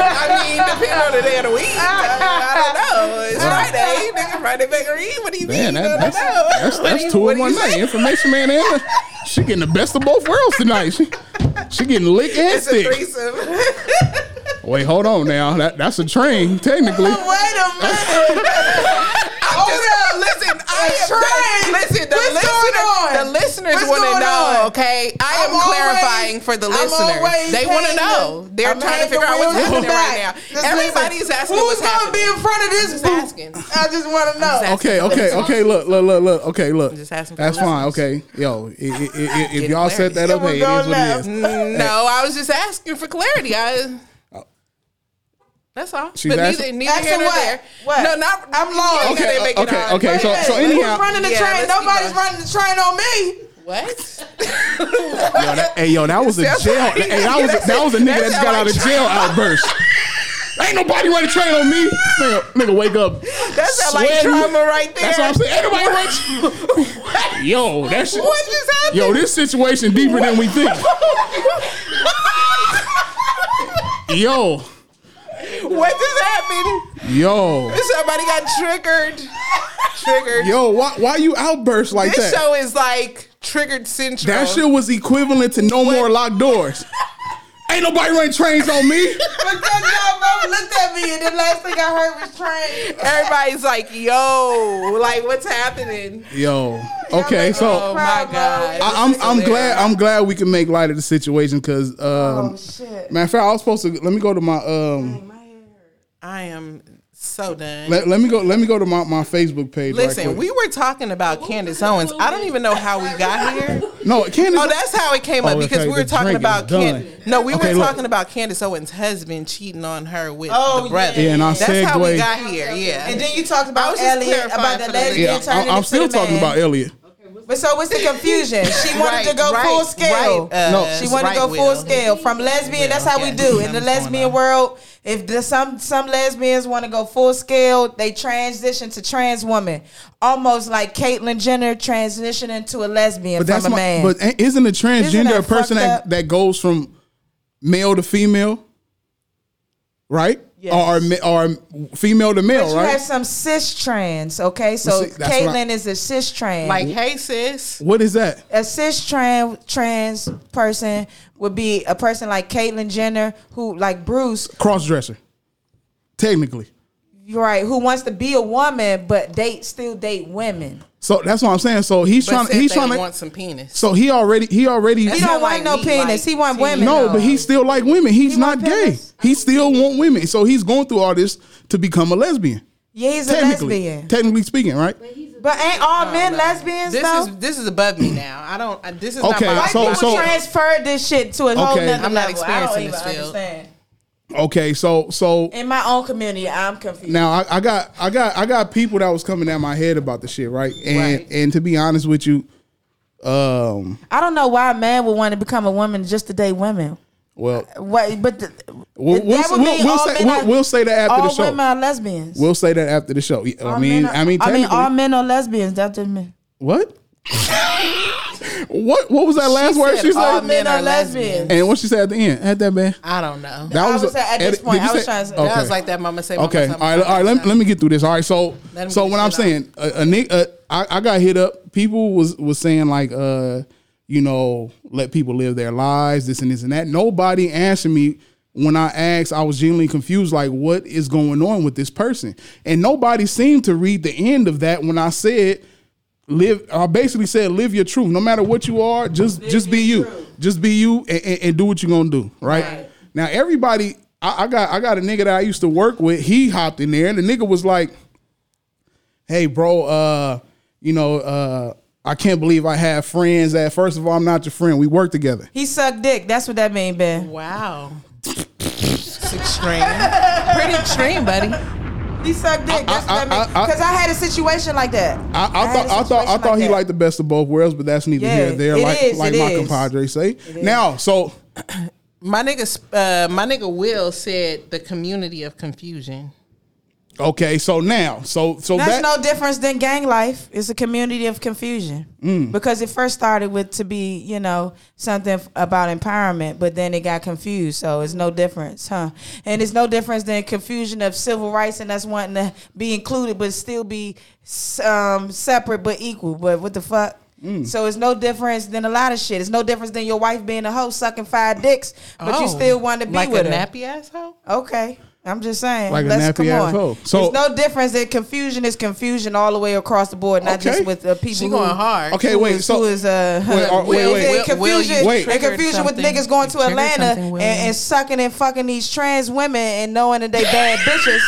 D: I mean, depending on the day of the week. I, I don't know. It's Friday. Nigga, Friday bakery. What do you
B: Man,
D: mean? I
B: that,
D: don't
B: that's,
D: know.
B: that's,
D: What do
B: that's
D: you-
B: two
D: what
B: in
D: do
B: one
D: you
B: night.
D: say?
B: Information man and she getting the best of both worlds tonight. She, she getting lick and
D: It's a
B: stick.
D: threesome.
B: Wait, hold on now. That, that's a train, technically.
A: Wait a minute.
D: Hold up. Listen, I am
A: Train.
D: Listen, the,
A: What's
D: listener,
A: going on?
D: the listeners
A: What's
D: want to
A: going
D: know,
A: on?
D: okay? I am
A: I'm always-
D: clarifying for the
A: I'm
D: listeners.
A: always
D: They want to
A: hanging.
D: know. They're
A: I'm
D: trying to
A: hanging
D: figure out what's
A: real
D: happening right now.
A: back. Just listen.
D: Everybody's asking
A: Who's
D: what's
A: gonna
D: happening.
A: be in front of this
D: Just
A: booth?
D: asking.
A: I just want to know.
D: asking.
B: Okay, okay, okay. Look, look, look, look. Okay, look.
D: Just ask him for
B: That's
D: the
B: fine. Okay,
D: listeners.
B: yo, i- i- i- i- if
D: Get
B: y'all
D: it
B: set that
A: Here
B: up,
A: we
B: hey, it
A: go
B: is what
A: now.
B: it is.
D: No, I was just asking for clarity. I. That's all.
B: She's
D: but neither,
B: asking-
D: neither
A: Asking
D: here nor
A: what?
D: there.
A: What?
D: No, not.
A: I'm lost.
D: you ain't gotta
B: Okay,
D: make it
B: okay,
D: hard.
B: okay, so-
D: Wait a
B: so
D: minute.
A: Who's
B: anyhow-
A: running the
D: Yeah,
A: train?
D: let's keep
A: Nobody's
D: going.
A: running the train on me.
D: What?
B: Yo, that, hey, yo, that was a
D: That's
B: jail.
D: right.
B: Hey, that was a, that was a nigga that
D: That's
B: just got
D: how
B: out
D: I
B: of jail outburst. Ain't nobody ready to train on me. Nigga, nigga wake up.
D: That's that, like,
B: sweating.
D: trauma right there.
B: That's what I'm saying. Ain't nobody ready. yo, that shit.
D: What just happened?
B: Yo, this situation deeper than we think. Yo,
D: What just happened?
B: yo,
D: Somebody got triggered. Triggered.
B: yo. Why, why you outburst like
D: this
B: that?
D: show is like triggered central.
A: Oh.
B: That shit was equivalent to no more locked doors. Ain't nobody running trains on me.
A: But that y'all mama looked at me, and the last thing I heard was train.
D: Everybody's like, yo, like what's happening?
B: Yo, okay, so.
D: Oh my god.
B: I, I'm I'm glad I'm glad we can make light of the situation because
A: Uh-huh.
B: um,
A: shit.
B: matter of fact I was supposed to let me go to my um
D: I am so done.
B: let, let me go let me go to my, my Facebook page. right
D: Listen,
B: quick.
D: we were talking about Candace Owens. I don't even know how we got here.
B: no Candace.
D: Oh, that's how it came
B: Oh,
D: up because
B: okay,
D: we were
B: the
D: talking
B: drink is
D: about Ken.
B: done.
D: No, we
B: Okay,
D: were
B: look.
D: talking about Candace Owens' husband cheating on her with
A: Oh,
D: the brother.
B: Yeah, and I
D: that's how we
B: segue-
D: got here. Yeah,
A: And then you talked
D: I
A: about
D: was just
A: Elliot, about
D: clarifying
A: the
D: for the
A: lady
B: yeah.
A: getting
B: I,
A: turned
B: am
A: into
B: still
A: the
B: talking
A: man.
B: about Elliot.
A: But so what's the confusion? She wanted to go full scale.
D: right, uh,
B: No.
A: She wanted to
D: right,
A: go full
D: Will.
A: scale from lesbian. that's how we
D: yeah,
A: do in the
D: something's
A: lesbian
D: going on.
A: world. If the, some some lesbians want to go full scale, they transition to trans woman, almost like Caitlyn Jenner transitioning to a lesbian
B: But
A: from
B: that's
A: a
B: my,
A: man.
B: But a- isn't a transgender
A: Isn't that
B: a person
A: fucked
B: that,
A: up?
B: that goes from male to female, right?
A: Yes.
B: Or ma- or female to male,
A: But you
B: right?
A: have some cis trans, okay? So
B: see, that's what I-
A: Caitlyn is a cis trans.
D: like, hey sis,
B: what is that?
A: a cis trans trans person would be a person like Caitlyn Jenner, who like Bruce,
B: Cross dresser, technically.
A: you're right, who wants to be a woman but date still date women.
B: So that's what I'm saying. So he's
D: but
B: trying.
D: said
B: He's
D: they
B: trying to.
D: want some penis.
B: So he already he already
A: He
D: not
A: don't want
D: like
A: no
D: me,
A: penis.
D: like,
A: he want
D: see,
A: women.
B: no,
A: though.
B: but he still like women. He's
A: He
B: not
A: want
B: gay.
A: penis?
B: He still want women. So he's going through all this to become a lesbian.
A: yeah, he's a
B: technically,
A: lesbian.
B: technically speaking, right?
A: But ain't all men lesbians
D: This
A: though?
D: is this is above me now. I don't. I, this is
B: Okay,
D: not my.
A: White
B: so-
A: people
B: so-
A: transferred this shit to a whole
B: Okay.
A: nother
D: I'm
A: level.
D: not
A: I
D: experiencing
A: don't
D: this
A: even
D: field.
A: understand.
B: Okay, so so
A: In my own community, I'm confused.
B: now I, I got I got I got people that was coming at my head about the shit, right? And and to be honest with you, um,
A: I don't know why a man would want to become a woman just to date women.
B: well,
A: What? But Uh, the,
B: we'll we'll,
A: that would
B: we'll-
A: mean
B: we'll
A: all
B: say,
A: men are-
B: we'll, we'll say that after
A: all
B: the show.
A: women are lesbians.
B: We'll say that after the show. I
A: All
B: mean,
A: men are-
B: I mean,
A: I mean, all
B: technically-
A: men are lesbians. That didn't mean.
B: What? what? What was that last word
D: said
B: she
D: all
B: said?
D: men are lesbians.
B: And what she said at the end? Had that man?
D: I don't know.
B: That
A: I
B: was
A: was
B: a-
A: at this
B: edit-
A: point,
B: did you
A: I was
B: say-
A: trying to say-
B: Okay.
D: That was like that mama say.
B: Okay. All
D: Mama,
B: right. All right. Let me, let me get through this. All right. So
D: Let him
B: so
D: get
B: when
D: his
B: I'm
D: shit
B: saying a, a, ni- a I, I got hit up. People was was saying like uh you know let people live their lives this and this and that. Nobody answered me when I asked. I was genuinely confused. Like what is going on with this person? And nobody seemed to read the end of that when I said live. I basically said live your truth. No matter what you are, just just be you. Just be you and, and, and do what you're gonna do. Right, now, everybody. I, I got I got a nigga that I used to work with. He hopped in there, and the nigga was like, "Hey, bro, uh, you know, uh, I can't believe I have friends. That first of all, I'm not your friend. We work together.
A: He sucked dick. That's what that mean, Ben.
D: Wow.
A: It's extreme. Pretty extreme, buddy. He sucked dick. That's what that mean.
B: I- I- I-
A: Because I, had a situation like that.
B: I, I,
A: had
B: thought
A: a
B: I thought I
A: situation
B: thought
A: like
B: he
A: that.
B: liked the best of both worlds, but that's neither here
A: Yeah,
B: nor there.
A: it
B: like
A: is,
B: like
A: it
B: my
A: is.
B: compadre say. Now, so
D: My nigga, uh, my nigga Will said the community of confusion.
B: okay, so now, so so
A: That's
B: that
A: no difference than gang life. It's a community of confusion
B: Mm.
A: because it first started with to be, you know, something f- about empowerment, but then it got confused. So it's no difference, huh? And it's no difference than confusion of civil rights and us wanting to be included, but still be s- um, separate but equal. But what the fuck?
B: Mm.
A: So it's no difference than a lot of shit. It's no difference than your wife being a hoe sucking five dicks, but
B: Oh.
A: you still want to be
D: Oh. like
A: with
D: a
A: her.
D: nappy asshole.
A: Okay. I'm just saying.
B: Like a
A: Let's
B: nappy
A: come
B: ass
A: on.
B: hoe. So-
A: There's no difference that confusion is confusion all the way across the board, not just
B: Okay.
A: with the people.
D: She
A: who-
D: going hard.
B: Okay,
A: who
B: wait,
A: is-
B: so-
A: who is uh?
B: Wait, uh, wait,
A: and
B: wait.
A: confusion
D: Will, you
B: Wait.
A: and
D: triggered
A: confusion with
D: something.
A: niggas going to
D: You triggered
A: Atlanta
D: something,
A: and,
D: Will.
A: and sucking and fucking these trans women and knowing that they bad bitches.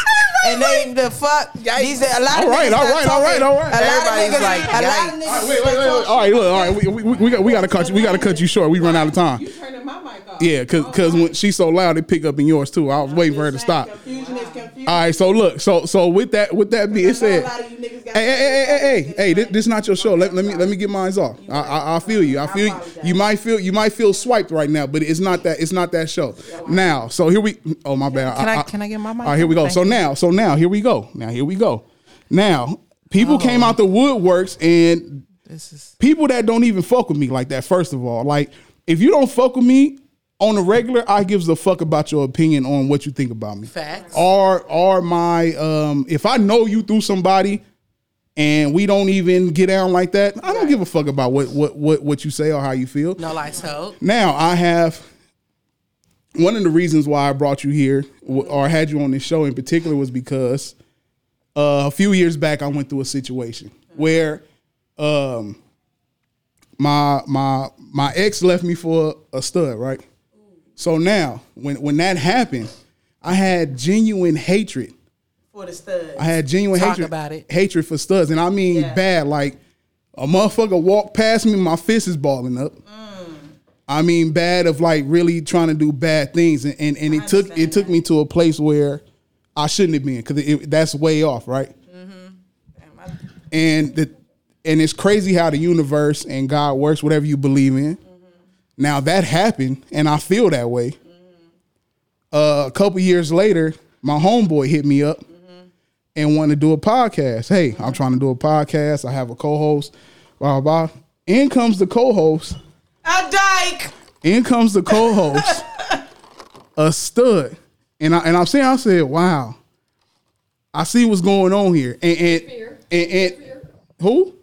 A: And they the fuck these a lot of
B: All right,
A: niggas
B: all
A: not
B: right, all
A: talking.
B: right, all
A: A
B: right.
A: lot
D: Everybody's
A: of niggas
D: like,
A: a lot of
D: yikes.
A: niggas.
B: All right, wait, wait, wait, wait. All right, look, all right. We, we, we, got, we got to cut you. We got to cut you short. We run out of time.
D: Turning my mic off.
B: Yeah, cause, cause when she's so loud, it pick up in yours too. I was waiting for her to stop.
A: Confusion is confusion.
B: All right, so look, so so with that with that being said,
A: lot
B: hey
A: of you niggas
B: hey
A: got-
B: hey hey hey, hey this, this not your show. Let, let me let me get mine off. I, I I feel you. I feel you. you might feel you might feel swiped right now, but it's not that it's not that show. Now, so here we. Oh my bad.
D: Can I- can I get my mic
B: All right, here we go.
D: back?
B: So now, so now here we go. Now here we go. Now people came out the woodworks and
D: This is
B: people that don't even fuck with me like that. First of all, like if you don't fuck with me on a regular, I gives a fuck about your opinion on what you think about me.
D: Facts.
B: Are are my um? If I know you through somebody, and we don't even get down like that, I don't give a fuck about what what what what you say or how you feel.
D: no lies told.
B: Now I have one of the reasons why I brought you here w- or had you on this show in particular was because uh, a few years back I went through a situation where um, my my my ex left me for a stud, right? So now when when that happened, I had genuine hatred.
A: for the stud.
B: I had genuine
D: Talk
B: hatred
D: about it.
B: hatred for studs, and I mean bad. Like a motherfucker walked past me, my fist is balling up.
D: Mm.
B: I mean bad of like really trying to do bad things, and and, and it took it took me to a place where I shouldn't have been because that's way off, right?
D: Mm-hmm.
B: And the and it's crazy how the universe and God works, whatever you believe in.
D: Mm-hmm.
B: Now that happened, and I feel that way. Uh, a couple years later, my homeboy hit me up and want to do a podcast. Hey, I'm trying to do a podcast. I have a co-host. Blah blah. blah. In comes the co-host.
A: A dyke.
B: In comes the co-host. a stud. And I and I'm saying I said, wow. I see what's going on here. And and and, and- who?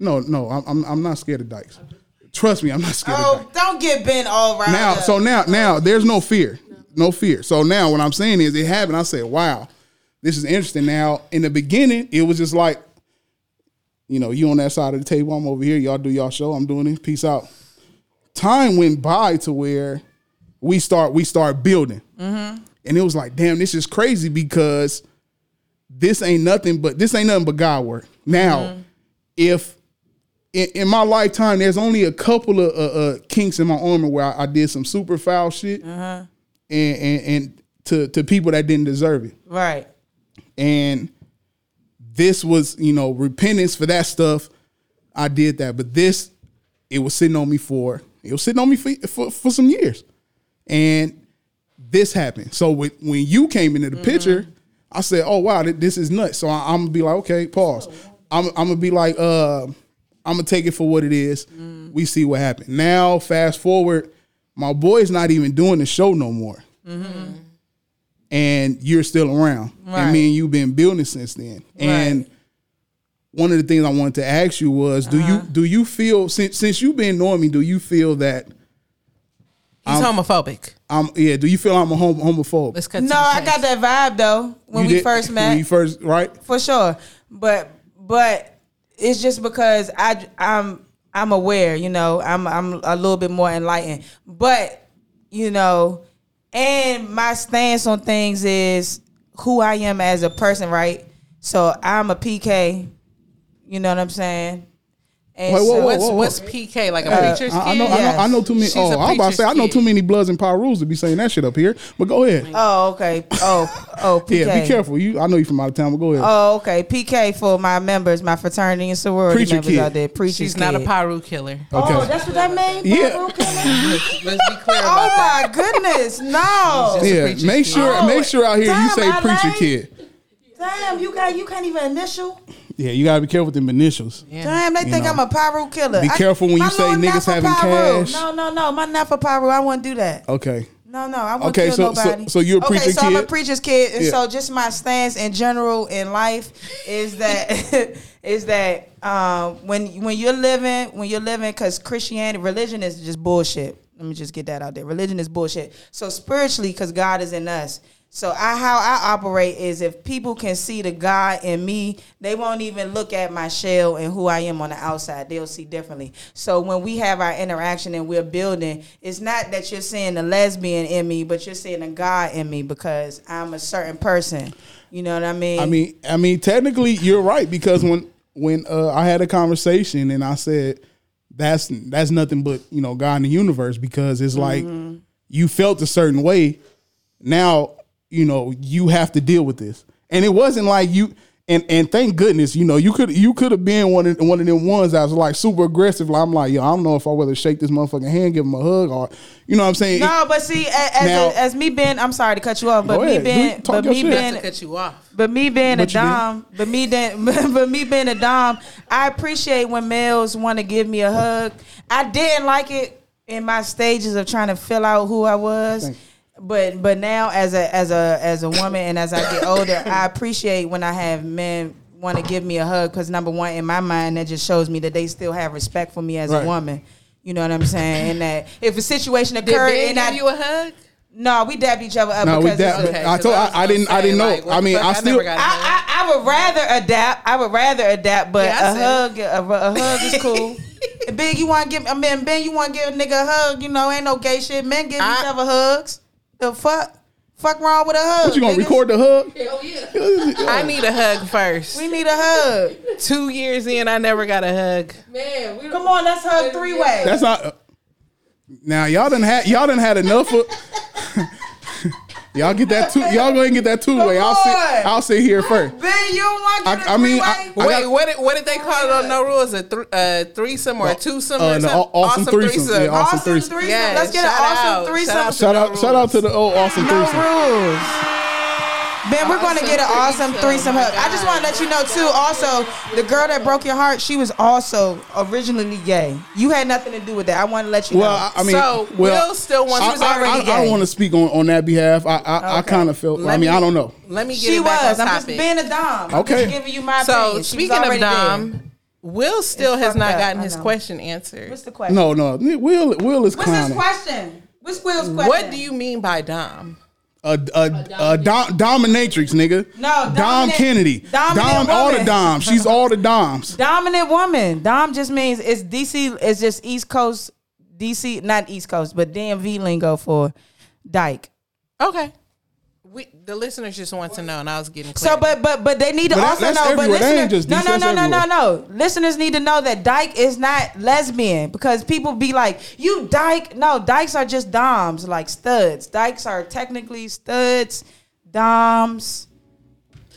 B: No, no, I'm, I'm I'm not scared of dykes. Trust me, I'm not scared of dykes
A: Oh, don't get Ben all right.
B: now so now now there's no fear no fear so now what i'm saying is it happened i said wow this is interesting now in the beginning it was just like you know you on that side of the table i'm over here y'all do y'all show i'm doing it peace out time went by to where we start we start building and it was like damn this is crazy because this ain't nothing but this ain't nothing but god work now if in, in my lifetime, there's only a couple of uh, uh, kinks in my armor where I, I did some super foul shit, and, and and to to people that didn't deserve it.
A: right.
B: And this was, you know, repentance for that stuff. I did that, but this it was sitting on me for it was sitting on me for for, for some years, and this happened. So when when you came into the picture, I said, "Oh wow, th- this is nuts." So I, I'm gonna be like, "Okay, pause." I'm I'm gonna be like, uh, "I'm gonna take it for what it is." We see what happened. Now, fast forward, my boy's not even doing the show no more and you're still around. And me and you've been building since then. And one of the things I wanted to ask you was, do
A: Uh-huh.
B: you do you feel since since you've been knowing me, do you feel that
D: He's
B: Um,
D: homophobic.
B: I'm yeah, do you feel I'm a hom- homophobe?
D: Let's cut. to
A: No,
D: the
A: I
D: chase.
A: got that vibe though when
B: You
A: we
B: did-
A: first met.
B: When you first right?
A: for sure. But but it's just because I I'm I'm aware, you know, I'm I'm a little bit more enlightened, but you know, and my stance on things is who I am as a person, right? So I'm a PK. You know what I'm saying?
D: Wait, whoa, whoa, whoa, what's PK like a
A: Uh,
D: preacher's kid?
A: I-
B: I know, I know, I know too many.
D: She's
B: Oh,
D: a
B: I was about to say, I know
D: preacher's
B: too many Bloods and Pyrus to be saying that shit up here. But go ahead.
A: Oh, okay. Oh, oh, PK.
B: Yeah, be careful. You, I know you from out of town, but go ahead.
A: Oh, okay. PK for my members, my fraternity and sorority
B: Preacher
A: members
B: kid.
A: out there. Preacher's
D: She's not a
A: kid.
D: Paru killer.
B: Okay.
A: Oh, that's what that means.
B: Yeah.
D: Let's be clear
A: Oh
D: about that.
A: my goodness, no.
B: yeah,
D: preacher's
B: make
D: kid.
B: sure,
A: Oh,
B: make sure out here you
A: damn,
B: say
A: LA.
B: preacher kid.
A: Damn, you got you can't even initial.
B: Yeah, you gotta be careful with them initials.
A: Damn, they think
B: know.
A: I'm a pyro killer.
B: Be
A: I-
B: careful when
A: my
B: you say
A: little
B: niggas
A: not for
B: having
A: pyro.
B: cash.
A: No, no, no, my not for pyro. I wouldn't do that.
B: Okay.
A: No, no, I won't
B: Okay,
A: kill
B: so- so-
A: nobody.
B: so you're a
A: okay,
B: preacher's
A: so I'm a
B: kid?
A: preacher's kid, and
B: Yeah.
A: so just my stance in general in life is that is that um, when when you're living when you're living because Christianity religion is just bullshit. Let me just get that out there. Religion is bullshit. So spiritually, because God is in us. So I how I operate is if people can see the God in me, they won't even look at my shell and who I am on the outside. They'll see differently. So when we have our interaction and we're building, it's not that you're seeing the lesbian in me, but you're seeing a God in me because I'm a certain person. You know what I mean?
B: I mean, I mean, technically, you're right because when when uh, I had a conversation and I said that's that's nothing but you know God in the universe because it's
D: Mm-hmm.
B: like you felt a certain way. Now you know you have to deal with this, and it wasn't like you. And, and thank goodness, you know, you could you could have been one of one of them ones that was like super aggressive. Like, I'm like, yo, I don't know if I whether shake this motherfucking hand, give him a hug, or you know what I'm saying.
A: no, but see, a- as,
B: Now-
A: as, as me being, I'm sorry to cut you off, but
B: Go
A: me
B: ahead.
A: being,
B: You talk
A: but
B: your
A: me
B: shit.
A: being,
D: To cut you off.
A: But me being a
B: But you did.
A: dom, but me then, but me being a dom, I appreciate when males want to give me a hug. I didn't like it in my stages of trying to fill out who I was, but but now as a as a as a woman and as I get older, I appreciate when I have men want to give me a hug because number one, in my mind, that just shows me that they still have respect for me as
B: Right.
A: a woman. You know what I'm saying? And that if a situation
D: Did
A: occurred
D: Ben
A: and I
D: give you a hug?
A: no, we dabbed each other up.
B: no, we
A: because it's
B: that,
A: a-
D: Okay,
B: I
D: 'cause
B: told
D: I
B: I,
D: was
B: I didn't I
D: gonna
B: didn't know.
D: say, like, what
B: I
D: the
B: mean,
D: fuck?
B: I
D: I never
B: still
D: got a
A: I, I, I would rather adapt. I would rather adapt, but
D: Yeah, I
A: a hug, a, a hug is cool. Big, you want to give? I mean, Ben, you want to give a nigga a hug? You know, ain't no gay shit. Men give
D: I-
A: each other hugs. The fuck, fuck wrong with a hug?
B: What you gonna
A: niggas?
B: record the hug?
D: I need a hug first.
A: We need a hug.
D: Two years in, I never got a hug.
A: Come on, let's hug three way.
B: That's not. uh, Now y'all done had y'all done had enough of. y'all get that two. Y'all go ahead and get that two way. I'll sit.
A: on.
B: I'll sit here first.
A: ben, you don't want to
B: I-
A: give
B: I mean,
A: three
B: I-
A: way.
B: I-
D: Wait,
B: got-
D: what did, what did they call it on No Rules? A thr uh, threesome or a twosome
B: uh,
D: or
B: no,
D: something?
B: aw- awesome threesome. Yeah, awesome
A: Awesome
B: threesome.
A: threesome.
D: Yeah,
A: Let's get an
D: shout out.
A: awesome threesome.
D: Shout out
B: Shout out! Shout out to the old Austin
A: No
B: threesome.
A: rules. Ben, we're going to get an awesome
D: Awesome
A: threesome
D: threesome, my
A: hug. I just
D: God.
A: want to let you know too. Also, the girl that broke your heart, she was also originally gay. You had nothing to do with that. I want to let you
B: Well,
A: know.
B: I, I mean,
D: So,
B: well,
D: Will still wants-
B: I,
D: she was
B: I- I-
D: already
B: I don't
A: gay.
B: want to speak on, on that behalf. I I, I
A: Okay.
B: kind of felt. I mean,
D: Let me-
B: I don't know.
D: Let me get
A: she
D: it back
A: was.
D: on
A: I'm
D: topic.
A: just being a dom. I'm
B: Okay.
A: just giving you my
D: so
A: opinion. She was
D: speaking of
A: already
D: Dom,
A: dead.
D: Will still
A: It's
D: has
A: fucked
D: not
A: up,
D: gotten
A: I
D: his
A: know.
D: question answered.
A: what's the question?
B: No, no. Will Will
A: What's
B: is
A: his
B: clowning.
A: question? What's Will's question?
D: What do you mean by Dom?
B: A, a, a dom, dominatrix, nigga.
A: No,
B: Dom
A: dominant-
B: Kennedy. Dom,
A: dominant
B: all the
A: woman.
B: doms. She's all the doms.
A: Dominant woman. Dom just means it's DC. It's just East Coast, DC, not East Coast, but DMV lingo for dyke.
D: Okay. We, the listeners just want to know, and I was getting clear.
A: So, but but but they need to
B: But that-
A: also
B: that's
A: know. But
B: everywhere. That
A: listeners,
B: ain't just
A: no,
B: these.
A: no, no,
B: That's
A: no, no, no. Listeners need to know that dyke is not lesbian because people be like, "You dyke." No, dykes are just doms, like studs. Dykes are technically studs, doms.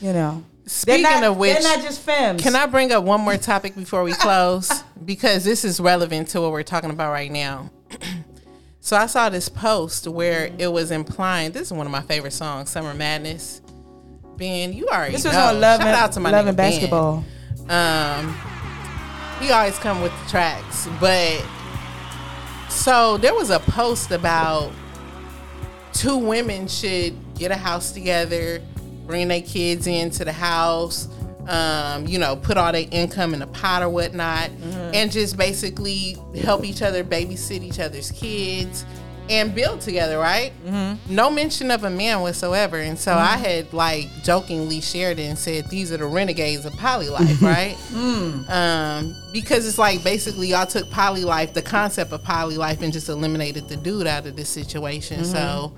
A: You know.
D: Speaking
A: they're not,
D: of which,
A: they're not just femmes.
D: Can I bring up one more topic before we close? because this is relevant to what we're talking about right now. so I saw this post where it was implying this is one of my favorite songs, Summer Madness. Ben, you already
A: This was
D: know.
A: on love
D: Shout
A: and,
D: out to my
A: love
D: nigga
A: and
D: Ben.
A: basketball.
D: Um, he always come with the tracks, but so there was a post about two women should get a house together, bring their kids into the house, um, you know, put all their income in a pot or whatnot, and just basically help each other babysit each other's kids and build together, right? Mm-hmm. No mention of a man whatsoever. And so I had like jokingly shared it and said, These are the renegades of poly life, right? um, because it's like basically y'all took poly life, the concept of poly life, and just eliminated the dude out of this situation. So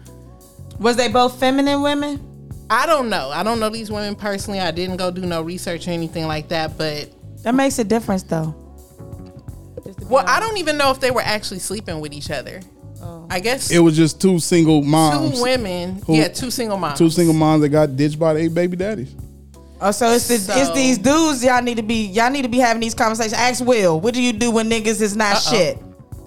A: Was they both feminine women?
D: I don't know. I don't know these women personally. I didn't go do no research or anything like that, but
A: That makes a difference though.
D: well, I don't even know if they were actually sleeping with each other.
A: Oh.
D: I guess
B: It was just two single moms.
D: two women.
B: who-
D: yeah, two single moms.
B: Two single moms that got ditched by their baby daddies.
A: Oh, so it's the, it's
D: So-
A: these dudes y'all need to be y'all need to be having these conversations. Ask Will, what do you do when niggas is not shit?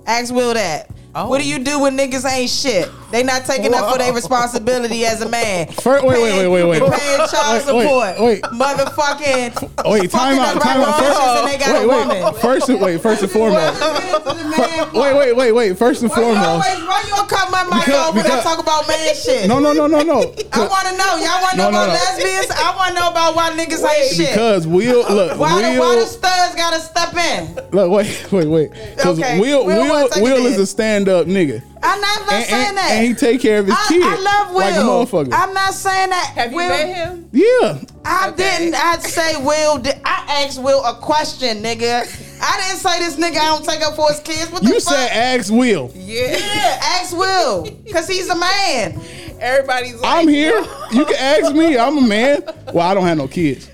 A: Ask Will that. What do you do when niggas ain't shit? They not taking up for their responsibility as a man.
B: First, wait, wait, wait, wait, wait.
A: You're paying child
B: Wait, wait,
A: support.
B: wait.
A: Motherfucking
B: Oh, Wait, time
A: fucking
B: out,
A: the
B: time
A: right
B: out.
A: horses
B: First,
A: and they got
B: wait,
A: a
B: wait,
A: woman.
B: first, and- wait, first and foremost.
A: Wait,
B: Wait, wait, wait, wait. First and
A: Why you always,
B: foremost.
A: why you gonna cut my mic
B: Because-
A: off when I
B: because-
A: talk about man shit?
B: No, no, no, no, no.
A: I want to know. Y'all want to know
B: No, no,
A: about
B: no.
A: lesbians? I want to know about why niggas ain't Oh, shit.
B: Because Will, look,
A: why, the, why the
B: Will,
A: studs gotta step in?
B: look, wait, wait, wait. Because
A: Okay,
B: Will,
A: Will
B: Will,
A: wants to take
B: Will
A: it.
B: is a stand-up nigga.
A: I'm not, I'm not
B: And-
A: saying
B: and-
A: that.
B: and he take care of his
A: I,
B: kid
A: I love
B: like a
A: Will.
B: motherfucker.
A: I'm not saying that.
D: Have you
A: Will,
D: met him?
B: Yeah.
A: I didn't. I say Will. Did, I asked Will a question, nigga. I didn't say this nigga. I don't take up for his kids. What the
B: You
A: fuck?
B: said ask Will.
A: yeah, ask Will, cause he's a man.
D: Everybody's like,
B: I'm here. You can ask me. I'm a man. Well, I don't have no kids.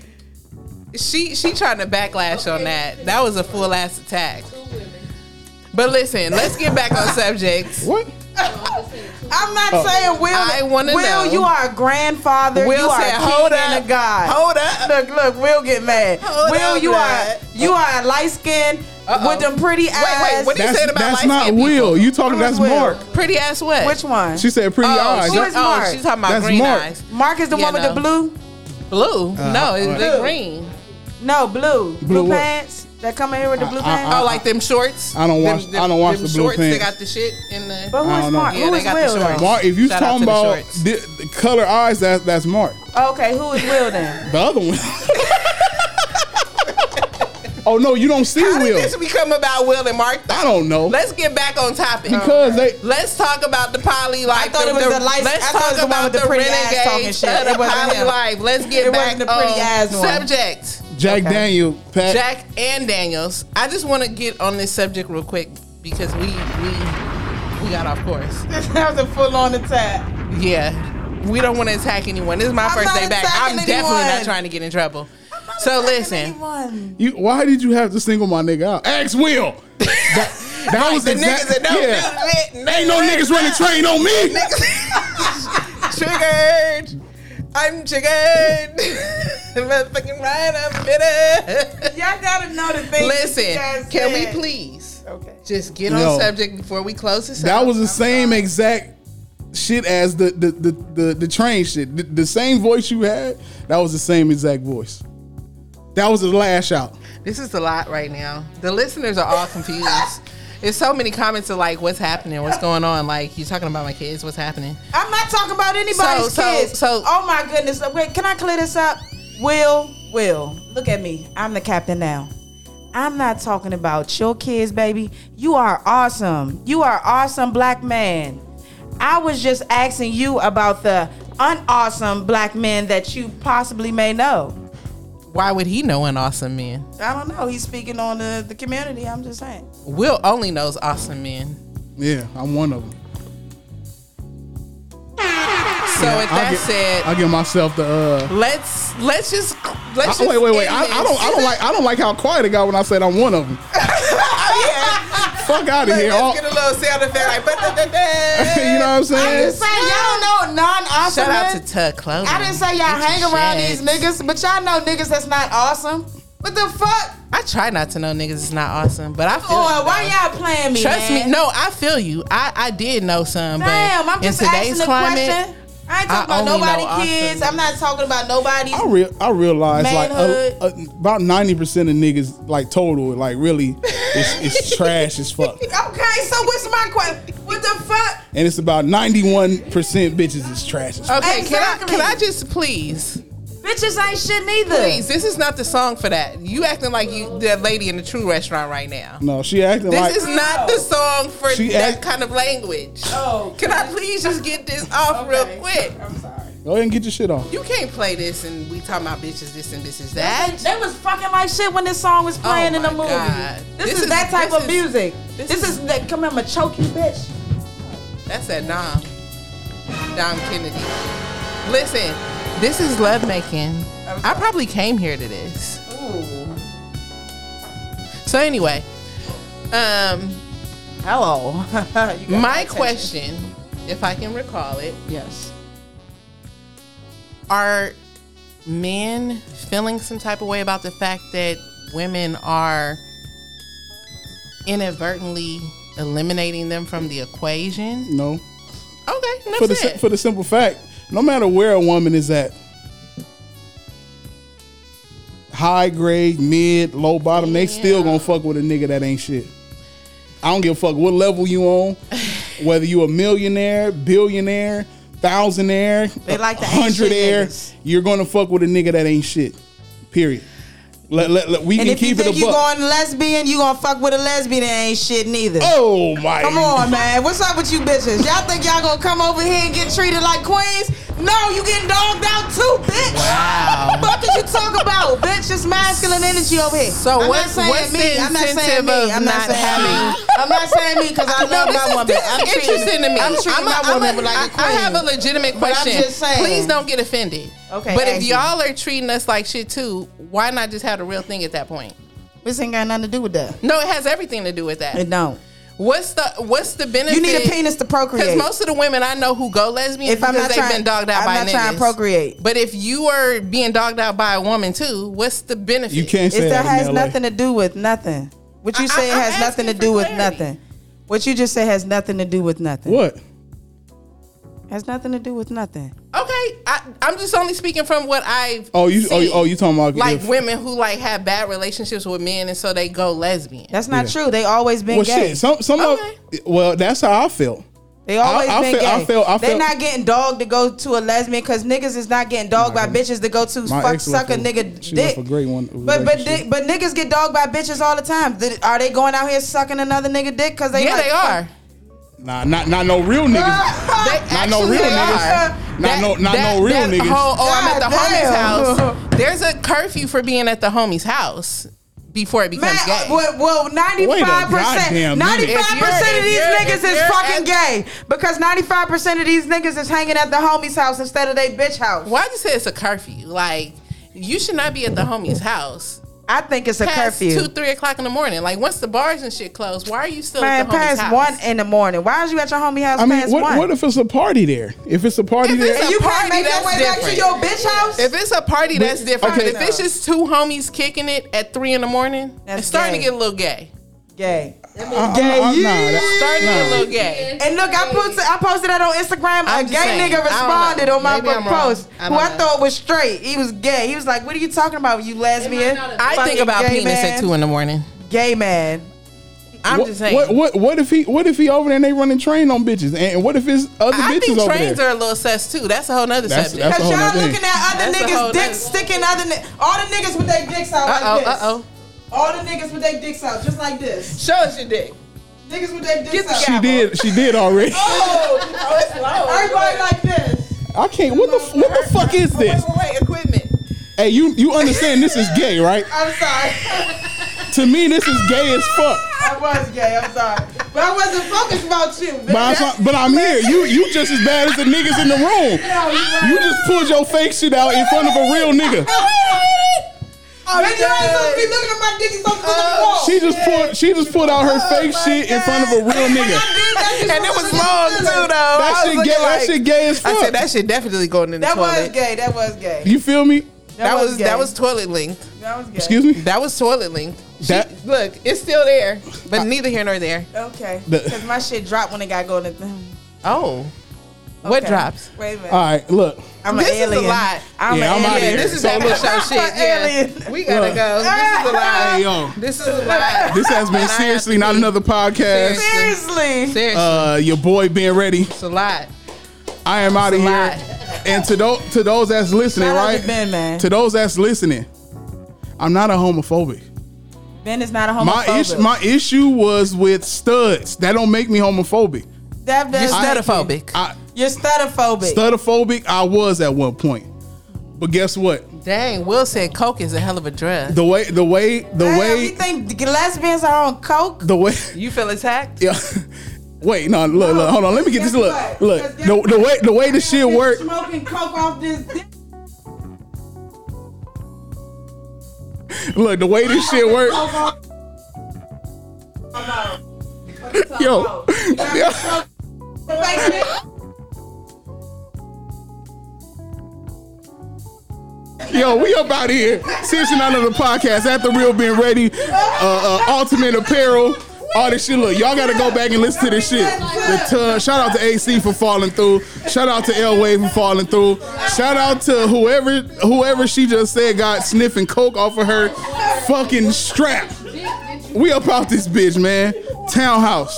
D: She she trying to backlash on that. That was a full ass attack. But listen, let's get back on subjects.
B: What?
A: I'm not
B: Oh.
A: saying Will.
D: I wanna
A: Will,
D: know.
A: you are a grandfather.
D: Will
A: you are
D: said,
A: a king
D: "Hold
A: and
D: up.
A: a god.
D: Hold up.
A: Look, look. Will get mad.
D: Hold
A: Will,
D: up,
A: you
D: lad.
A: are you are light skinned
D: Uh-oh.
A: with them pretty eyes.
D: what do you
B: That's,
D: said about
B: that's
D: light-skinned
B: not
D: people.
B: Will. You talking?
A: Who's
B: That's
A: Will?
B: Mark.
D: Pretty ass what?
A: Which one?
B: She said pretty
D: Oh,
B: eyes.
D: she,
A: Who is
B: That-
D: oh
A: Mark?
D: she's talking about
B: That's
D: green
B: Mark. Uh,
D: eyes.
A: Mark is the
D: You
A: one with
D: know.
A: the blue.
D: Blue. no, it's
B: all
D: the
B: right.
D: green.
A: No, blue. Blue,
B: what?
A: pants that come in here with the blue
B: I-
A: pants.
D: oh, like them shorts.
B: Uh, I don't watch-
D: Them, them,
B: I don't watch
D: them
B: the blue
D: shorts. They
B: pants.
D: got the shit in the.
A: but
B: I
A: who is
B: don't know.
A: Mark?
D: Yeah,
A: who
D: they
A: is
D: got the
A: Will?
D: shorts.
A: then?
B: Mark. If you
D: Shout out
B: talking
D: to the
B: about
D: shorts.
B: the, the color eyes, that's that's Mark.
A: Okay, who is Will then?
B: The other one. oh no, you don't see
D: How did
B: Will.
D: this become about Will and Mark?
B: I don't know.
D: Let's get back on topic.
B: because they.
D: Let's talk about the poly life.
A: I thought it was the lights-
D: Let's
A: I thought it
D: talk
A: was the one
D: about
A: with the pretty ass
D: renegades
A: talking shit.
D: of the
A: It wasn't
D: poly
A: him.
D: life. Let's get
A: It
D: back
A: wasn't the pretty
D: on
A: ass one.
D: subject.
B: Jack
A: Okay.
B: Daniel, Pat.
D: Jack and Daniels. I just want to get on this subject real quick because we we we got off course.
A: that was a full on attack.
D: Yeah. We don't want to attack anyone. This is my
A: I'm
D: first
A: not
D: day back. I'm
A: attacking
D: definitely
A: anyone.
D: not trying to get in trouble. So listen.
B: You, why did you have to single my nigga out? Ask Will. That, that was
D: the
B: exact-
D: niggas that don't
B: yeah.
D: do it.
B: Ain't no niggas running train on me.
D: triggered. I'm triggered. Motherfucking right, I'm bitter.
A: Y'all gotta know the thing.
D: Listen, can we please
A: Okay.
D: just get
B: No.
D: on subject before we close this?
B: That
D: up?
B: was the same exact shit as the the the, the, the train shit. The, the same voice you had. That was the same exact voice. That was a lash out.
D: This is a lot right now. The listeners are all confused. There's so many comments of like, what's happening? What's going on? Like, you're talking about my kids. What's happening?
A: I'm not talking about anybody's
D: So- so-
A: kids.
D: so-
A: oh my goodness. Wait, can I clear this up? Will, Will, look at me. I'm the captain now. I'm not talking about your kids, baby. You are awesome. You are awesome black man. I was just asking you about the unawesome black men that you possibly may know.
D: Why would he know an awesome man?
A: I don't know. He's speaking on the, the community. I'm just saying.
D: Will only knows awesome men.
B: Yeah, I'm one of them.
D: So with that said,
B: I give myself the. uh
D: let's let's just let's
B: I-
D: just
B: wait, wait, wait!
D: end
B: I, I don't, I
D: this.
B: don't like, I don't like how quiet it got when I said I'm one of them. Fuck out of here! All-
D: Let's get a little sound effect like.
B: you know what
D: "Ba-da-da-da."
B: I'm saying?
A: Say, y'all don't know non-awesome
D: Shout out
A: men.
D: to Tug Clothing.
A: I didn't say y'all
D: Get your
A: hang around
D: shit.
A: these niggas, but y'all know niggas that's not awesome. What the fuck?
D: I try not to know niggas is not awesome, but I feel.
A: Or
D: you,
A: why
D: though.
A: y'all playing me?
D: Trust
A: man?
D: me, no, I feel you. I I did know some,
A: Damn,
D: but
A: I'm just
D: in
A: asking
D: today's
A: the
D: climate,
A: question. I ain't
D: I
A: talking about
D: only know
A: nobody
D: awesome
A: kids.
D: niggas.
A: I'm not talking about nobody's.
B: I real I realize
A: Manhood.
B: like a, a, about ninety percent of niggas like total like really it's, it's trash as fuck,
A: Okay, so what's my question? What the fuck?
B: and it's about ninety one percent bitches is trash as fuck.
D: okay, can I
A: Exactly.
D: can I just please?
A: Bitch, Bitches ain't shit neither.
D: Please, this is not the song for that. You acting like you that lady in the true restaurant right now.
B: No, she acting
D: This
B: like
D: is not the song for
B: She
D: that
B: act-
D: kind of language. Oh, can I please just get this off real quick?
B: Go ahead and get your shit on.
D: You can't play this and we talking about bitches this and this is that.
A: They was fucking like shit when this song was playing in the movie. This, is, that type
D: Oh this
A: of
D: is-
A: music.
D: this
A: This, is, that come here, I'ma choke you, bitch.
D: That's that Dom. Dom Kennedy. Listen, this is love making. I probably came here to this. So anyway, um,
A: hello.
D: my question, if I can recall it,
A: yes,
D: are men feeling some type of way about the fact that women are inadvertently eliminating them from the equation?
B: No.
D: Okay, and
B: Mm.
D: that's
B: for the
D: it.
B: si- for the simple fact, no matter where a woman is at, high grade, mid, low bottom, they still gonna fuck with a nigga that ain't shit. I don't give a fuck what level you on, whether you a millionaire, billionaire, thousandaire,
A: They like the ain't shit niggas.
B: hundredaire, you're gonna fuck with a nigga that ain't shit. Period. Let, let, let- we
A: and
B: can
A: if you
B: keep it
A: think
B: a
A: you
B: buck.
A: going lesbian, you gonna fuck with a lesbian that ain't shit neither.
B: oh my!
A: Come on, man. What's up with you bitches? Y'all think y'all gonna come over here and get treated like queens? No, you getting dogged out too, bitch.
D: Wow.
A: What did you talk about, bitch? It's masculine energy over here.
D: So
A: I'm
D: what's-
A: not saying
D: what's
A: me.
D: the
A: I'm not saying
D: incentive
A: me.
D: of
A: I'm not,
D: not
A: saying
D: having-
A: me. I'm not saying me because I
D: No,
A: love
D: this
A: my
D: is,
A: woman.
D: this
A: I'm
D: is
A: treating-
D: interesting to me.
A: I'm treating
D: I'm a-
A: my
D: I'm
A: woman
D: a-
A: like a
D: I-
A: queen.
D: I have a legitimate
A: But I'm
D: question.
A: just saying.
D: Please don't get offended.
A: Okay,
D: But if
A: ask me.
D: y'all are treating us like shit too, why not just have the real thing at that point?
A: This ain't got nothing to do with that.
D: No, it has everything to do with
A: It
D: that.
A: don't.
D: What's the What's the benefit?
A: You need a penis to procreate.
D: Because most of the women I know who go lesbian,
A: If I'm
D: because
A: not
D: they've
A: trying-
D: been dogged out
A: I'm
D: by
A: not
D: niggas.
A: trying to procreate.
D: But if you are being dogged out by a woman too, what's the benefit?
B: You can't say
A: It
B: that
A: that has
B: in LA.
A: nothing to do with nothing. What you
D: I-
A: say
D: I- I'm
A: has nothing to
D: asking
A: do
D: for
A: with
D: clarity.
A: nothing. What you just said has nothing to do with nothing.
B: What?
A: Has nothing to do with nothing.
D: Okay, I, I'm just only speaking from what I've.
B: Oh, you oh,
D: seen.
B: you- oh you talking about
D: like
B: if-
D: women who like have bad relationships with men, and so they go lesbian.
A: That's not
B: Yeah.
A: true. They always been
B: Well,
A: gay.
B: shit. Some some
D: Okay.
B: of well, that's how I feel.
A: They always
B: I- I
A: been
B: feel- I
A: gay.
B: feel- I
A: They're
B: feel-
A: not getting dogged to go to a lesbian because niggas is not getting dogged by bitches to go to
B: My
A: fuck
B: ex left
A: suck a
B: a-
A: nigga
B: she
A: dick.
B: left a great one
A: But but
B: relationship.
A: di- but niggas get dogged by bitches all the time. Th- Are they going out here sucking another nigga dick because they
D: yeah,
A: like,
D: they are.
B: Nah, not not no real
D: Ah,
B: niggas.
D: They
B: Not no
D: actually
B: real
D: are.
B: niggas. Not no- not no real
D: that
B: niggas.
D: Whole, oh, I'm at the homie's
A: God
D: house. There's a curfew for being at the homie's house before it
A: Man, uh,
D: becomes gay.
A: well, well,
B: Wait a
A: ninety-five
B: goddamn
A: percent,
B: minute.
A: ninety-five percent
D: If
A: of these
D: you're- if
A: niggas is
D: you're
A: fucking
D: at-
A: gay because ninety-five percent of these niggas is hanging at the homie's house instead of they bitch house.
D: Why you say it's a curfew? Like you should not be at the homie's house.
A: I think it's a
D: Past
A: curfew.
D: two, three o'clock in the morning. Like once the bars and shit close, why are you still
A: Man,
D: at the homie's
A: past
D: house?
A: one in the morning. Why is you at your homie house
B: I mean,
A: past
B: what,
A: one?
B: what if it's a party there? If it's a party
D: If
B: there,
D: it's a-
A: you
D: party,
A: can't make your
D: that's
A: way back to
D: different.
A: your bitch house?
D: If it's a party, that's different.
B: okay.
D: But if it's just two homies kicking it at three in the morning,
A: That's
D: it's starting
A: gay.
D: to get a little gay.
A: gay.
B: I'm-
A: gay.
B: Uh-uh, I'm- I'm- nah,
A: yeah.
B: that-
D: Starting to get a
B: nah.
D: little gay.
A: And look, I posted, I posted that on Instagram.
D: I'm
A: a
D: just
A: gay
D: saying. I
A: nigga
D: don't know.
A: responded on my
D: Maybe I'm wrong.
A: post,
D: I
A: who
D: don't
A: I
D: know.
A: thought was straight. He was gay. He was like, "What are you talking about? You lesbian?"
D: I think
A: Fucking
D: about
A: gay
D: penis at
A: man.
D: two in the morning.
A: Gay man.
D: I'm
B: What,
D: just saying.
B: what what what if he what if he over there and they running train on bitches and what if it's other
D: I
B: bitches
D: think
B: over
D: trains
B: there?
D: are a little sus too. That's a whole nother
B: That's-
D: subject.
B: that's
A: Cause
B: a whole
A: y'all
B: nother
A: looking
B: thing.
A: at other
D: That's a whole
A: niggas'
D: nother-
A: dicks sticking other ni- all the niggas with their dicks out
D: Uh
A: like
D: oh,
A: this.
D: uh oh.
A: All the niggas with their dicks out, just like this.
D: Show us your dick.
A: Niggas with their dicks
D: the
A: out.
B: she did she did already.
A: Oh, everybody like this.
B: I can't. What the f- what the fuck is this?
D: Wait, equipment.
B: Hey, you you understand this is gay, right?
A: I'm sorry.
B: To me, this is gay as fuck.
A: I was gay. I'm sorry, but I wasn't focused about you.
B: But I'm, but I'm here. You you just as bad as the niggas in the room. You just pulled your fake shit out in front of a real nigga.
A: Oh, you ain't supposed to be looking at my dick. You supposed to look at the wall.
B: She just pulled she just pulled out her fake
D: Oh
A: my
B: shit in
A: God.
B: front of a real nigga.
D: And it was long too though. I
B: That
D: was
B: shit
D: looking
B: gay. that
D: like-
B: shit gay as fuck.
D: I said that shit definitely going in the
A: That was
D: toilet.
A: gay. That was gay.
B: you feel me?
D: That was
A: gay.
D: that was toilet linked.
A: That was gay.
B: Excuse me.
D: That was toilet linked.
B: That-
D: She- look, it's still there, but neither here nor there.
A: Okay.
B: The-
A: Because my shit dropped when it got going. To
D: Oh, what
A: Okay.
D: drops?
A: Wait a minute.
B: All right, look.
A: I'm
D: This
A: an
D: is a
A: alien.
D: lot.
A: I'm
B: Yeah,
A: an
B: I'm outta
A: alien.
B: here.
D: This is
B: So
D: that
B: look-
D: big show shit. Yeah,
A: Alien.
D: we gotta
B: Look.
D: go. This is a lie.
B: Hey yo,
D: This is a lie.
B: this has been
D: And I have
B: seriously
D: to
B: not
D: be-
B: another podcast.
A: Seriously.
D: Seriously,
B: Uh, your boy being ready.
D: it's a lot.
B: I am out of
D: It's a
B: here.
D: lot.
B: And to those to those that's listening,
A: Shout out to
B: right?
A: Ben, man.
B: To those that's listening, I'm not a homophobic.
A: Ben is not a homophobic.
B: My issue my issue was with studs. That don't make me homophobic.
A: that, that,
B: You're
A: stutophobic. You're stutophobic.
B: Studophobic, I was at one point. But guess what?
D: Dang, Will said Coke is a hell of a drug.
B: The way the way the
A: Damn,
B: way
A: you think lesbians are on coke?
B: the way
I: You feel attacked?
B: Yeah. Wait, no, look, look, hold on. Let me get this. Look, look. The, the way the way this shit work.
A: Smoking coke off this.
B: Look, the way this shit work. Yo, yo. Yo, we up out here. Since and out of the podcast. At the real being ready. Uh, uh, ultimate apparel. All this shit. Look, y'all gotta go back and listen to this shit. The tub. Shout out to AC for falling through. Shout out to L Wave for falling through. Shout out to whoever whoever she just said got sniffing coke off of her fucking strap. We up out this bitch, man. Townhouse.